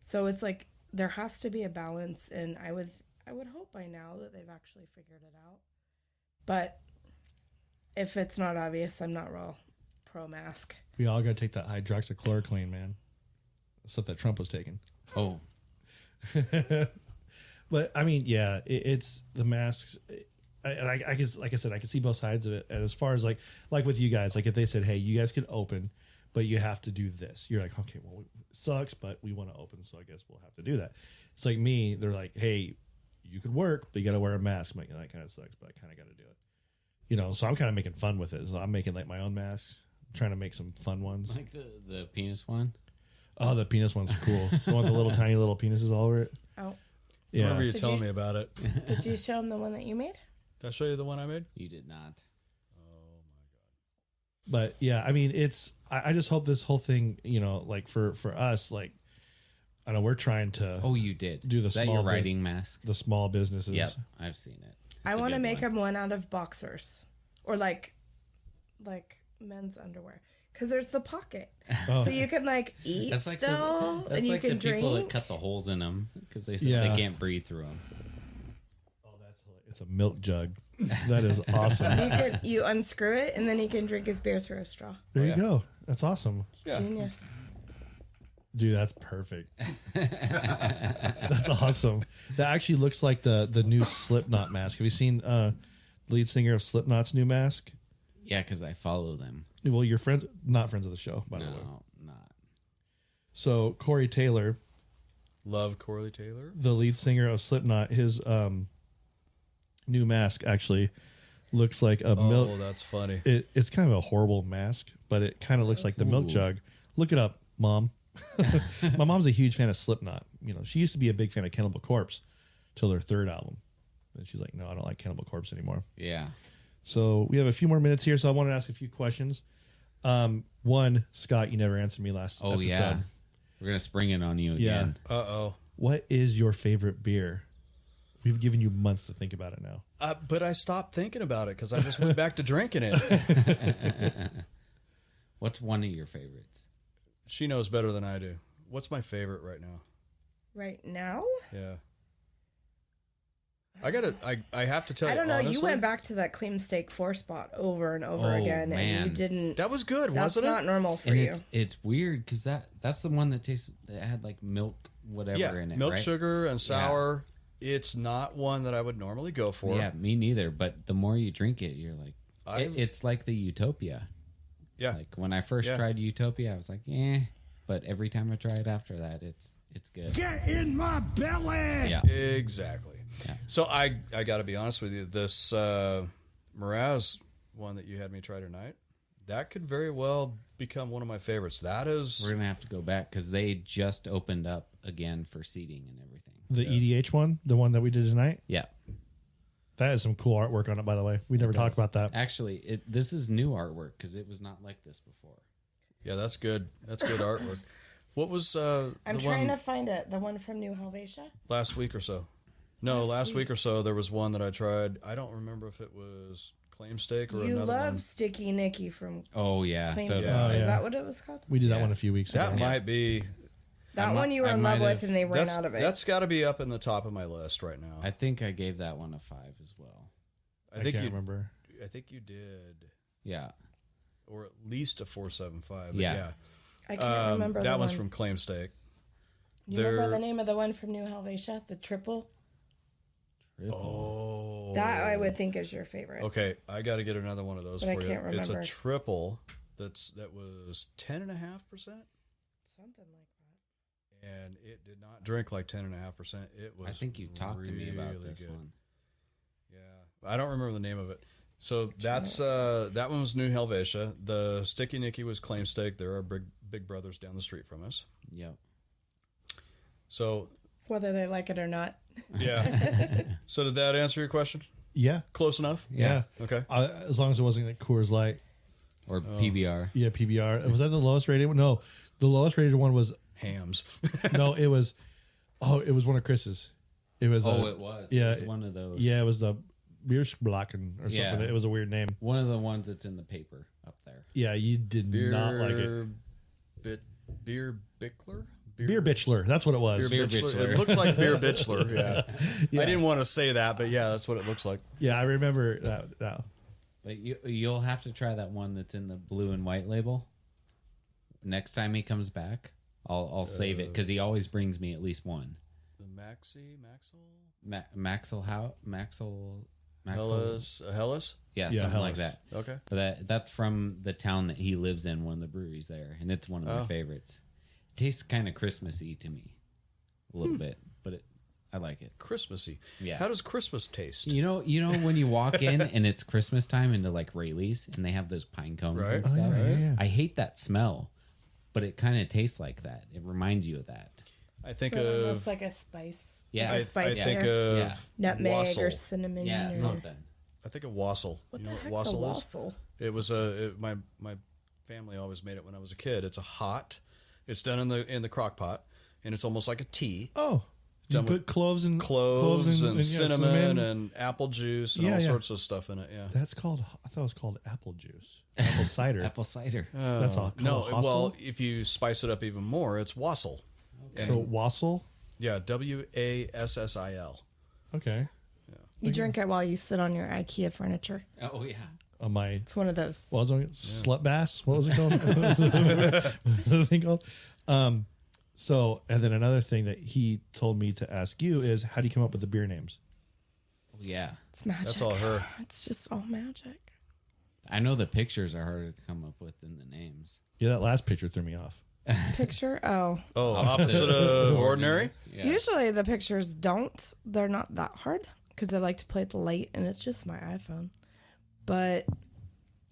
Speaker 6: So it's like there has to be a balance, and I would I would hope by now that they've actually figured it out. But if it's not obvious, I'm not real pro mask.
Speaker 3: We all got to take that hydroxychloroquine, man. Stuff that Trump was taking.
Speaker 4: Oh,
Speaker 3: But I mean, yeah, it, it's the masks. I- And I, I guess, like I said, I can see both sides of it. And as far as like, like with you guys, like if they said, "Hey, you guys can open, but you have to do this," you're like, "Okay, well, it sucks, but we want to open, so I guess we'll have to do that." It's like me; they're like, "Hey, you could work, but you got to wear a mask." I'm like, "Yeah, that kind of sucks, but I kind of got to do it. You know, so I'm kind of making fun with it. So I'm making like my own masks, trying to make some fun ones.
Speaker 4: like the the penis one.
Speaker 3: Oh, the penis ones are cool. the one with the little tiny little penises all over it.
Speaker 6: Oh,
Speaker 5: I remember
Speaker 3: Yeah.
Speaker 5: you
Speaker 6: Did
Speaker 5: telling
Speaker 6: you-
Speaker 5: me about it. Did
Speaker 6: did you show him the one that you made?
Speaker 5: I show you the one I made?
Speaker 4: You did not.
Speaker 3: But yeah, I mean, it's. I, I just hope this whole thing, you know, like for for us, like I know we're trying to
Speaker 4: Oh, you did.
Speaker 3: Uh, Do the
Speaker 4: Is that your
Speaker 3: small bit.
Speaker 4: writing mask?
Speaker 3: the small businesses.
Speaker 4: Yep, I've seen it. It's
Speaker 6: I
Speaker 4: a
Speaker 6: want to
Speaker 4: good
Speaker 6: make
Speaker 4: one.
Speaker 6: him one out of boxers or like like men's underwear because there's the pocket, so you can like eat
Speaker 4: That's like
Speaker 6: still
Speaker 4: the, that's
Speaker 6: and you
Speaker 4: like
Speaker 6: can
Speaker 4: the people
Speaker 6: drink.
Speaker 4: that cut the holes in them because they said
Speaker 3: Yeah.
Speaker 4: they can't breathe through them.
Speaker 3: Oh, that's hilarious. it's a milk jug. That is awesome.
Speaker 6: you, can, you unscrew it and then he can drink his beer through a straw.
Speaker 4: Oh,
Speaker 3: there you go. That's awesome,
Speaker 6: Genius.
Speaker 3: dude. That's perfect. that's awesome. That actually looks like the the new Slipknot mask. Have you seen uh lead singer of Slipknot's new mask?
Speaker 4: Yeah, because I follow them.
Speaker 3: Well, your friends, not friends of the show, by the way.
Speaker 4: No, not.
Speaker 3: So Corey Taylor,
Speaker 5: Love Corley Taylor.
Speaker 3: the lead singer of Slipknot, his um, new mask actually looks like a
Speaker 5: Oh,
Speaker 3: milk.
Speaker 5: that's funny.
Speaker 3: It, it's kind of a horrible mask, but it kind of looks like the milk
Speaker 4: Ooh.
Speaker 3: jug. Look it up, mom. My mom's a huge fan of Slipknot. You know, she used to be a big fan of Cannibal Corpse till their third album. And she's like, "No, I don't like Cannibal Corpse anymore."
Speaker 4: Yeah.
Speaker 3: So we have a few more minutes here, so I want to ask a few questions. Um, one, Scott, you never answered me last.
Speaker 4: Oh
Speaker 3: episode.
Speaker 4: yeah. We're gonna spring it on you
Speaker 3: Yeah.
Speaker 4: again.
Speaker 5: Uh oh.
Speaker 3: What is your favorite beer? We've given you months to think about it now.
Speaker 5: Uh, but I stopped thinking about it because I just went back to drinking it.
Speaker 4: What's one of your favorites?
Speaker 5: She knows better than I do. What's my favorite right now?
Speaker 6: Right now?
Speaker 5: Yeah. I gotta. I, I have to tell you.
Speaker 6: I don't know.
Speaker 5: honestly,
Speaker 6: You went back to that claim steak four spot over and over
Speaker 4: Oh,
Speaker 6: again, and
Speaker 4: man.
Speaker 6: you didn't.
Speaker 5: That was good,
Speaker 6: that's
Speaker 5: wasn't
Speaker 6: not
Speaker 5: it?
Speaker 6: normal for
Speaker 4: and
Speaker 6: you.
Speaker 4: it's it's weird because that that's the one that tastes that had like milk whatever
Speaker 5: yeah,
Speaker 4: in it.
Speaker 5: milk
Speaker 4: right?
Speaker 5: sugar and sour. It's not one that I would normally go for.
Speaker 4: yeah, me neither. But the more you drink it, you're like,
Speaker 5: I-
Speaker 4: it- it's like the Utopia.
Speaker 5: yeah.
Speaker 4: Like when I first
Speaker 5: Yeah.
Speaker 4: tried Utopia, I was like, eh. But every time I try it after that, it's it's good. Get in my belly. Yeah,
Speaker 5: Exactly. So I I got to be honest with you. This uh, Mraz one that you had me try tonight, that could very well become one of my favorites. That is
Speaker 4: we're gonna have to go back because they just opened up again for seating and everything.
Speaker 3: The EDH one, the one that we did tonight,
Speaker 4: Yeah,
Speaker 3: that is some cool artwork on it. By the way, we never talked about that.
Speaker 4: actually, it, this is new artwork because it was not like this before.
Speaker 5: yeah, that's good. That's good artwork. What was uh,
Speaker 6: I'm
Speaker 5: the
Speaker 6: trying
Speaker 5: one
Speaker 6: to find it. The one from New Helvetia.
Speaker 5: last week or so? No, last, week. or so there was one that I tried. I don't remember if it was claim steak or
Speaker 6: you
Speaker 5: another
Speaker 6: love
Speaker 5: one.
Speaker 6: Sticky Nicky from
Speaker 4: Oh yeah,
Speaker 6: Plain
Speaker 4: so-
Speaker 6: Song.
Speaker 3: Oh, yeah.
Speaker 6: Is that what it was called?
Speaker 3: We did that one a few weeks ago.
Speaker 5: That might be
Speaker 6: That
Speaker 4: I mi-
Speaker 6: one you were
Speaker 4: I
Speaker 6: in love
Speaker 4: might
Speaker 6: with
Speaker 4: have-
Speaker 6: and they ran
Speaker 5: that's
Speaker 6: out of it.
Speaker 5: that's got to be up in the top of my list right now.
Speaker 4: I think I gave that one a five as well.
Speaker 5: I, think
Speaker 3: can't
Speaker 5: you
Speaker 3: remember.
Speaker 5: I think you did
Speaker 4: Yeah,
Speaker 5: or at least a four seven five.
Speaker 4: Yeah.
Speaker 5: yeah.
Speaker 6: I can't
Speaker 5: Um,
Speaker 6: remember
Speaker 5: that
Speaker 6: the
Speaker 5: one's
Speaker 6: one.
Speaker 5: from Claim Steak.
Speaker 6: You remember
Speaker 5: they're-
Speaker 6: the name of the one from New Helvetia? The triple?
Speaker 5: Oh,
Speaker 6: That I would think is your favorite.
Speaker 5: okay. I got to get another one of those
Speaker 6: But I
Speaker 5: for you.
Speaker 6: can't
Speaker 5: It's a
Speaker 6: remember.
Speaker 5: triple. That's that was ten and a half percent,
Speaker 6: Something like
Speaker 5: and it did not drink like ten and a half percent. It was.
Speaker 4: I think you talked to me about
Speaker 5: really
Speaker 4: this
Speaker 5: good.
Speaker 4: one.
Speaker 5: Yeah, I don't remember the name of it. So that's uh, that one was New Helvetia. The Sticky Nicky was Claim Steak. There are big big brothers down the street from us.
Speaker 4: Yep.
Speaker 5: So
Speaker 6: that. Whether they like it or not.
Speaker 5: yeah. so did that answer your question?
Speaker 3: Yeah,
Speaker 5: Close enough.
Speaker 3: yeah.
Speaker 5: Okay.
Speaker 3: Uh, as long as it wasn't like Coors Light.
Speaker 4: Or
Speaker 3: Oh.
Speaker 4: PBR.
Speaker 3: Yeah, PBR. Was that the lowest rated one? No, the lowest rated one was
Speaker 5: Hams.
Speaker 3: no. It was oh, it was one of Chris's. It was
Speaker 4: Oh,
Speaker 3: a-
Speaker 4: it was.
Speaker 3: yeah,
Speaker 4: it was one of those.
Speaker 3: Yeah, it was the Bierschblacken or something.
Speaker 4: Yeah.
Speaker 3: It was a weird name.
Speaker 4: One of the ones that's in the paper up there.
Speaker 3: Yeah, you did
Speaker 5: beer,
Speaker 3: not like it.
Speaker 5: Bit, beer Bickler?
Speaker 3: Beer bitchler. That's what it was.
Speaker 5: Beer,
Speaker 4: Beer
Speaker 5: bitchler.
Speaker 4: bitchler.
Speaker 5: It looks like beer bitchler. Yeah. I didn't want to say that, but yeah, that's what it looks like.
Speaker 3: Yeah, I remember that. that.
Speaker 4: But you you'll have to try that one that's in the blue and white label. Next time he comes back, I'll I'll save it because he always brings me at least one.
Speaker 5: The Maxi, Maxel,
Speaker 4: Ma- Maxel how Maxel Maxel
Speaker 5: Hellas, uh, Hellas.
Speaker 4: yeah,
Speaker 3: Yeah,
Speaker 4: something like
Speaker 3: Hellas.
Speaker 4: that.
Speaker 5: Okay.
Speaker 4: But that that's from the town that he lives in, one of the breweries there, and it's one
Speaker 5: Oh.
Speaker 4: of my favorites. It tastes kind of Christmassy to me, a
Speaker 5: Hmm.
Speaker 4: little bit, but it, I like it.
Speaker 5: Christmassy.
Speaker 4: Yeah.
Speaker 5: How does Christmas taste?
Speaker 4: You know, you know when you walk in and it's Christmas time into like Rayleigh's and they have those pine cones
Speaker 5: Right.
Speaker 4: and stuff.
Speaker 3: Oh, yeah, yeah.
Speaker 4: I hate that smell, but it kind of tastes like that. It reminds you of that.
Speaker 5: I think
Speaker 6: So
Speaker 5: of
Speaker 6: almost like a spice.
Speaker 5: I,
Speaker 4: Yeah.
Speaker 6: Like a
Speaker 5: I
Speaker 6: spice
Speaker 5: think
Speaker 6: beer.
Speaker 5: of
Speaker 4: Yeah.
Speaker 6: nutmeg
Speaker 5: wassail.
Speaker 6: or cinnamon.
Speaker 4: Yeah,
Speaker 6: or,
Speaker 4: something.
Speaker 5: I think of wassail.
Speaker 6: What
Speaker 5: you
Speaker 6: the
Speaker 5: know
Speaker 6: heck's
Speaker 5: what
Speaker 6: a
Speaker 5: wassail is?
Speaker 6: wassail?
Speaker 5: It was a it, my my family always made it when I was a kid. It's a hot. It's done in the in the crock pot, and it's almost like a tea.
Speaker 3: Oh, you
Speaker 5: Done with
Speaker 3: put Mm. cloves and
Speaker 5: cloves, and,
Speaker 3: yeah,
Speaker 5: cinnamon, and apple juice and
Speaker 3: Yeah,
Speaker 5: all
Speaker 3: yeah.
Speaker 5: sorts of stuff in it. Yeah.
Speaker 3: that's called. I thought it was called apple juice, apple cider.
Speaker 4: Apple cider.
Speaker 5: Uh.
Speaker 3: that's all.
Speaker 5: no,
Speaker 3: called
Speaker 5: well,
Speaker 3: wassail?
Speaker 5: if you spice it up even more, it's wassail.
Speaker 3: so wassail.
Speaker 5: Yeah, W A S S I L.
Speaker 3: Okay,
Speaker 6: You drink it while you sit on your IKEA furniture.
Speaker 4: Oh yeah.
Speaker 3: on my
Speaker 6: It's one of those.
Speaker 3: what was it? Slut bass. What was it called? What was the thing called? Um, so and then another thing that he told me to ask you is how do you come up with the beer names?
Speaker 4: Oh, Yeah.
Speaker 6: it's magic.
Speaker 5: That's all her.
Speaker 6: It's just all magic.
Speaker 4: I know the pictures are harder to come up with than the names.
Speaker 3: Yeah, that last picture threw me off.
Speaker 6: Picture. Oh,
Speaker 5: Oh, opposite of ordinary.
Speaker 6: usually the pictures don't. They're not that hard because I like to play it late, and it's just my iPhone. But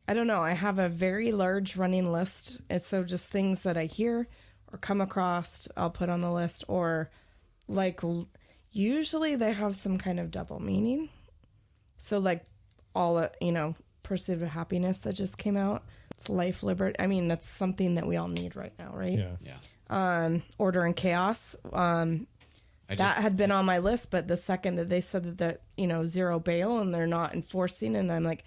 Speaker 6: I don't know. I have a very large running list, and so just things that I hear or come across, I'll put on the list. Or like, l- usually they have some kind of double meaning. So like, all uh, you know, pursuit of happiness that just came out. It's life, liberty. I mean, that's something that we all need right now, right?
Speaker 3: Yeah,
Speaker 4: Yeah.
Speaker 6: Order and chaos.
Speaker 4: I
Speaker 6: that
Speaker 4: just
Speaker 6: had been on my list, but the second that they said that they're, you know, zero bail and they're not enforcing, and I'm like,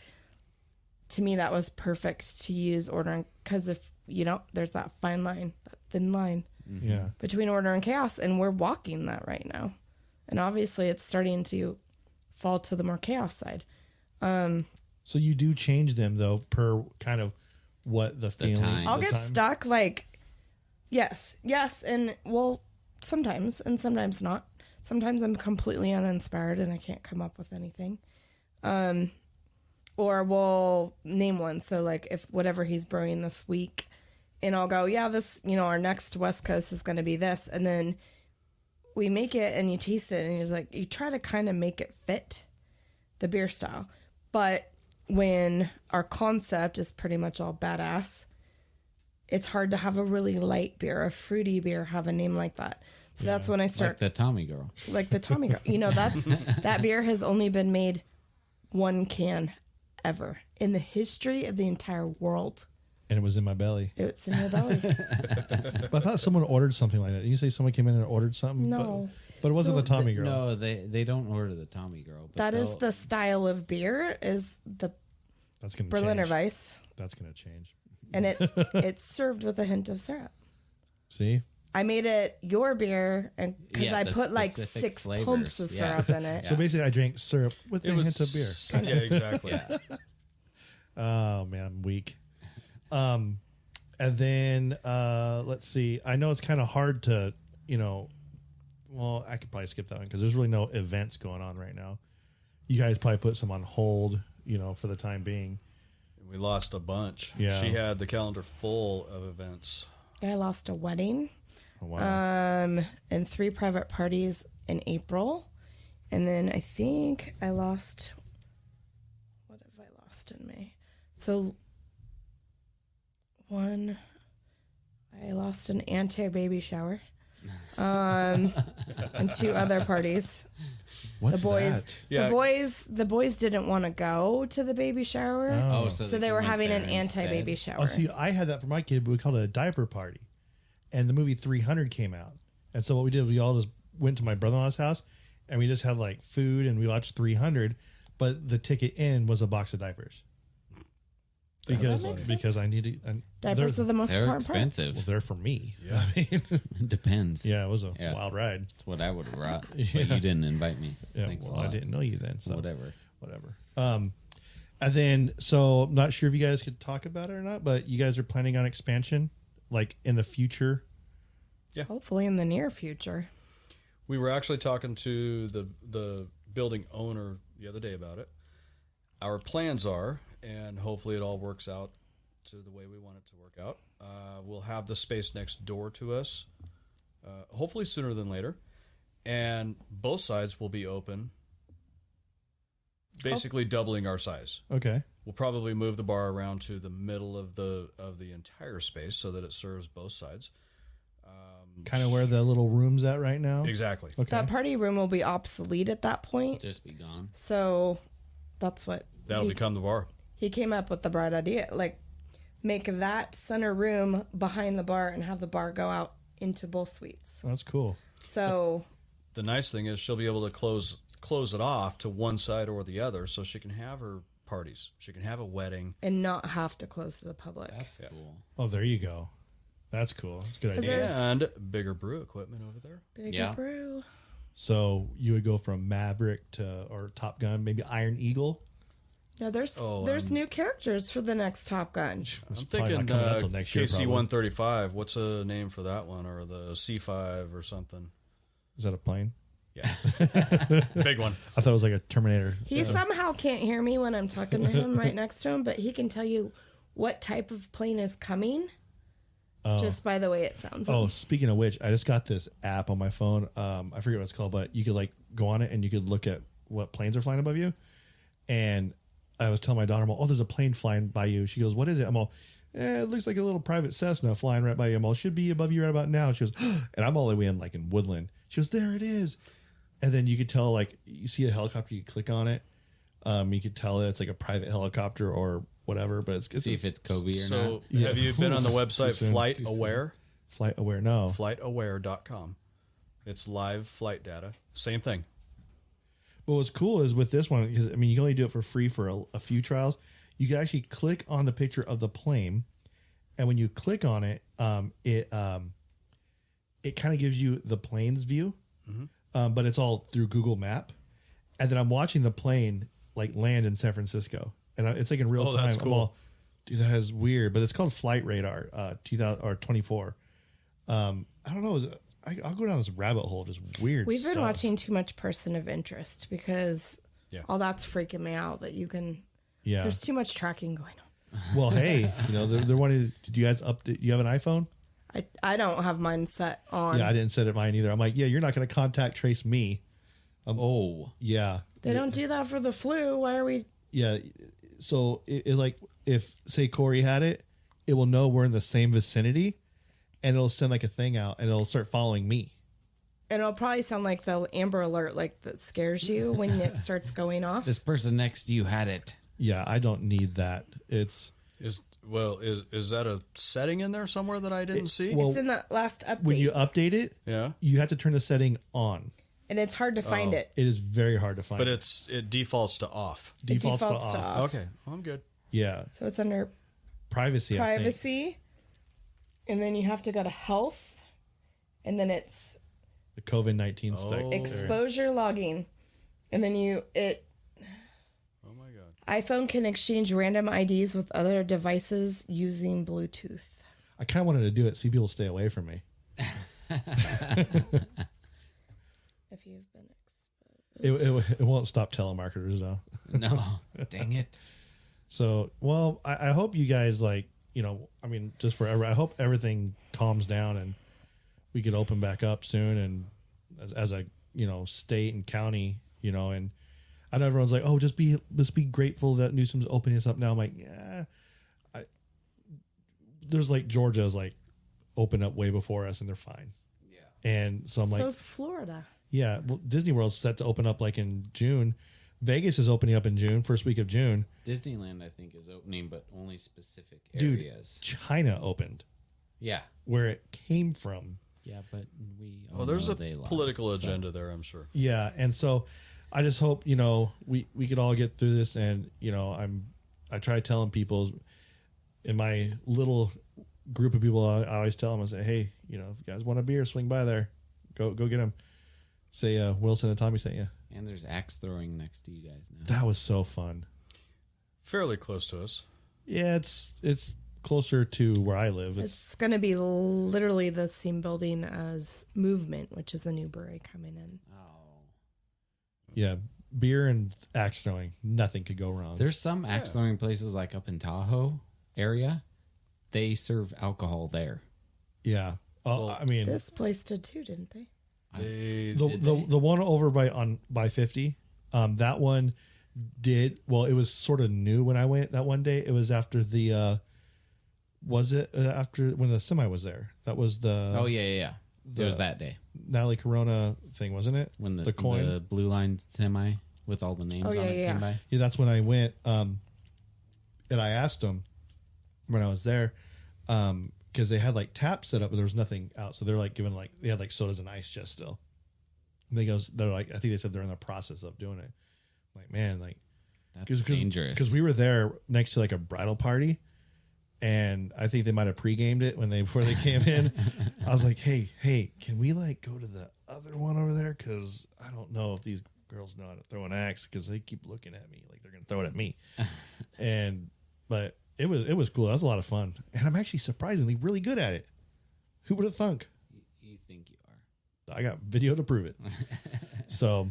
Speaker 6: to me, that was perfect to use ordering because if you know, there's that fine line, that thin line
Speaker 5: Mm-hmm.
Speaker 3: yeah.
Speaker 6: between order and chaos, and we're walking that right now, and obviously it's starting to fall to the more chaos side.
Speaker 3: So you do change them though per kind of what the feeling.
Speaker 4: time.
Speaker 6: I'll
Speaker 3: the
Speaker 6: get
Speaker 3: time-
Speaker 6: stuck like yes, yes, and well, sometimes and sometimes not. Um, sometimes I'm completely uninspired and I can't come up with anything. Um, or we'll name one. So like if whatever he's brewing this week, and I'll go, yeah, this you know our next West Coast is going to be this, and then we make it and you taste it and you're like you try to kind of make it fit the beer style, but when our concept is pretty much all badass, it's hard to have a really light beer, a fruity beer, have a name like that. So that's when I start
Speaker 4: Like the Tommy girl.
Speaker 6: like the Tommy Girl. You know, that's that beer has only been made one can ever in the history of the entire world.
Speaker 3: and it was in my belly.
Speaker 6: It's in your belly.
Speaker 3: But I thought someone ordered something like that. Did you say someone came in and ordered something?
Speaker 6: No.
Speaker 3: But, but it wasn't
Speaker 6: So-
Speaker 3: the Tommy girl.
Speaker 4: No, they they don't order the Tommy girl. But
Speaker 6: that is
Speaker 4: they'll-
Speaker 6: the style of beer is the
Speaker 3: That's gonna
Speaker 6: Berliner
Speaker 3: change.
Speaker 6: Weiss,
Speaker 3: That's gonna change.
Speaker 6: and it's it's served with a hint of syrup.
Speaker 3: See?
Speaker 6: I made it your beer, and because
Speaker 4: Yeah,
Speaker 6: I
Speaker 4: the
Speaker 6: put like
Speaker 4: specific
Speaker 6: six
Speaker 4: flavors.
Speaker 6: pumps of
Speaker 4: Yeah.
Speaker 6: syrup in it.
Speaker 3: So basically, I drank syrup with a hint of beer.
Speaker 5: Yeah, exactly.
Speaker 3: Oh man, I'm weak. Um, and then uh, let's see. I know it's kind of hard to, you know, well, I could probably skip that one because there's really no events going on right now. You guys probably put some on hold, you know, for the time being.
Speaker 5: We lost a bunch.
Speaker 3: Yeah.
Speaker 5: She had the calendar full of events.
Speaker 6: I lost a wedding.
Speaker 3: Oh, wow.
Speaker 6: um, and three private parties in April. And then I think I lost. What have I lost in May? So, one, I lost an anti baby shower. Um, and two other parties.
Speaker 3: What's
Speaker 6: the boys,
Speaker 3: that?
Speaker 5: Yeah.
Speaker 6: the boys, the boys didn't want to go to the baby shower,
Speaker 4: Oh, so,
Speaker 6: so, they were
Speaker 4: went
Speaker 6: having
Speaker 4: there
Speaker 6: an anti baby
Speaker 4: instead.
Speaker 6: shower.
Speaker 3: Oh, see, I had that for my kid, but we called it a diaper party. And the movie 300 came out. And so what we did, we all just went to my brother in law's house and we just had like food and we watched 300, but the ticket in was a box of diapers.
Speaker 4: Oh,
Speaker 3: Because because I needed and
Speaker 6: Diapers
Speaker 3: they're,
Speaker 6: are the most
Speaker 4: They're
Speaker 6: important part.
Speaker 3: well,
Speaker 4: expensive.
Speaker 3: they're for me. Yeah. I mean,
Speaker 4: Depends.
Speaker 3: yeah, it was a
Speaker 4: Yeah.
Speaker 3: wild ride.
Speaker 4: That's what I would have brought.
Speaker 3: Yeah.
Speaker 4: But you didn't invite me.
Speaker 3: Yeah,
Speaker 4: Thanks
Speaker 3: well,
Speaker 4: a lot.
Speaker 3: I didn't know you then, so
Speaker 4: Whatever.
Speaker 3: whatever. Um, and then so I'm not sure if you guys could talk about it or not, but you guys are planning on expansion, like in the future.
Speaker 6: Hopefully, in the near future.
Speaker 5: We were actually talking to the the building owner the other day about it. Our plans are, and hopefully it all works out to the way we want it to work out. Uh, we'll have the space next door to us, uh, hopefully sooner than later, and both sides will be open. Basically, doubling our size.
Speaker 3: Okay.
Speaker 5: We'll probably move the bar around to the middle of the of the entire space so that it serves both sides.
Speaker 3: kind of where the little room's at right now.
Speaker 5: Exactly.
Speaker 3: Oh. Okay.
Speaker 6: That party room will be obsolete at that point.
Speaker 4: Just be gone.
Speaker 6: So that's what
Speaker 5: That'll
Speaker 6: he,
Speaker 5: become the bar.
Speaker 6: he came up with the bright idea. Like make that center room behind the bar and have the bar go out into both suites.
Speaker 3: That's cool.
Speaker 6: So
Speaker 5: the nice thing is she'll be able to close close it off to one side or the other so she can have her parties she can have a wedding
Speaker 6: and not have to close to the public.
Speaker 4: That's cool.
Speaker 3: Oh, there you go. That's cool. That's a good idea.
Speaker 6: there- There's-
Speaker 5: and bigger brew equipment over there
Speaker 6: Big
Speaker 4: Yeah.
Speaker 6: brew.
Speaker 3: So you would go from Maverick to or Top Gun, maybe Iron Eagle.
Speaker 6: No, there's
Speaker 5: Oh,
Speaker 6: there's
Speaker 5: um,
Speaker 6: new characters for the next Top Gun.
Speaker 3: It's
Speaker 5: i'm
Speaker 3: probably not
Speaker 5: thinking
Speaker 3: coming out
Speaker 5: uh,
Speaker 3: till next year, probably.
Speaker 5: kc-135 what's a name for that one or the c5 or something
Speaker 3: Is that a plane?
Speaker 5: yeah big one
Speaker 3: I thought it was like a Terminator.
Speaker 6: He somehow can't hear me when I'm talking to him right next to him, but he can tell you what type of plane is coming just by the way it sounds.
Speaker 3: Oh, speaking of which, I just got this app on my phone. Um, I forget what it's called, but you could like go on it and you could look at what planes are flying above you. And I was telling my daughter, I'm all, oh, there's a plane flying by you. She goes, what is it? I'm all, eh, it looks like a little private Cessna flying right by you. I'm all, should be above you right about now. She goes, and I'm all the way in like in Woodland. She goes, there it is. And then you could tell like you see a helicopter, you click on it. Um, you could tell that it's like a private helicopter or whatever, but it's, it's
Speaker 4: See if it's Kobe or
Speaker 5: so
Speaker 4: not.
Speaker 5: have you been on the website
Speaker 3: soon.
Speaker 5: flight aware
Speaker 3: flight aware. No,
Speaker 5: flightaware.com it's live flight data same thing
Speaker 3: But what's cool is with this one because I mean you can only do it for free for a, a few trials. You can actually click on the picture of the plane, and when you click on it, um, it um, it kind of gives you the plane's view,
Speaker 5: Mm-hmm.
Speaker 3: um, but it's all through Google Map. And then I'm watching the plane like land in San Francisco, and I, it's like in real
Speaker 5: Oh,
Speaker 3: time.
Speaker 5: that's
Speaker 3: I'm
Speaker 5: cool.
Speaker 3: all, Dude, that is weird, but it's called Flight Radar, uh, 2000 or 24. Um, I don't know. Is it, I, I'll go down this rabbit hole, just weird.
Speaker 6: We've been
Speaker 3: stuff.
Speaker 6: watching too much person of interest because
Speaker 5: Yeah.
Speaker 6: all that's freaking me out that you can
Speaker 3: Yeah.
Speaker 6: there's too much tracking going on.
Speaker 3: Well, hey, you know they're, they're wanting. Did you guys update? You have an iPhone?
Speaker 6: I I don't have mine set on.
Speaker 3: Yeah, I didn't set it mine either. I'm like, yeah, you're not going to contact trace me. Um, oh, yeah,
Speaker 6: they don't do that for the flu. Why are we
Speaker 3: yeah. So it, it like if say Corey had it, it will know we're in the same vicinity, and it'll send like a thing out, and it'll start following me.
Speaker 6: and it'll probably sound like the Amber Alert, like that scares you when it starts going off.
Speaker 4: This person next to you had it.
Speaker 3: Yeah, I don't need that. It's
Speaker 5: Is well, is is that a setting in there somewhere that I didn't see?
Speaker 3: well
Speaker 6: It's in that last update,
Speaker 3: when you update it,
Speaker 5: yeah,
Speaker 3: you have to turn the setting on.
Speaker 6: and it's hard to find it.
Speaker 3: It is very hard to find.
Speaker 5: but it's it defaults to off.
Speaker 3: defaults,
Speaker 6: defaults
Speaker 3: to,
Speaker 6: to
Speaker 3: off.
Speaker 6: off.
Speaker 5: Okay, well, I'm good.
Speaker 3: Yeah,
Speaker 6: So it's under
Speaker 3: privacy. I think.
Speaker 6: privacy, and then you have to go to health, and then it's
Speaker 3: Oh, The COVID nineteen spec.
Speaker 6: Oh. exposure logging, and then you it.
Speaker 5: Oh my god.
Speaker 6: iPhone can exchange random IDs with other devices using Bluetooth.
Speaker 3: I kind of wanted to do it. See people stay away from me.
Speaker 6: If you've been ex-
Speaker 3: It, it, it won't stop telemarketers though.
Speaker 4: No, dang it.
Speaker 3: So, well, I, I hope you guys like, you know, I mean, just forever. I hope everything calms down and we could open back up soon. And as, as a, you know, state and county, you know, and I know everyone's like, oh, just be, just be grateful that Newsom's opening us up now. I'm like, yeah, I, there's like Georgia's like open up way before us and they're fine. Yeah. And so I'm like,
Speaker 6: so is Florida.
Speaker 3: yeah, well, Disney World's set to open up like in June. Vegas is opening up in June, first week of June.
Speaker 4: Disneyland, I think, is opening, but only specific
Speaker 3: Dude,
Speaker 4: areas.
Speaker 3: China opened
Speaker 4: Yeah.
Speaker 3: where it came from.
Speaker 4: Yeah, but we. all
Speaker 5: Well, there's
Speaker 4: know
Speaker 5: a
Speaker 4: they lie,
Speaker 5: political
Speaker 4: so-
Speaker 5: agenda there, I'm sure.
Speaker 3: Yeah, and so I just hope you know we we could all get through this. And you know, I'm I try telling people in my little group of people, I, I always tell them, I say, hey, you know, if you guys want a beer, swing by there, go go get them. Say uh, Wilson and Tommy sent you.
Speaker 4: And there's axe throwing next to you guys now.
Speaker 3: That was so fun.
Speaker 5: Fairly close to us.
Speaker 3: Yeah, it's it's closer to where I live. It's
Speaker 6: It's going to be literally the same building as Movement, which is a new brewery coming in.
Speaker 3: Oh. Yeah, beer and axe throwing, nothing could go wrong.
Speaker 4: There's some axe throwing places like up in Tahoe area. They serve alcohol there.
Speaker 3: yeah, uh, I mean
Speaker 6: This place did too, didn't they?
Speaker 5: They
Speaker 3: the, the the one over by on by fifty, um, that one did well. It was sort of new when I went that one day. It was after the, uh, was it uh, after when the semi was there? That was the
Speaker 4: oh yeah, yeah, yeah.
Speaker 3: the-
Speaker 4: It was that day
Speaker 3: Natalie Corona thing, wasn't it?
Speaker 4: when the,
Speaker 3: the coin.
Speaker 4: the blue line semi with all the names
Speaker 6: Oh,
Speaker 4: on
Speaker 6: yeah,
Speaker 4: it
Speaker 6: yeah.
Speaker 4: came by.
Speaker 3: yeah, that's when I went. Um, and I asked them when I was there, um, because they had like taps set up, but there was nothing out. So they're like giving like they had like sodas and ice just still. And they goes, they're like, I think they said they're in the process of doing it. Like man, like
Speaker 4: That's dangerous.
Speaker 3: because we were there next to like a bridal party, and I think they might have pre-gamed it when they before they came in. I was like, hey, hey, can we like go to the other one over there? Because I don't know if these girls know how to throw an axe because they keep looking at me like they're gonna throw it at me. and but it was it was cool. That was a lot of fun, and I'm actually surprisingly really good at it. Who would have thunk?
Speaker 4: you think you are.
Speaker 3: I got video to prove it. so,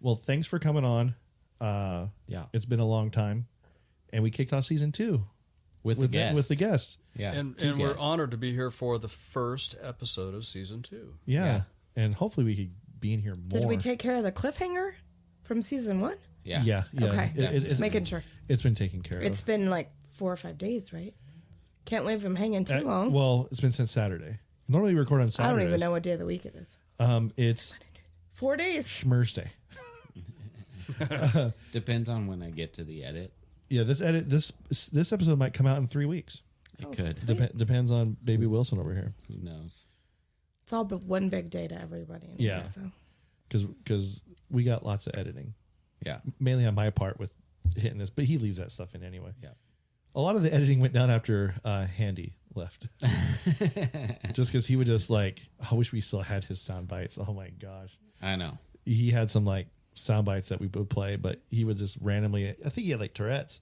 Speaker 3: well, thanks for coming on. Uh,
Speaker 4: Yeah.
Speaker 3: it's been a long time, and we kicked off season two
Speaker 4: With,
Speaker 3: with
Speaker 4: the
Speaker 3: the,
Speaker 4: guest.
Speaker 3: with the guest.
Speaker 4: yeah.
Speaker 5: and
Speaker 4: two
Speaker 5: and we're
Speaker 4: guests.
Speaker 5: honored to be here for the first episode of season two.
Speaker 3: Yeah.
Speaker 4: Yeah.
Speaker 3: and hopefully we could be in here more.
Speaker 6: Did we take care of the cliffhanger from season one?
Speaker 4: Yeah.
Speaker 3: Yeah, yeah.
Speaker 6: Okay.
Speaker 3: It, it,
Speaker 6: Just
Speaker 3: it,
Speaker 6: making sure.
Speaker 3: has been taken care
Speaker 6: It's
Speaker 3: of.
Speaker 6: been like four or five days, right? Can't leave them hanging too
Speaker 3: Uh,
Speaker 6: long.
Speaker 3: Well, it's been since Saturday. Normally we record on
Speaker 6: I
Speaker 3: Saturday.
Speaker 6: don't even know what day of the week it is.
Speaker 3: Um, it's
Speaker 6: Four days.
Speaker 3: Schmerz Day.
Speaker 4: Depends on when I get to the edit.
Speaker 3: Yeah, this edit this this episode might come out in three weeks.
Speaker 4: It
Speaker 6: Oh,
Speaker 4: could.
Speaker 3: Dep- depends on Baby Wilson over here.
Speaker 4: Who knows?
Speaker 6: It's all but one big day to everybody. anyway,
Speaker 3: Yeah.
Speaker 6: So.
Speaker 3: because we got lots of editing,
Speaker 4: Yeah.
Speaker 3: mainly on my part with hitting this, but he leaves that stuff in anyway.
Speaker 4: Yeah.
Speaker 3: A lot of the editing went down after uh, Handy left, just because he would just like, I wish we still had his sound bites. Oh my gosh,
Speaker 4: I know.
Speaker 3: he had some like sound bites that we would play, but he would just randomly. I think he had like Tourette's.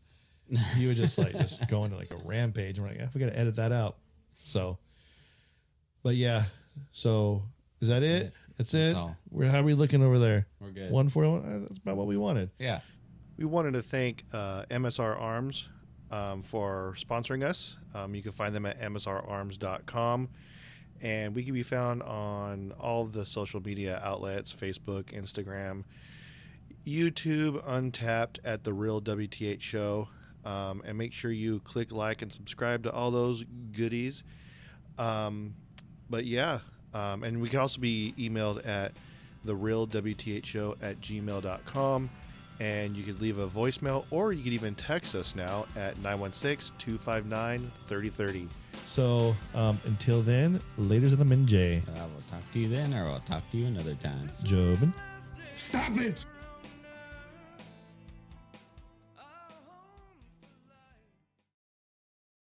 Speaker 3: He would just like just go into like a rampage, and we're like, "Ah, we got to edit that out. So, but yeah,
Speaker 11: So is that it? That's it.
Speaker 4: all.
Speaker 11: We're how are we looking over there?
Speaker 4: We're good.
Speaker 11: One for one. Uh, That's about what we wanted.
Speaker 4: Yeah.
Speaker 3: We wanted to thank uh, MSR Arms um, for sponsoring us. Um, you can find them at MSRarms.com. And we can be found on all the social media outlets Facebook, Instagram, YouTube, Untapped at The Real WTH Show. Um, and make sure you click like and subscribe to all those goodies. Um, but yeah, um, and we can also be emailed at the real WTH show at gmail.com. And you could leave a voicemail or you could even text us now at 916 259 3030.
Speaker 11: So um, until then, later's of the Min J.
Speaker 4: I will talk to you then, or I'll talk to you another time.
Speaker 11: Jobin.
Speaker 12: Stop it!